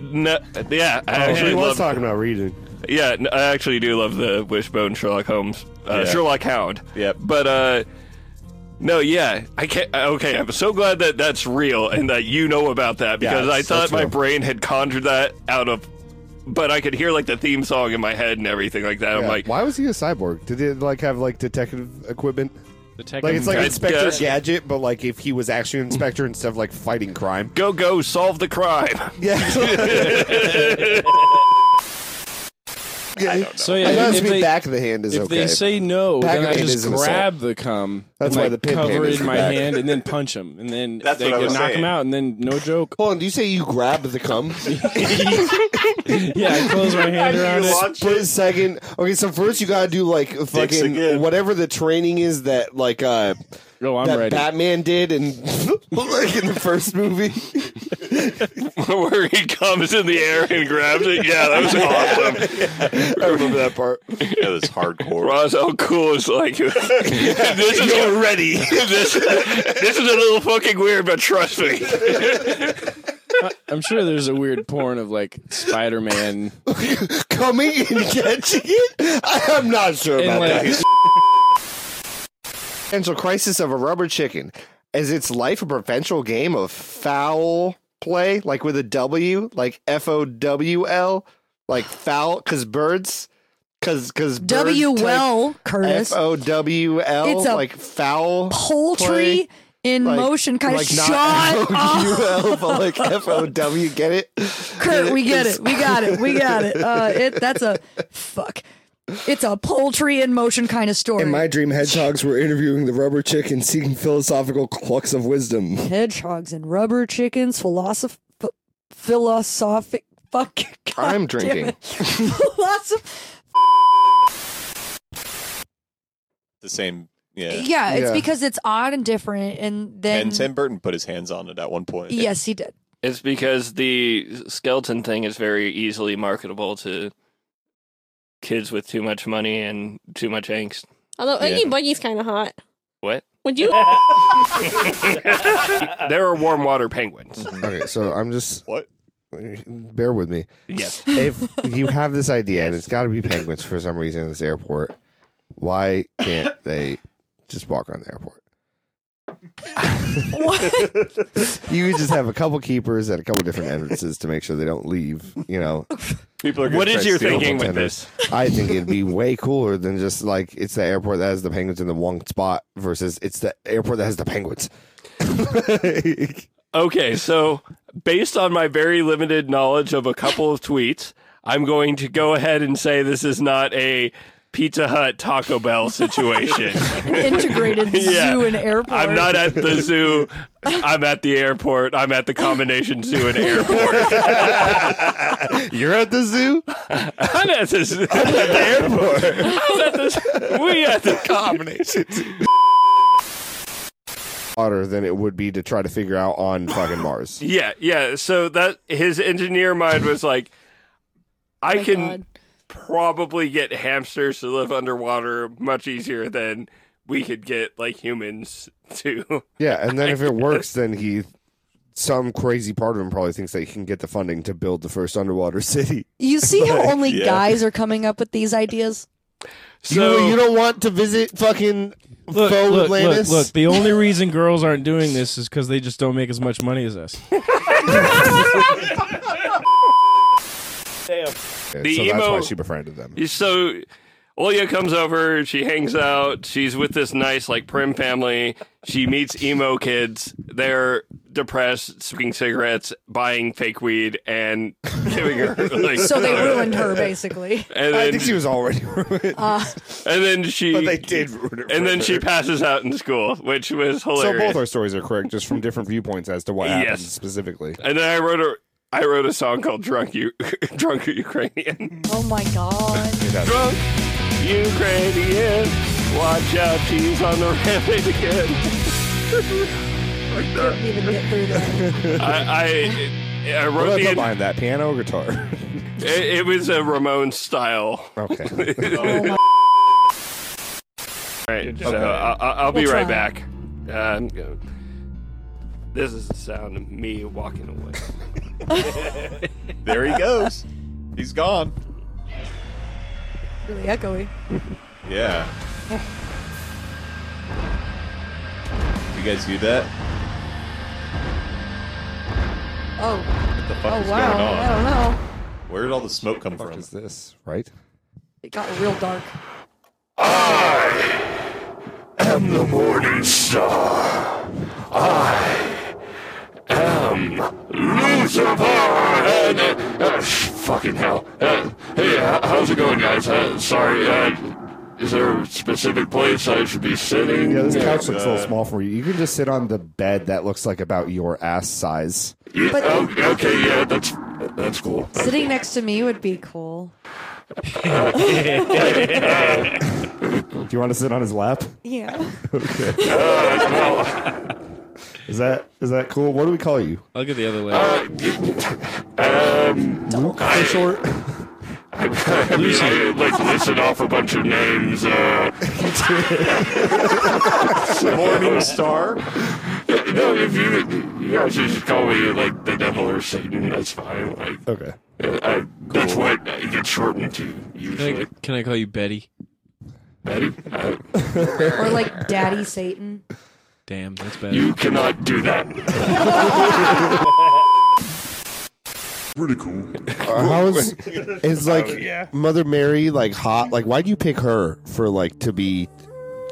Speaker 9: No, yeah, I
Speaker 3: Oh,
Speaker 9: actually
Speaker 3: he was
Speaker 9: love.
Speaker 3: talking about reading.
Speaker 9: Yeah, n- I actually do love the Wishbone Sherlock Holmes, uh,
Speaker 8: Yeah.
Speaker 9: Sherlock Hound.
Speaker 8: Yep.
Speaker 9: But uh, no, yeah, I can't. uh, Okay, I'm so glad that that's real and that you know about that because I
Speaker 3: it's-
Speaker 9: thought
Speaker 3: that's
Speaker 9: my
Speaker 3: real.
Speaker 9: brain had conjured that out of. But I could hear like the theme song in my head and everything like that. I'm
Speaker 3: Yeah.
Speaker 9: like,
Speaker 3: why was he a cyborg? Did he like have like detective equipment?
Speaker 6: Detective
Speaker 3: Like it's like
Speaker 9: I
Speaker 3: Inspector
Speaker 9: guess.
Speaker 3: Gadget, but like if he was actually an inspector instead of like fighting crime.
Speaker 9: go go solve the crime.
Speaker 3: Yeah.
Speaker 15: I don't know.
Speaker 6: So yeah,
Speaker 15: As long as
Speaker 6: if
Speaker 15: we
Speaker 6: they,
Speaker 15: back of the hand is
Speaker 6: if
Speaker 15: okay.
Speaker 6: they say no,
Speaker 15: Back
Speaker 6: then
Speaker 15: of
Speaker 6: I
Speaker 15: hand
Speaker 6: just
Speaker 15: is an assault.
Speaker 6: grab the cum.
Speaker 15: That's why
Speaker 6: and, like,
Speaker 15: the pimp hand
Speaker 6: cover it
Speaker 15: is
Speaker 6: in my
Speaker 15: back.
Speaker 6: hand and then punch him, and then
Speaker 15: That's
Speaker 6: they
Speaker 15: what I
Speaker 6: can
Speaker 15: was
Speaker 6: knock
Speaker 15: saying.
Speaker 6: him out, and then no joke.
Speaker 3: Hold on, do you say you grab the cum?
Speaker 6: yeah, I close my hand around it.
Speaker 3: Split second. Okay, so first you gotta do like fucking whatever the training is that like uh
Speaker 6: I'm
Speaker 3: that
Speaker 6: ready.
Speaker 3: Batman did in like in the first movie.
Speaker 9: Where he comes in the air and grabs it. Yeah, that was awesome.
Speaker 3: I remember that part.
Speaker 9: It was hardcore. Ross Al Cool is like, this is you're ready. this, this is a little fucking weird, but trust me.
Speaker 6: I'm sure there's a weird porn of like Spider Man
Speaker 3: coming and catching it. I am not sure
Speaker 6: And,
Speaker 3: about
Speaker 6: like-
Speaker 3: that. Potential crisis of a rubber chicken. Is its life a perpetual game of foul play, like with a W, like F O W L, like foul? Because birds, because because
Speaker 12: W-well, Curtis.
Speaker 3: F O W L,
Speaker 12: It's a
Speaker 3: like foul play,
Speaker 12: Poultry in
Speaker 3: like-
Speaker 12: motion kind
Speaker 3: like
Speaker 12: of
Speaker 3: not
Speaker 12: shot.
Speaker 3: F-O-W-L, but like F O W. Get it?
Speaker 12: Kurt, we get it. We got it. We got it. Uh, it that's a fuck. It's a poultry in motion kind of story.
Speaker 22: In my dream, hedgehogs were interviewing the rubber chicken, seeking philosophical clucks of wisdom.
Speaker 12: Hedgehogs and rubber chickens, philosoph- ph- philosophic. Fuck. God
Speaker 3: I'm
Speaker 12: damn
Speaker 3: drinking.
Speaker 12: it. Philosoph-
Speaker 8: The same. Yeah.
Speaker 12: yeah, it's because it's odd and different, and then
Speaker 8: and Tim Burton put his hands on it at one point.
Speaker 12: yes, he did.
Speaker 9: It's because the skeleton thing is very easily marketable to kids with too much money and too much angst.
Speaker 21: Although
Speaker 9: Yeah.
Speaker 21: Oogie Boogie's kind of hot.
Speaker 9: What?
Speaker 21: Would you?
Speaker 9: there are warm water penguins.
Speaker 3: Okay, so I'm just
Speaker 8: what?
Speaker 3: Bear with me.
Speaker 9: Yes.
Speaker 3: If you have this idea and it's got to be penguins for some reason in this airport, why can't they just walk around the airport? You could just have a couple keepers at a couple different entrances to make sure they don't leave. You know,
Speaker 9: People are gonna What try is to your steal thinking them. with
Speaker 3: Bartenders. I think it'd be way cooler than just like it's the airport that has the penguins in the one spot versus it's the airport that has the penguins.
Speaker 9: Okay, so based on my very limited knowledge of a couple of tweets, I'm going to go ahead and say this is not a Pizza Hut Taco Bell situation.
Speaker 12: An integrated zoo and airport. Oh
Speaker 9: I'm not at the zoo. I'm at the airport. I'm at the combination zoo and airport.
Speaker 3: You're at the zoo.
Speaker 9: I'm at the, zoo. I'm at the airport. I'm at the, zoo. we at the combination.
Speaker 3: Harder than it would be to try to figure out on fucking Mars.
Speaker 9: Yeah, yeah. So that his engineer mind was like, I can probably get hamsters to live underwater much easier than we could get like humans to.
Speaker 3: Yeah, and then if it works, then he, some crazy part of him probably thinks that he can get the funding to build the first underwater city.
Speaker 12: You see how
Speaker 3: Like,
Speaker 12: only
Speaker 3: yeah.
Speaker 12: guys are coming up with these ideas?
Speaker 3: you, you don't want to visit fucking
Speaker 6: Look,
Speaker 3: faux
Speaker 6: look, look,
Speaker 3: Atlantis.
Speaker 6: look, the only reason girls aren't doing this is because they just don't make as much money as us.
Speaker 9: Damn.
Speaker 3: so that's why she befriended them.
Speaker 9: So Olya comes over, she hangs out, she's with this nice, like, prim family. She meets emo kids. They're depressed, smoking cigarettes, buying fake weed, and giving her, like.
Speaker 12: so they ruined her, basically.
Speaker 9: And
Speaker 3: I
Speaker 9: then-
Speaker 3: think she was already ruined.
Speaker 12: Uh,
Speaker 9: And then she. But they
Speaker 3: did ruin it. for
Speaker 9: And then
Speaker 3: her.
Speaker 9: she passes out in school, which was
Speaker 3: So
Speaker 9: hilarious.
Speaker 3: both our stories are correct, just from different viewpoints as to what
Speaker 9: Yes.
Speaker 3: happened specifically.
Speaker 9: and then I wrote a. I wrote a song called "Drunk U- Drunk Ukrainian."
Speaker 12: oh my god.
Speaker 9: Drunk Ukrainian, watch out, she's on the rampage again.
Speaker 12: Couldn't even get through that.
Speaker 9: I, I, I
Speaker 3: What
Speaker 9: wrote
Speaker 3: do I
Speaker 9: the.
Speaker 3: put behind that piano or guitar?
Speaker 9: it, it was a Ramon style.
Speaker 3: Okay.
Speaker 9: All right,
Speaker 3: Okay.
Speaker 9: so I, I- I'll be
Speaker 3: We'll
Speaker 9: right
Speaker 3: try.
Speaker 9: back. Um, this is the sound of me walking away.
Speaker 8: There he goes. He's gone.
Speaker 12: Really echoey.
Speaker 8: Yeah. You guys do that?
Speaker 12: Oh,
Speaker 8: What the fuck
Speaker 12: oh
Speaker 8: is
Speaker 12: wow.
Speaker 8: going on?
Speaker 12: I don't know.
Speaker 8: Where did all the smoke come from?
Speaker 3: is this right?
Speaker 12: It got real dark.
Speaker 11: am the morning star. I am Lucifer and
Speaker 23: uh, fucking hell. Uh, hey, h- how's it going, guys? Uh, sorry, uh, is there a specific place I should be sitting?
Speaker 3: Yeah, this couch
Speaker 23: Uh,
Speaker 3: looks a little small for you. You can just sit on the bed that looks like about your ass size.
Speaker 23: Yeah, o- okay, yeah, that's that's cool.
Speaker 12: Sitting next to me would be cool.
Speaker 3: Do you want to sit on his lap?
Speaker 12: Yeah.
Speaker 3: Okay. is that is that cool? What do we call you?
Speaker 6: I'll get the other leg.
Speaker 23: Um,
Speaker 3: Luke for short.
Speaker 23: I mean, I, like listed off a bunch of names. Uh,
Speaker 8: Morning Star.
Speaker 23: No, if you you guys just call me like the devil or Satan, that's fine. Like
Speaker 8: Oh,
Speaker 3: okay,
Speaker 23: I, that's what it gets shortened to
Speaker 6: Can I,
Speaker 23: usually.
Speaker 6: can I call you Betty?
Speaker 23: Betty, Uh,
Speaker 12: Or like Daddy Satan.
Speaker 6: Damn, that's bad.
Speaker 23: you cannot do that.
Speaker 24: Pretty cool.
Speaker 3: Uh, how is is like
Speaker 24: Oh, yeah.
Speaker 3: Mother Mary like hot? Like why'd you pick her for like to be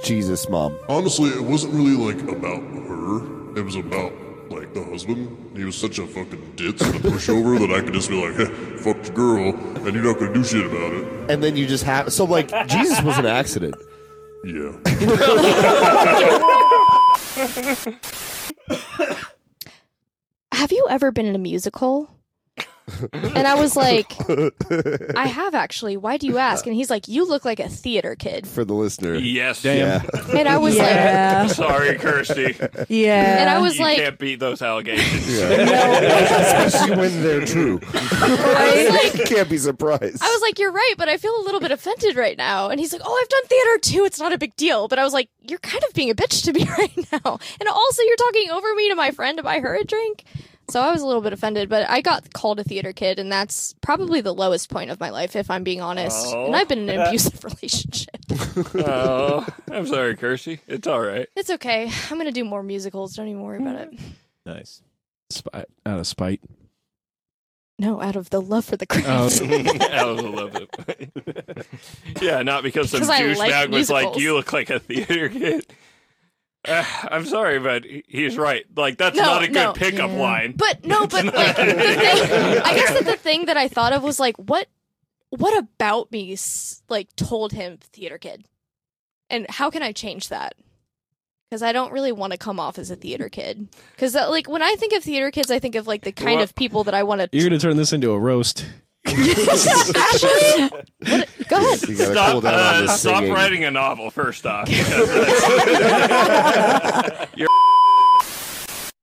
Speaker 3: Jesus mom?
Speaker 24: Honestly, it wasn't really like about her. It was about like the husband. He was such a fucking ditz and a pushover that I could just be like, "Heh, "Fuck the girl," and you're not gonna do shit about it.
Speaker 3: And then you just have so like Jesus was an accident.
Speaker 11: Have you ever been in a musical? And I was like, I have actually. Why do you ask? And he's like, You look like a theater kid.
Speaker 3: for the listener.
Speaker 9: Yes.
Speaker 3: Damn.
Speaker 11: And I was
Speaker 12: Yeah.
Speaker 11: like,
Speaker 9: Sorry, Kirsty.
Speaker 12: Yeah.
Speaker 11: And I was
Speaker 9: you
Speaker 11: like-
Speaker 9: can't beat those allegations.
Speaker 3: Especially when they're true.
Speaker 11: Right?
Speaker 3: Can't be surprised.
Speaker 11: I was like, You're right, but I feel a little bit offended right now. And he's like, Oh, I've done theater too. It's not a big deal. But I was like, You're kind of being a bitch to me right now. And also, you're talking over me to my friend to buy her a drink. So I was a little bit offended, but I got called a theater kid, and that's probably the lowest point of my life, if I'm being honest.
Speaker 9: Oh.
Speaker 11: And I've been in an abusive relationship.
Speaker 9: oh, I'm sorry, Kirsty. It's all right.
Speaker 11: It's okay. I'm gonna do more musicals. Don't even worry about it.
Speaker 8: Nice.
Speaker 6: Spite, out of spite.
Speaker 11: No, out of the love for the
Speaker 6: Oh.
Speaker 11: craft.
Speaker 9: I was a little bit. yeah, not because some
Speaker 11: Because I
Speaker 9: douchebag
Speaker 11: like
Speaker 9: was like,
Speaker 11: musicals.
Speaker 9: "You look like a theater kid." Uh, I'm sorry, but he- he's right. Like that's not a good pickup line.
Speaker 11: But no, but like the thing, I guess that the thing that I thought of was like, what, what about me? s- Like told him theater kid, and how can I change that? Because I don't really want to come off as a theater kid. Because like when I think of theater kids, I think of like the kind
Speaker 6: What?
Speaker 11: of people that I want to.
Speaker 6: You're gonna turn this into a roast.
Speaker 11: Actually, what, go ahead.
Speaker 3: You gotta
Speaker 9: Stop,
Speaker 3: cool down on
Speaker 9: uh,
Speaker 3: the
Speaker 9: stop
Speaker 3: singing.
Speaker 9: writing a novel, first off. because that's- You're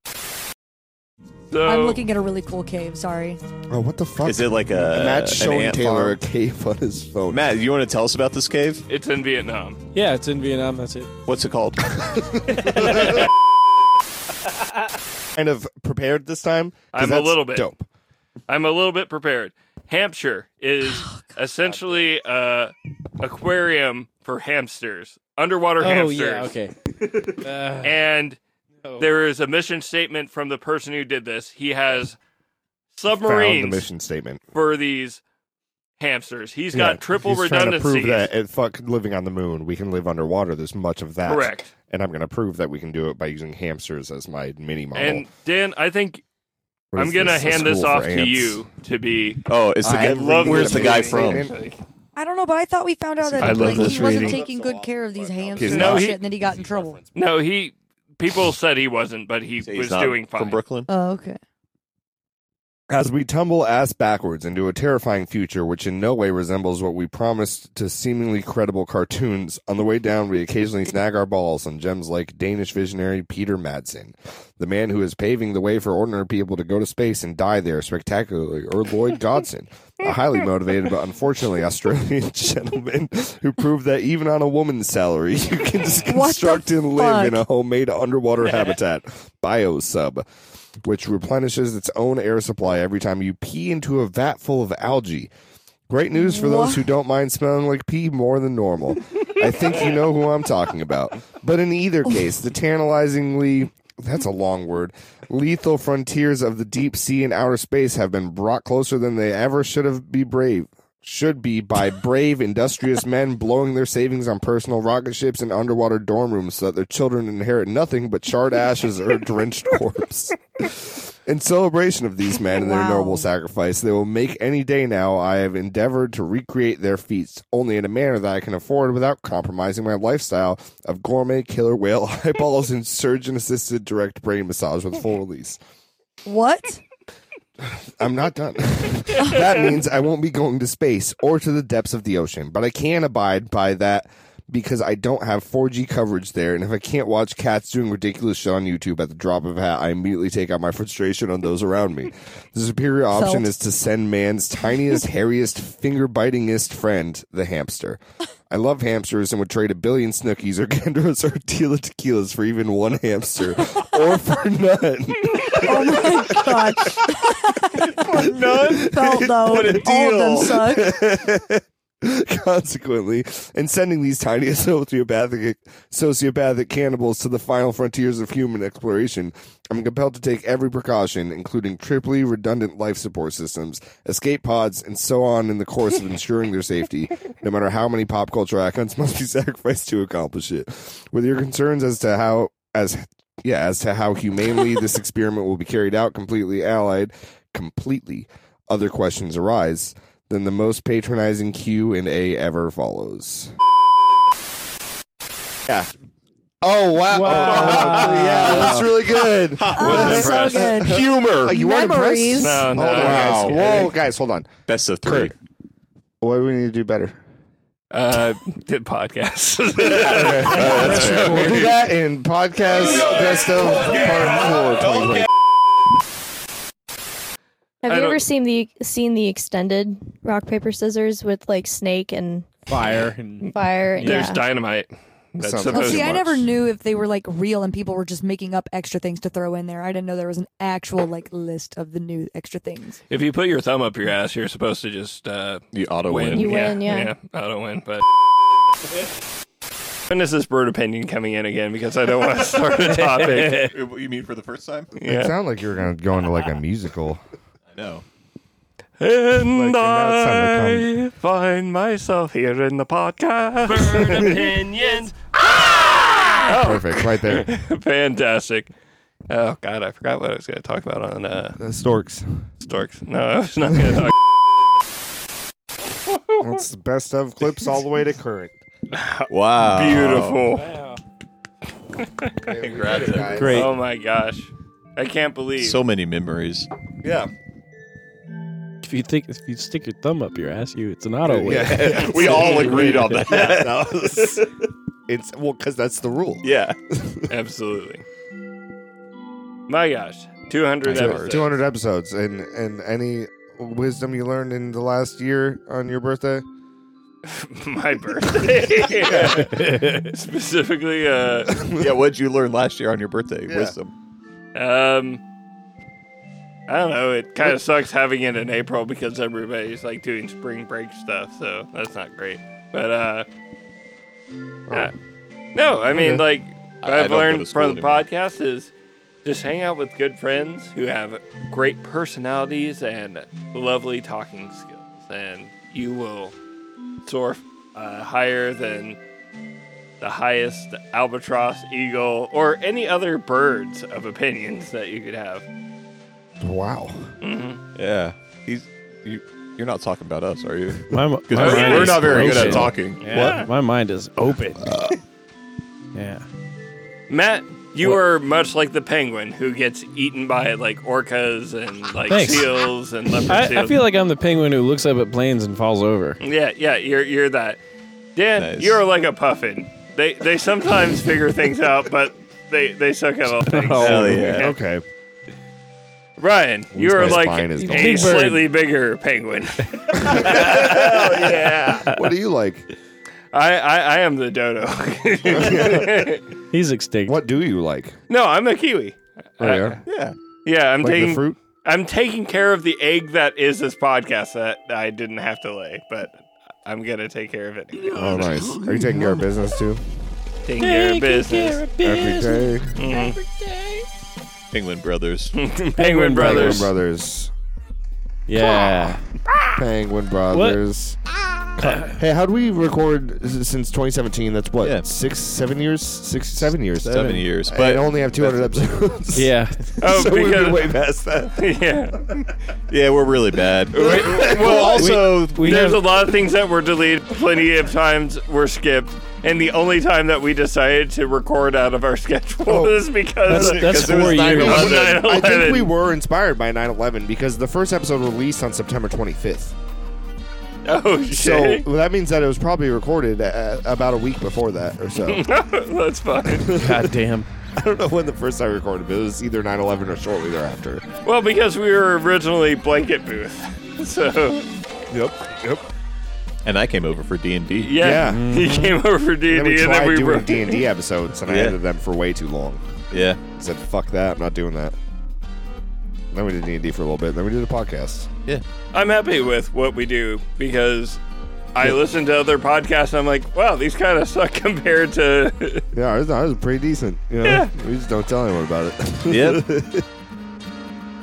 Speaker 9: so,
Speaker 12: I'm looking at a really cool cave. Sorry.
Speaker 3: Oh, what the fuck?
Speaker 8: Is it like a
Speaker 3: Matt's
Speaker 8: an
Speaker 3: showing
Speaker 8: ant
Speaker 3: Taylor a
Speaker 8: farm?
Speaker 3: cave on his phone?
Speaker 8: Matt, you want to tell us about this cave?
Speaker 9: It's in Vietnam.
Speaker 6: Yeah, it's in Vietnam. That's it.
Speaker 8: What's it called?
Speaker 3: kind of prepared this time. 'Cause
Speaker 9: I'm a
Speaker 3: that's
Speaker 9: little bit
Speaker 3: dope.
Speaker 9: I'm a little bit prepared. Hampshire is essentially a aquarium for hamsters, underwater
Speaker 6: Oh
Speaker 9: hamsters.
Speaker 6: yeah.
Speaker 3: Um,
Speaker 6: Okay. Uh,
Speaker 9: and there is a mission statement from the person who did this. He has submarines
Speaker 3: Found the mission statement.
Speaker 9: for these hamsters. He's got
Speaker 3: Yeah,
Speaker 9: triple
Speaker 3: he's trying to
Speaker 9: redundancy.
Speaker 3: prove that it, fuck living on the moon, we can live underwater. There's much of that.
Speaker 9: Correct.
Speaker 3: And I'm going to prove that we can do it by using hamsters as my mini model.
Speaker 9: And Dan, I think
Speaker 3: Oh. What
Speaker 9: I'm
Speaker 3: is
Speaker 9: going to
Speaker 3: this, a
Speaker 9: hand this
Speaker 3: school for
Speaker 9: off to
Speaker 3: ants?
Speaker 9: you to be.
Speaker 8: Oh, it's the
Speaker 9: I
Speaker 8: guy.
Speaker 9: love
Speaker 8: Where's
Speaker 9: this
Speaker 8: the guy
Speaker 9: movie.
Speaker 8: from?
Speaker 12: I don't know, but I thought we found out that
Speaker 9: I love
Speaker 12: like,
Speaker 9: this
Speaker 12: he wasn't
Speaker 9: reading.
Speaker 12: taking good care of these hamsters
Speaker 9: He's not.
Speaker 12: and
Speaker 9: No, he-
Speaker 12: shit, and then he got in trouble.
Speaker 9: No, he. People said he wasn't, but he
Speaker 8: he's
Speaker 9: was
Speaker 8: not
Speaker 9: doing fine.
Speaker 8: from Brooklyn.
Speaker 12: Oh, okay.
Speaker 3: As we tumble ass backwards into a terrifying future, which in no way resembles what we promised to seemingly credible cartoons, on the way down we occasionally snag our balls on gems like Danish visionary Peter Madsen, the man who is paving the way for ordinary people to go to space and die there spectacularly, or Lloyd Godson, a highly motivated but unfortunately Australian gentleman who proved that even on a woman's salary you can construct and live in a homemade underwater habitat, biosub which replenishes its own air supply every time you pee into a vat full of algae. Great news for those who don't mind smelling like pee more than normal. I think you know who I'm talking about. But in either case, the tantalizingly that's a long word. Lethal frontiers of the deep sea and outer space have been brought closer than they ever should have be brave should be by brave, industrious men blowing their savings on personal rocket ships and underwater dorm rooms so that their children inherit nothing but charred ashes or a drenched corpse. In celebration of these men and their
Speaker 12: Wow.
Speaker 3: noble sacrifice, they will make any day now. I have endeavored to recreate their feats only in a manner that I can afford without compromising my lifestyle of gourmet killer whale eyeballs and surgeon assisted direct brain massage with full release.
Speaker 12: What?
Speaker 3: I'm not done. that means I won't be going to space or to the depths of the ocean, but I can abide by that because I don't have 4G coverage there. And if I can't watch cats doing ridiculous shit on YouTube at the drop of a hat, I immediately take out my frustration on those around me. The superior option
Speaker 22: Sold.
Speaker 3: is to send man's tiniest, hairiest, finger bitingest friend, the hamster. I love hamsters and would trade a billion snookies or Kendras or tequila tequilas for even one hamster or for none.
Speaker 12: Oh my god.
Speaker 3: None.
Speaker 12: Felt though.
Speaker 3: What a
Speaker 12: All
Speaker 3: deal.
Speaker 12: of them suck.
Speaker 3: Consequently, in sending these tiny sociopathic sociopathic cannibals to the final frontiers of human exploration, I'm compelled to take every precaution, including triply redundant life support systems, escape pods, and so on, in the course of ensuring their safety, no matter how many pop culture icons must be sacrificed to accomplish it. With your concerns as to how as yeah, as to how humanely this experiment will be carried out, completely allied, completely other questions arise, then the most patronizing Q and A ever follows. Yeah. Oh wow! yeah, that's really good.
Speaker 12: that's Ah, so impressed. good.
Speaker 3: Humor.
Speaker 12: You weren't impressed? Memories.
Speaker 9: No, no,
Speaker 3: Hold on, guys.
Speaker 9: no.
Speaker 3: Oh, Whoa, guys, hold on.
Speaker 8: Best of three.
Speaker 3: What do we need to do better?
Speaker 9: Uh, did podcasts.
Speaker 3: Oh, That's true. We'll do that in podcast best of part four. 2020.
Speaker 21: Have
Speaker 9: I
Speaker 21: you
Speaker 9: don't-
Speaker 21: ever seen the seen the extended rock paper scissors with like snake and
Speaker 6: Fire and
Speaker 21: fire? and-
Speaker 9: There's
Speaker 21: yeah.
Speaker 9: dynamite. That's
Speaker 3: Sounds
Speaker 12: Oh,
Speaker 9: supposed
Speaker 12: see,
Speaker 9: to
Speaker 12: I never knew if they were like real and people were just making up extra things to throw in there. I didn't know there was an actual like list of the new extra things.
Speaker 9: If you put your thumb up your ass, you're supposed to just uh,
Speaker 8: you auto
Speaker 9: win.
Speaker 12: You win, yeah.
Speaker 9: auto win. But when is this bird opinion coming in again? Because I don't want to start a topic.
Speaker 8: What you mean for the first time?
Speaker 14: It sounded like you were going to go into like a musical.
Speaker 8: No.
Speaker 9: And
Speaker 14: now it's time to
Speaker 9: I find myself here in the podcast. Bird opinions.
Speaker 14: Perfect, right there.
Speaker 9: Fantastic. Oh God, I forgot what I was going to talk about on uh,
Speaker 14: storks.
Speaker 9: Storks. No, I was not going to talk.
Speaker 3: That's the best of clips all the way to current.
Speaker 8: Wow.
Speaker 9: Beautiful.
Speaker 8: Congrats. guys.
Speaker 9: Great. Oh my gosh, I can't believe.
Speaker 8: So many memories.
Speaker 3: Yeah.
Speaker 6: If you think if you stick your thumb up your ass, you it's an auto win.
Speaker 3: Yeah. we all agreed on that. That was- it's well because that's the rule.
Speaker 8: Yeah.
Speaker 9: Absolutely. My gosh, 200 episodes.
Speaker 3: Two hundred episodes, and and any wisdom you learned in the last year on your birthday.
Speaker 9: My birthday. Specifically, uh,
Speaker 8: yeah, what'd you learn last year on your birthday?
Speaker 9: Yeah.
Speaker 8: Wisdom.
Speaker 9: um, I don't know. It kind of sucks having it in April because everybody's like doing spring break stuff, so that's not great. But uh, yeah. no, I mean
Speaker 8: Oh. Okay.
Speaker 9: like what
Speaker 8: I- I don't
Speaker 9: I've
Speaker 8: go to
Speaker 9: learned
Speaker 8: school
Speaker 9: from the
Speaker 8: anymore.
Speaker 9: podcast is just hang out with good friends who have great personalities and lovely talking skills, and you will soar uh, higher than the highest albatross, eagle, or any other birds of opinions that you could have.
Speaker 3: Wow.
Speaker 8: Yeah. He's you. You're not talking about us, are you?
Speaker 6: My, my
Speaker 8: 'Cause we're-
Speaker 6: mind
Speaker 8: we're
Speaker 6: is
Speaker 8: not very good at
Speaker 6: open.
Speaker 8: talking.
Speaker 6: Yeah. My mind is open. yeah.
Speaker 9: Matt, you are much like the penguin who gets eaten by like orcas and like
Speaker 6: Thanks.
Speaker 9: seals and leopard seals.
Speaker 6: I, I feel like I'm the penguin who looks up at planes and falls over.
Speaker 9: yeah, yeah, you're you're that. Dan, you're like a puffin. They they sometimes figure things out, but they they suck at all things.
Speaker 3: Oh. Okay.
Speaker 9: Ryan, you
Speaker 3: My
Speaker 9: are like
Speaker 3: spine is
Speaker 9: a
Speaker 3: going. Big bird.
Speaker 9: slightly bigger penguin. Hell yeah.
Speaker 3: What do you like?
Speaker 9: I, I, I am the dodo.
Speaker 6: He's extinct.
Speaker 3: What do you like?
Speaker 9: no, I'm a kiwi.
Speaker 3: Oh, yeah?
Speaker 8: Yeah.
Speaker 9: Yeah, I'm
Speaker 3: Like the
Speaker 9: taking
Speaker 3: fruit?
Speaker 9: I'm taking care of the egg that is this podcast that I didn't have to lay, but I'm gonna take care of it.
Speaker 3: Oh, nice. Are you taking care of business too?
Speaker 9: Taking care
Speaker 3: Taking
Speaker 9: of business.
Speaker 3: care of business. Every day.
Speaker 9: Mhm.
Speaker 8: Penguin Brothers.
Speaker 9: Penguin
Speaker 3: Penguin
Speaker 9: Brothers.
Speaker 3: Brothers.
Speaker 6: Yeah.
Speaker 3: Penguin Brothers. Uh, hey, how do we record s- since 2017? That's what
Speaker 25: Yeah.
Speaker 3: six, seven years, six, seven years,
Speaker 25: Seven Seven. years,
Speaker 3: I
Speaker 25: but-
Speaker 3: only have 200 episodes.
Speaker 6: Yeah.
Speaker 3: Oh, so we'd be
Speaker 8: because-
Speaker 3: way past that.
Speaker 9: yeah.
Speaker 8: Yeah, we're really bad.
Speaker 9: well, also,
Speaker 8: we
Speaker 9: there's
Speaker 8: have-
Speaker 9: a lot of things that were deleted. Plenty of times were skipped. And the only time that we decided to record out of our schedule
Speaker 3: Oh.
Speaker 9: is because because it was 9/11.
Speaker 3: I think
Speaker 9: 9/11.
Speaker 3: we were inspired by 9/11 because the first episode released on September 25th. So
Speaker 9: Oh shit!
Speaker 3: well, that means that it was probably recorded uh about a week before that or so.
Speaker 9: That's fine.
Speaker 3: God damn. I don't know when the first time I recorded, but it was either 9 11 or shortly thereafter.
Speaker 9: Well, because we were originally blanket booth, so
Speaker 3: Yep. Yep.
Speaker 8: And I came over for D and D.
Speaker 9: Yeah. Yeah. He came over for D&D,
Speaker 3: Then we
Speaker 9: and then
Speaker 3: tried
Speaker 9: we
Speaker 3: doing
Speaker 9: broke-
Speaker 3: D and D episodes, and I
Speaker 8: Yeah.
Speaker 3: edited them for way too long.
Speaker 8: Yeah.
Speaker 3: I said fuck that. I'm not doing that. Then we did D and D for a little bit. Then we did a podcast.
Speaker 8: Yeah.
Speaker 9: I'm happy with what we do because I listen to other podcasts and I'm like, wow, these kind of suck compared to.
Speaker 3: Yeah, ours, ours was pretty decent. You know?
Speaker 9: Yeah.
Speaker 3: We just don't tell anyone about it.
Speaker 8: Yep.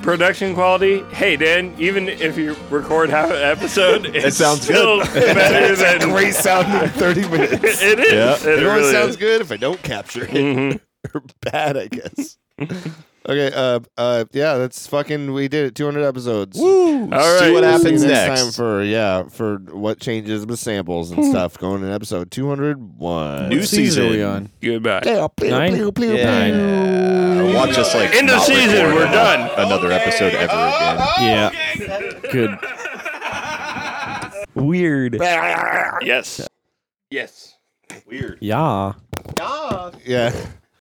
Speaker 9: Production quality, hey Dan, even if you record half an episode, it's
Speaker 8: It sounds
Speaker 9: still
Speaker 8: good.
Speaker 9: better
Speaker 8: It's a
Speaker 9: than
Speaker 8: great
Speaker 3: sounding 30 minutes.
Speaker 9: it is.
Speaker 8: Yeah.
Speaker 9: It,
Speaker 3: it only
Speaker 9: really
Speaker 3: sounds
Speaker 9: is.
Speaker 3: good if I don't capture it.
Speaker 9: Mhm.
Speaker 3: Or bad, I guess. okay. Uh. Uh. Yeah. That's fucking. We did it. 200 episodes. Woo!
Speaker 8: All right.
Speaker 3: See what happens
Speaker 8: See you
Speaker 3: next
Speaker 8: next.
Speaker 3: time for yeah for what changes with samples and stuff going in episode 201.
Speaker 8: New season.
Speaker 9: Goodbye.
Speaker 3: Pew, pew, Nine? pew, pew,
Speaker 8: Yeah. Watch us like
Speaker 9: End of
Speaker 8: not
Speaker 9: season,
Speaker 8: record
Speaker 9: we're
Speaker 8: another-
Speaker 9: done.
Speaker 8: Another episode ever again.
Speaker 3: Oh,
Speaker 6: Yeah. Good. Weird.
Speaker 9: Yes. Yes. Weird.
Speaker 6: Yeah.
Speaker 3: Yeah.